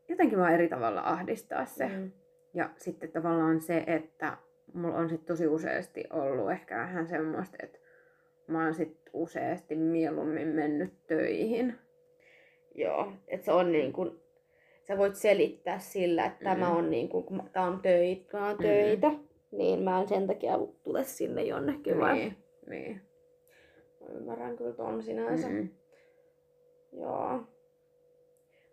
Speaker 2: jotenkin vaan eri tavalla ahdistaa se. Mm.
Speaker 1: Mm.
Speaker 2: Ja sitten tavallaan se, että mulla on sit tosi useasti ollut ehkä vähän semmoista, että mä oon sit useasti mieluummin mennyt töihin.
Speaker 1: Joo, että se on niin kuin, sä voit selittää sillä, että mm. tämä
Speaker 2: Mm.
Speaker 1: on niin kuin, kun mä- tää on töitä, tää on
Speaker 2: Mm.
Speaker 1: töitä, niin mä en sen takia tule sinne jonnekin, vaan
Speaker 2: Niin, niin.
Speaker 1: Mä ymmärrän kyllä ton sinänsä. Mm.
Speaker 2: Mm.
Speaker 1: Joo.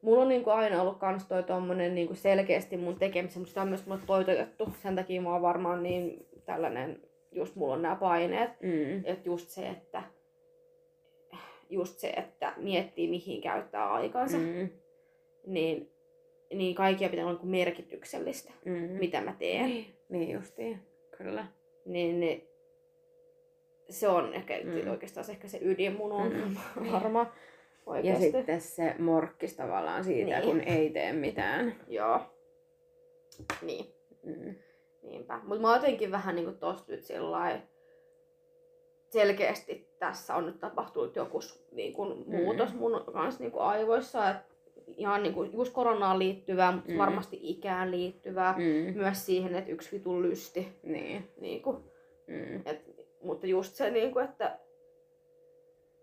Speaker 1: Mulla on niinku aina ollut kans toi tommonen niinku selkeästi mun tekemisen, mutta sitä on myös mulle toitotettu. Sen takia mä oon varmaan niin tällainen, just mulla on nämä paineet,
Speaker 2: Mm.
Speaker 1: että just se, että just se, että miettii mihin käyttää aikansa, mm.
Speaker 2: Mm.
Speaker 1: niin, niin kaikkia pitää olla niinku merkityksellistä,
Speaker 2: Mm.
Speaker 1: mitä mä teen.
Speaker 2: Niin justiin, kyllä.
Speaker 1: Niin, niin se on ehkä mm.
Speaker 2: Mm.
Speaker 1: oikeastaan se ehkä se ydin mun ongelma
Speaker 2: Mm.
Speaker 1: varmaan
Speaker 2: Ja
Speaker 1: Niin. oikeasti.
Speaker 2: sitten se morkkis tavallaan siitä,
Speaker 1: Niin.
Speaker 2: niin. kun ei tee mitään.
Speaker 1: Joo. Niin,
Speaker 2: Mm.
Speaker 1: niinpä. Mutta mä oon jotenkin vähän niinku tosta nyt sillai selkeästi tässä on nyt tapahtunut joku s- niinku muutos
Speaker 2: Mm.
Speaker 1: mun kanssa niinku aivoissa. Et ihan niinku just koronaan liittyvää, mutta
Speaker 2: Mm.
Speaker 1: varmasti ikään liittyvää.
Speaker 2: Mm.
Speaker 1: Myös siihen, että yksi vitun lysti.
Speaker 2: Niin.
Speaker 1: Niinku.
Speaker 2: Mm.
Speaker 1: Et, mutta just se, niinku, että,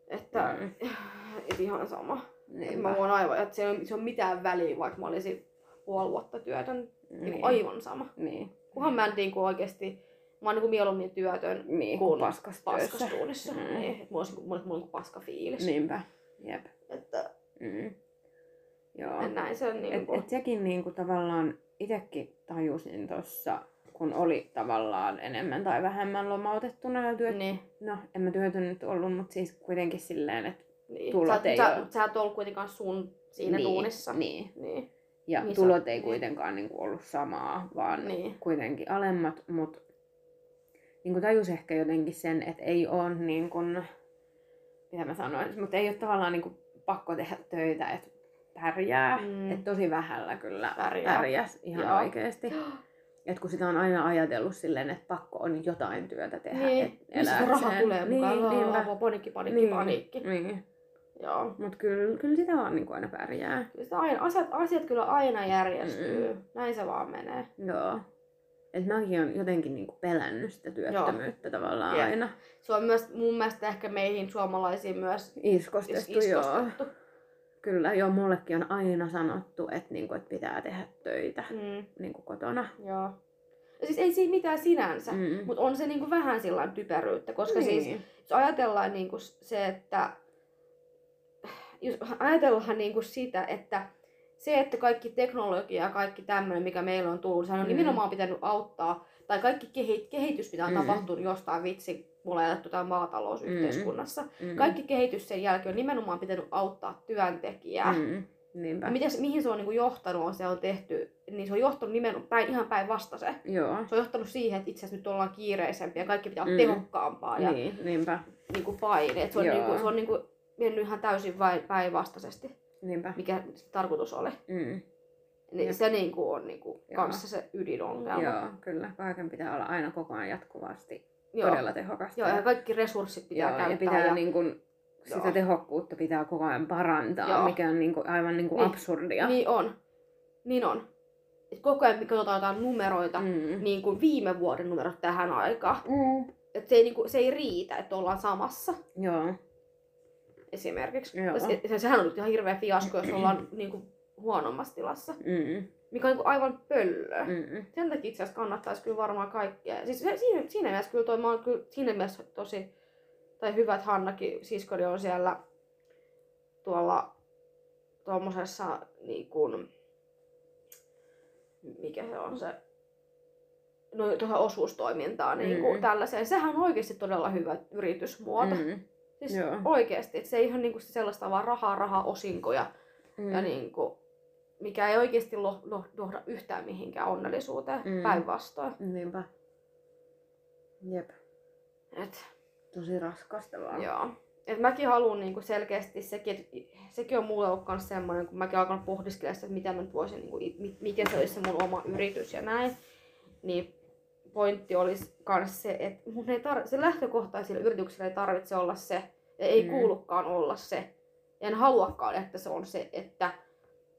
Speaker 1: että
Speaker 2: Mm.
Speaker 1: et ihan sama. Et
Speaker 2: Niinpä.
Speaker 1: Niin, mä voin aivan, että se on, se on mitään väliä, vaikka mä olisin puoli vuotta työtön. Niin. Aivan sama.
Speaker 2: Niin.
Speaker 1: Kunhan mä en niinku oikeesti, mä oon niinku mieluummin työtön
Speaker 2: niin,
Speaker 1: kun
Speaker 2: kun paskas työssä.
Speaker 1: paskastuunissa. Mm.
Speaker 2: Mm. Niin.
Speaker 1: Niin, et mulla on, niinku- mulla on niinku paska fiilis.
Speaker 2: Niinpä. Jep.
Speaker 1: Että
Speaker 2: Mm. Joo.
Speaker 1: et näin se on
Speaker 2: Et,
Speaker 1: niinku.
Speaker 2: et sekin niinku tavallaan itsekin tajusin tuossa, kun oli tavallaan enemmän tai vähemmän lomautettuna ja työt...
Speaker 1: niin.
Speaker 2: No, en mä työtynyt ollut, mutta siis kuitenkin silleen, että...
Speaker 1: niin.
Speaker 2: tulot
Speaker 1: sä,
Speaker 2: ei
Speaker 1: sä,
Speaker 2: oo-
Speaker 1: mut sä et ollut kuitenkaan sun siinä
Speaker 2: niin,
Speaker 1: duunissa.
Speaker 2: Niin.
Speaker 1: Niin.
Speaker 2: Ja
Speaker 1: Niin
Speaker 2: niin
Speaker 1: sä-
Speaker 2: tulot ei
Speaker 1: niin.
Speaker 2: kuitenkaan niinku ollut samaa, vaan
Speaker 1: Niin.
Speaker 2: kuitenkin alemmat, mutta niin tajus ehkä jotenkin sen, että ei ole niin kuin, mitä mä sanoin, mutta ei ole tavallaan niin kuin pakko tehdä töitä, että pärjää.
Speaker 1: Mm.
Speaker 2: Mm. Että tosi vähällä kyllä
Speaker 1: Pärjää.
Speaker 2: pärjäs ihan
Speaker 1: Joo.
Speaker 2: Joo. oikeasti. Et kun sitä on aina ajatellut silleen, että pakko on jotain työtä tehdä,
Speaker 1: Niin.
Speaker 2: että
Speaker 1: Mistä se raha tulee mukaan?
Speaker 2: Niin,
Speaker 1: Niin,
Speaker 2: niinpä.
Speaker 1: niin, panikki, panikki,
Speaker 2: niin,
Speaker 1: panikki.
Speaker 2: Niin.
Speaker 1: Joo.
Speaker 2: Mutta kyllä, kyllä sitä vaan niin kuin aina pärjää.
Speaker 1: Kyllä sitä aina, asiat, asiat kyllä aina järjestyy. Mm. Näin se vaan menee.
Speaker 2: Joo. Et mäkin olen jotenkin niinku pelännyt sitä työttömyyttä Joo. tavallaan
Speaker 1: Jep.
Speaker 2: aina.
Speaker 1: Se on myös mun mielestä ehkä meihin suomalaisiin myös
Speaker 2: Iskostettu, joo.
Speaker 1: iskostettu.
Speaker 2: Kyllä, joo, mullekin on aina sanottu, että, niinku, että pitää tehdä töitä
Speaker 1: Mm,
Speaker 2: niinku kotona.
Speaker 1: joo. Ja siis ei siinä mitään sinänsä, mm.
Speaker 2: Mm.
Speaker 1: mutta on se niinku vähän sillä typeryyttä, koska niin. siis jos ajatellaan niinku se, että jos ajatellaan niinku sitä, että se, että kaikki teknologia ja kaikki tämmöinen, mikä meillä on tullut, sehän on
Speaker 2: Mm.
Speaker 1: nimenomaan pitänyt auttaa, tai kaikki kehi- kehitys, mitä on
Speaker 2: Mm.
Speaker 1: tapahtunut jostain vitsi, mulla ei eletty tämä maatalousyhteiskunnassa,
Speaker 2: mm.
Speaker 1: Kaikki kehitys sen jälkeen on nimenomaan pitänyt auttaa työntekijää. Mm.
Speaker 2: Mm. Niinpä.
Speaker 1: Miten, se- mihin se on niin kuin johtanut, on se on tehty, niin se on johtanut nimenomaan päin, ihan päin vastaisen.
Speaker 2: Joo.
Speaker 1: Se on johtanut siihen, että itse asiassa nyt ollaan kiireisempiä ja kaikki pitää olla mm.
Speaker 2: Mm.
Speaker 1: tehokkaampaa ja
Speaker 2: Niin, niinpä.
Speaker 1: niin kuin paine. Et se on,
Speaker 2: Joo.
Speaker 1: niin kuin, se on niin kuin mennyt ihan täysin vai- päinvastaisesti,
Speaker 2: Niinpä.
Speaker 1: mikä se tarkoitus oli.
Speaker 2: Mm.
Speaker 1: Niin
Speaker 2: Jep.
Speaker 1: se niin kuin on niin kuin
Speaker 2: Joo.
Speaker 1: kanssa se ydinongelma.
Speaker 2: Joo, kyllä. Kaiken pitää olla aina koko ajan jatkuvasti
Speaker 1: Joo.
Speaker 2: todella tehokasta.
Speaker 1: Joo, ja kaikki resurssit pitää
Speaker 2: Joo, ja
Speaker 1: käyttää.
Speaker 2: pitää ja... Niin kun,
Speaker 1: Joo.
Speaker 2: sitä tehokkuutta pitää koko ajan parantaa,
Speaker 1: Joo.
Speaker 2: Joo. mikä on niinku, aivan niinku
Speaker 1: Niin.
Speaker 2: absurdia.
Speaker 1: Niin on. Niin on. Et koko ajan katsotaan jotain numeroita,
Speaker 2: Mm.
Speaker 1: niin kuin viime vuoden numerot tähän aikaan.
Speaker 2: Mm.
Speaker 1: Et se, ei, niin kuin, se ei riitä, että ollaan samassa
Speaker 2: Joo.
Speaker 1: esimerkiksi.
Speaker 2: Joo.
Speaker 1: Se, se, sehän on nyt ihan hirveä fiasko, jos ollaan niin kuin, huonommassa tilassa,
Speaker 2: Mm.
Speaker 1: mikä on niin kuin, aivan pöllöä. Mm.
Speaker 2: Mm.
Speaker 1: Sen takia itse asiassa kannattaisi kyllä varmaan kaikkea. Siis se, siinä, siinä mielessä kyllä toi, mä oon kyllä siinä mielessä tosi, tai hyvä, että Hannakin siskoni on siellä tuolla tuommoisessa niin kuin, mikä se on se, no tuohon osuustoimintaan, niin kuin
Speaker 2: Mm.
Speaker 1: tällaiseen. Sehän on oikeasti todella hyvä yritysmuoto. Mm.
Speaker 2: Mm.
Speaker 1: Siis
Speaker 2: Joo.
Speaker 1: oikeasti, että se ei ole niin kuin sellaista vaan rahaa, rahaa, osinkoja,
Speaker 2: Mm.
Speaker 1: ja niin kuin, mikä ei oikeasti lo, lo, johda yhtään mihinkään onnellisuuteen, mm.
Speaker 2: Mm.
Speaker 1: päinvastoin.
Speaker 2: Niinpä. Jep.
Speaker 1: Et,
Speaker 2: Tosi raskasta vaan.
Speaker 1: Joo. Et mäkin haluan niinku selkeästi sekin, et sekin on mulle ollut kans semmoinen, kun mäkin alkanut pohdiskella sitä, että mitä mä nyt voisin, niinku, i- mi- mikä se olisi se mun oma yritys ja näin. Niin pointti olisi myös se, että mun ei tar- se lähtökohtaisilla yrityksillä ei tarvitse olla se, ja ei
Speaker 2: Mm.
Speaker 1: mm. kuulukaan olla se. Ja en haluakaan, että se on se, että,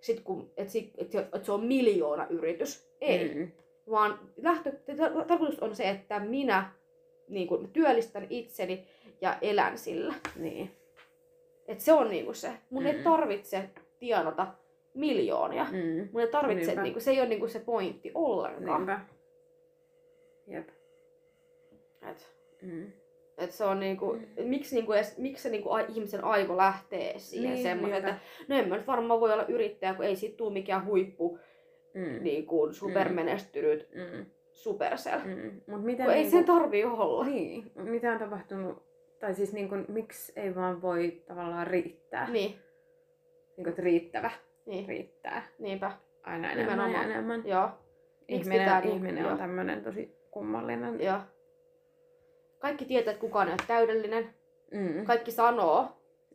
Speaker 1: sit kun, et sit, et, se- et se on miljoona yritys. Ei. Mm.
Speaker 2: Mm.
Speaker 1: Vaan lähtö, tar- tarkoitus on se, että minä niin kun, työllistän itseni ja elän sillä.
Speaker 2: Niin.
Speaker 1: Et se on niinku se. Mun mm. ei
Speaker 2: Mm.
Speaker 1: tarvitse tienata miljoonia. Mm.
Speaker 2: Mm.
Speaker 1: Mun ei tarvitse,
Speaker 2: Niinpä.
Speaker 1: niinku, se ei ole niinku se pointti ollenkaan.
Speaker 2: Niinpä. Jep.
Speaker 1: Et,
Speaker 2: Mm.
Speaker 1: et se on niinku,
Speaker 2: Mm.
Speaker 1: miksi, niinku edes, miksi se niinku a- ihmisen aivo lähtee siihen niin, semmoisen,
Speaker 2: niinpä.
Speaker 1: että no en mä nyt varmaan voi olla yrittäjä, kun ei siitä tule mikään huippu,
Speaker 2: Mm.
Speaker 1: niin kuin supermenestynyt
Speaker 2: Mm.
Speaker 1: supercell.
Speaker 2: Mm. Mut miten
Speaker 1: Kun ei
Speaker 2: niinku-
Speaker 1: sen tarvii olla.
Speaker 2: Niin, mitä on tapahtunut, tai siis niin kuin, miksi ei vaan voi tavallaan riittää, niin.
Speaker 1: Niin,
Speaker 2: kuin, että riittävä
Speaker 1: niin,
Speaker 2: riittää
Speaker 1: niinpä.
Speaker 2: aina enemmän
Speaker 1: Nimenomaan.
Speaker 2: ja enemmän.
Speaker 1: Joo, Miksi pitää
Speaker 2: Ihminen,
Speaker 1: niin-
Speaker 2: ihminen
Speaker 1: joo.
Speaker 2: on tämmöinen tosi kummallinen.
Speaker 1: joo. Kaikki tietää, että kukaan ei ole täydellinen.
Speaker 2: Mm.
Speaker 1: Kaikki sanoo,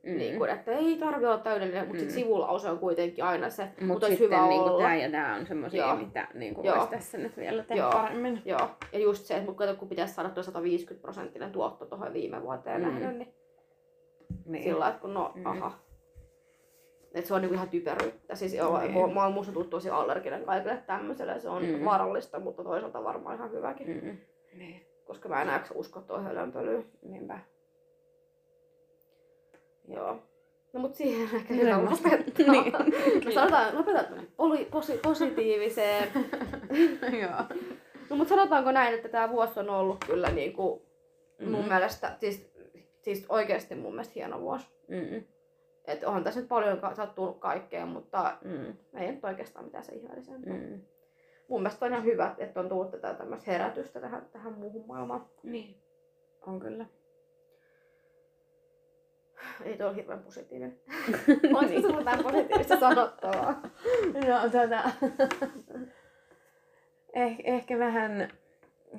Speaker 2: mm.
Speaker 1: niin kuin, että ei tarvi olla täydellinen, mutta mm.
Speaker 2: Mm.
Speaker 1: sivulause on kuitenkin aina se,
Speaker 2: Mut
Speaker 1: mutta olisi
Speaker 2: sitten
Speaker 1: hyvä
Speaker 2: niin
Speaker 1: olla.
Speaker 2: tämä ja tämä on semmoisia,
Speaker 1: Joo.
Speaker 2: mitä niin kuin
Speaker 1: Joo.
Speaker 2: voisi tässä nyt vielä tehdä
Speaker 1: Joo.
Speaker 2: paremmin.
Speaker 1: Joo, ja just se, että mut kato, kun pitäisi saada tuo 150 prosenttinen tuotto tuohon viime vuoteen
Speaker 2: Mm.
Speaker 1: mm. nähden, niin,
Speaker 2: Niin.
Speaker 1: sillä lailla, että kun no,
Speaker 2: Mm.
Speaker 1: mm. aha. Et se on niinku ihan typeryyttä. Siis joo,
Speaker 2: Niin.
Speaker 1: mm. mä oon musta tullut tosi allerginen kaikille tämmöiselle. Se on
Speaker 2: Mm.
Speaker 1: mm. vaarallista, mutta toisaalta varmaan ihan hyväkin. Mm.
Speaker 2: Mm. Niin.
Speaker 1: Koska mä en enää jaksa uskoa tuohon hölönpölyyn.
Speaker 2: Niinpä.
Speaker 1: Joo. No mut siihen ehkä
Speaker 2: Kyllä
Speaker 1: hyvä
Speaker 2: mä-
Speaker 1: lopettaa.
Speaker 2: Niin.
Speaker 1: Me sanotaan, lopetetaan poli, posi, positiiviseen.
Speaker 2: Joo.
Speaker 1: No mutta sanotaanko näin, että tämä vuosi on ollut kyllä niinku mm. mun
Speaker 2: Mm.
Speaker 1: mielestä, siis, siis oikeasti mun mielestä hieno vuosi.
Speaker 2: Mm.
Speaker 1: Et onhan tässä nyt paljon ka- sattunut kaikkea, mutta
Speaker 2: Mm.
Speaker 1: ei nyt oikeastaan mitään se ihmeellisempää. Mm.
Speaker 2: Mm.
Speaker 1: Mun mielestä on ihan hyvä, että on tullut tätä tämmöistä herätystä tähän, tähän muuhun maailmaan.
Speaker 2: Niin. On kyllä.
Speaker 1: Ei toi ole hirveän positiivinen.
Speaker 2: No
Speaker 1: Onko sulla jotain positiivista sanottavaa?
Speaker 2: No tota... Eh, ehkä vähän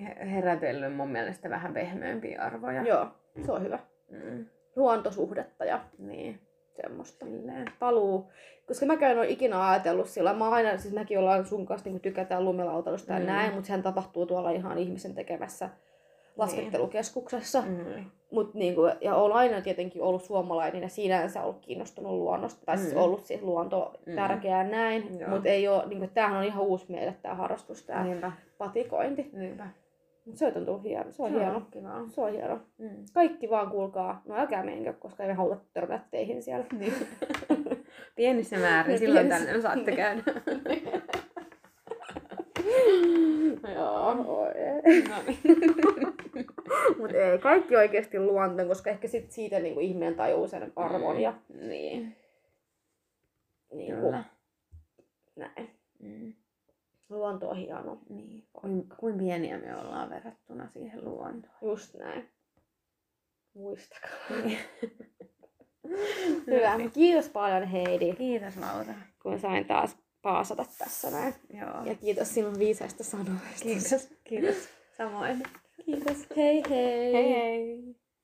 Speaker 2: he- herätellyt mun mielestä vähän pehmeämpiä arvoja.
Speaker 1: Joo, se on hyvä.
Speaker 2: Mm,
Speaker 1: Luontosuhdetta ja
Speaker 2: niin,
Speaker 1: semmoista.
Speaker 2: silleen.
Speaker 1: paluu. Koska mäkään en ole ikinä ajatellut sillä. Mä aina, siis mäkin ollaan sun kanssa niin tykätään lumilautailusta ja
Speaker 2: Mm.
Speaker 1: mm. Niin. näin, mutta sehän tapahtuu tuolla ihan ihmisen tekemässä laskettelukeskuksessa. Mm.
Speaker 2: Mm,
Speaker 1: Mut niin kuin, ja olen aina tietenkin ollut suomalainen ja sinänsä ollut kiinnostunut luonnosta. Tai siis
Speaker 2: Mm.
Speaker 1: ollut siis luonto
Speaker 2: Mm.
Speaker 1: tärkeää näin.
Speaker 2: Joo.
Speaker 1: Mutta ei ole, niin kuin, tämähän on ihan uusi meille tämä harrastus, tämä
Speaker 2: niinpä,
Speaker 1: patikointi.
Speaker 2: Mm. niinpä.
Speaker 1: Mut se on tuntuu hieno. Se on hieno.
Speaker 2: Kivaa.
Speaker 1: Se on hieno.
Speaker 2: Mm.
Speaker 1: Kaikki vaan kuulkaa, no älkää menkö, koska ei me haluta törmätä teihin siellä.
Speaker 2: Niin. Pienissä määrin,
Speaker 1: Niin,
Speaker 2: silloin
Speaker 1: pienissä-
Speaker 2: tällöin saatte
Speaker 1: niin.
Speaker 2: käydä.
Speaker 1: Joo. Oi, ei.
Speaker 2: No niin.
Speaker 1: Mutta ei kaikki oikeasti luontoon, koska ehkä sit siitä niinku ihminen tajuu sen arvon ja
Speaker 2: Niin,
Speaker 1: niinku,
Speaker 2: kyllä.
Speaker 1: näin.
Speaker 2: Mm.
Speaker 1: Luonto on hieno.
Speaker 2: Niin. Kuin, kuin pieniä me ollaan verrattuna siihen luontoon.
Speaker 1: Just näin. Muistakaa.
Speaker 2: No
Speaker 1: Niin. Hyvä.
Speaker 2: niin.
Speaker 1: Kiitos paljon Heidi,
Speaker 2: Kiitos Lauta.
Speaker 1: kun sain taas paasata tässä näin.
Speaker 2: Joo.
Speaker 1: Ja kiitos sinun viisaista sanoista.
Speaker 2: Kiitos. Kiitos. Samoin.
Speaker 1: Kiitos. Hei hei.
Speaker 2: Hei hei.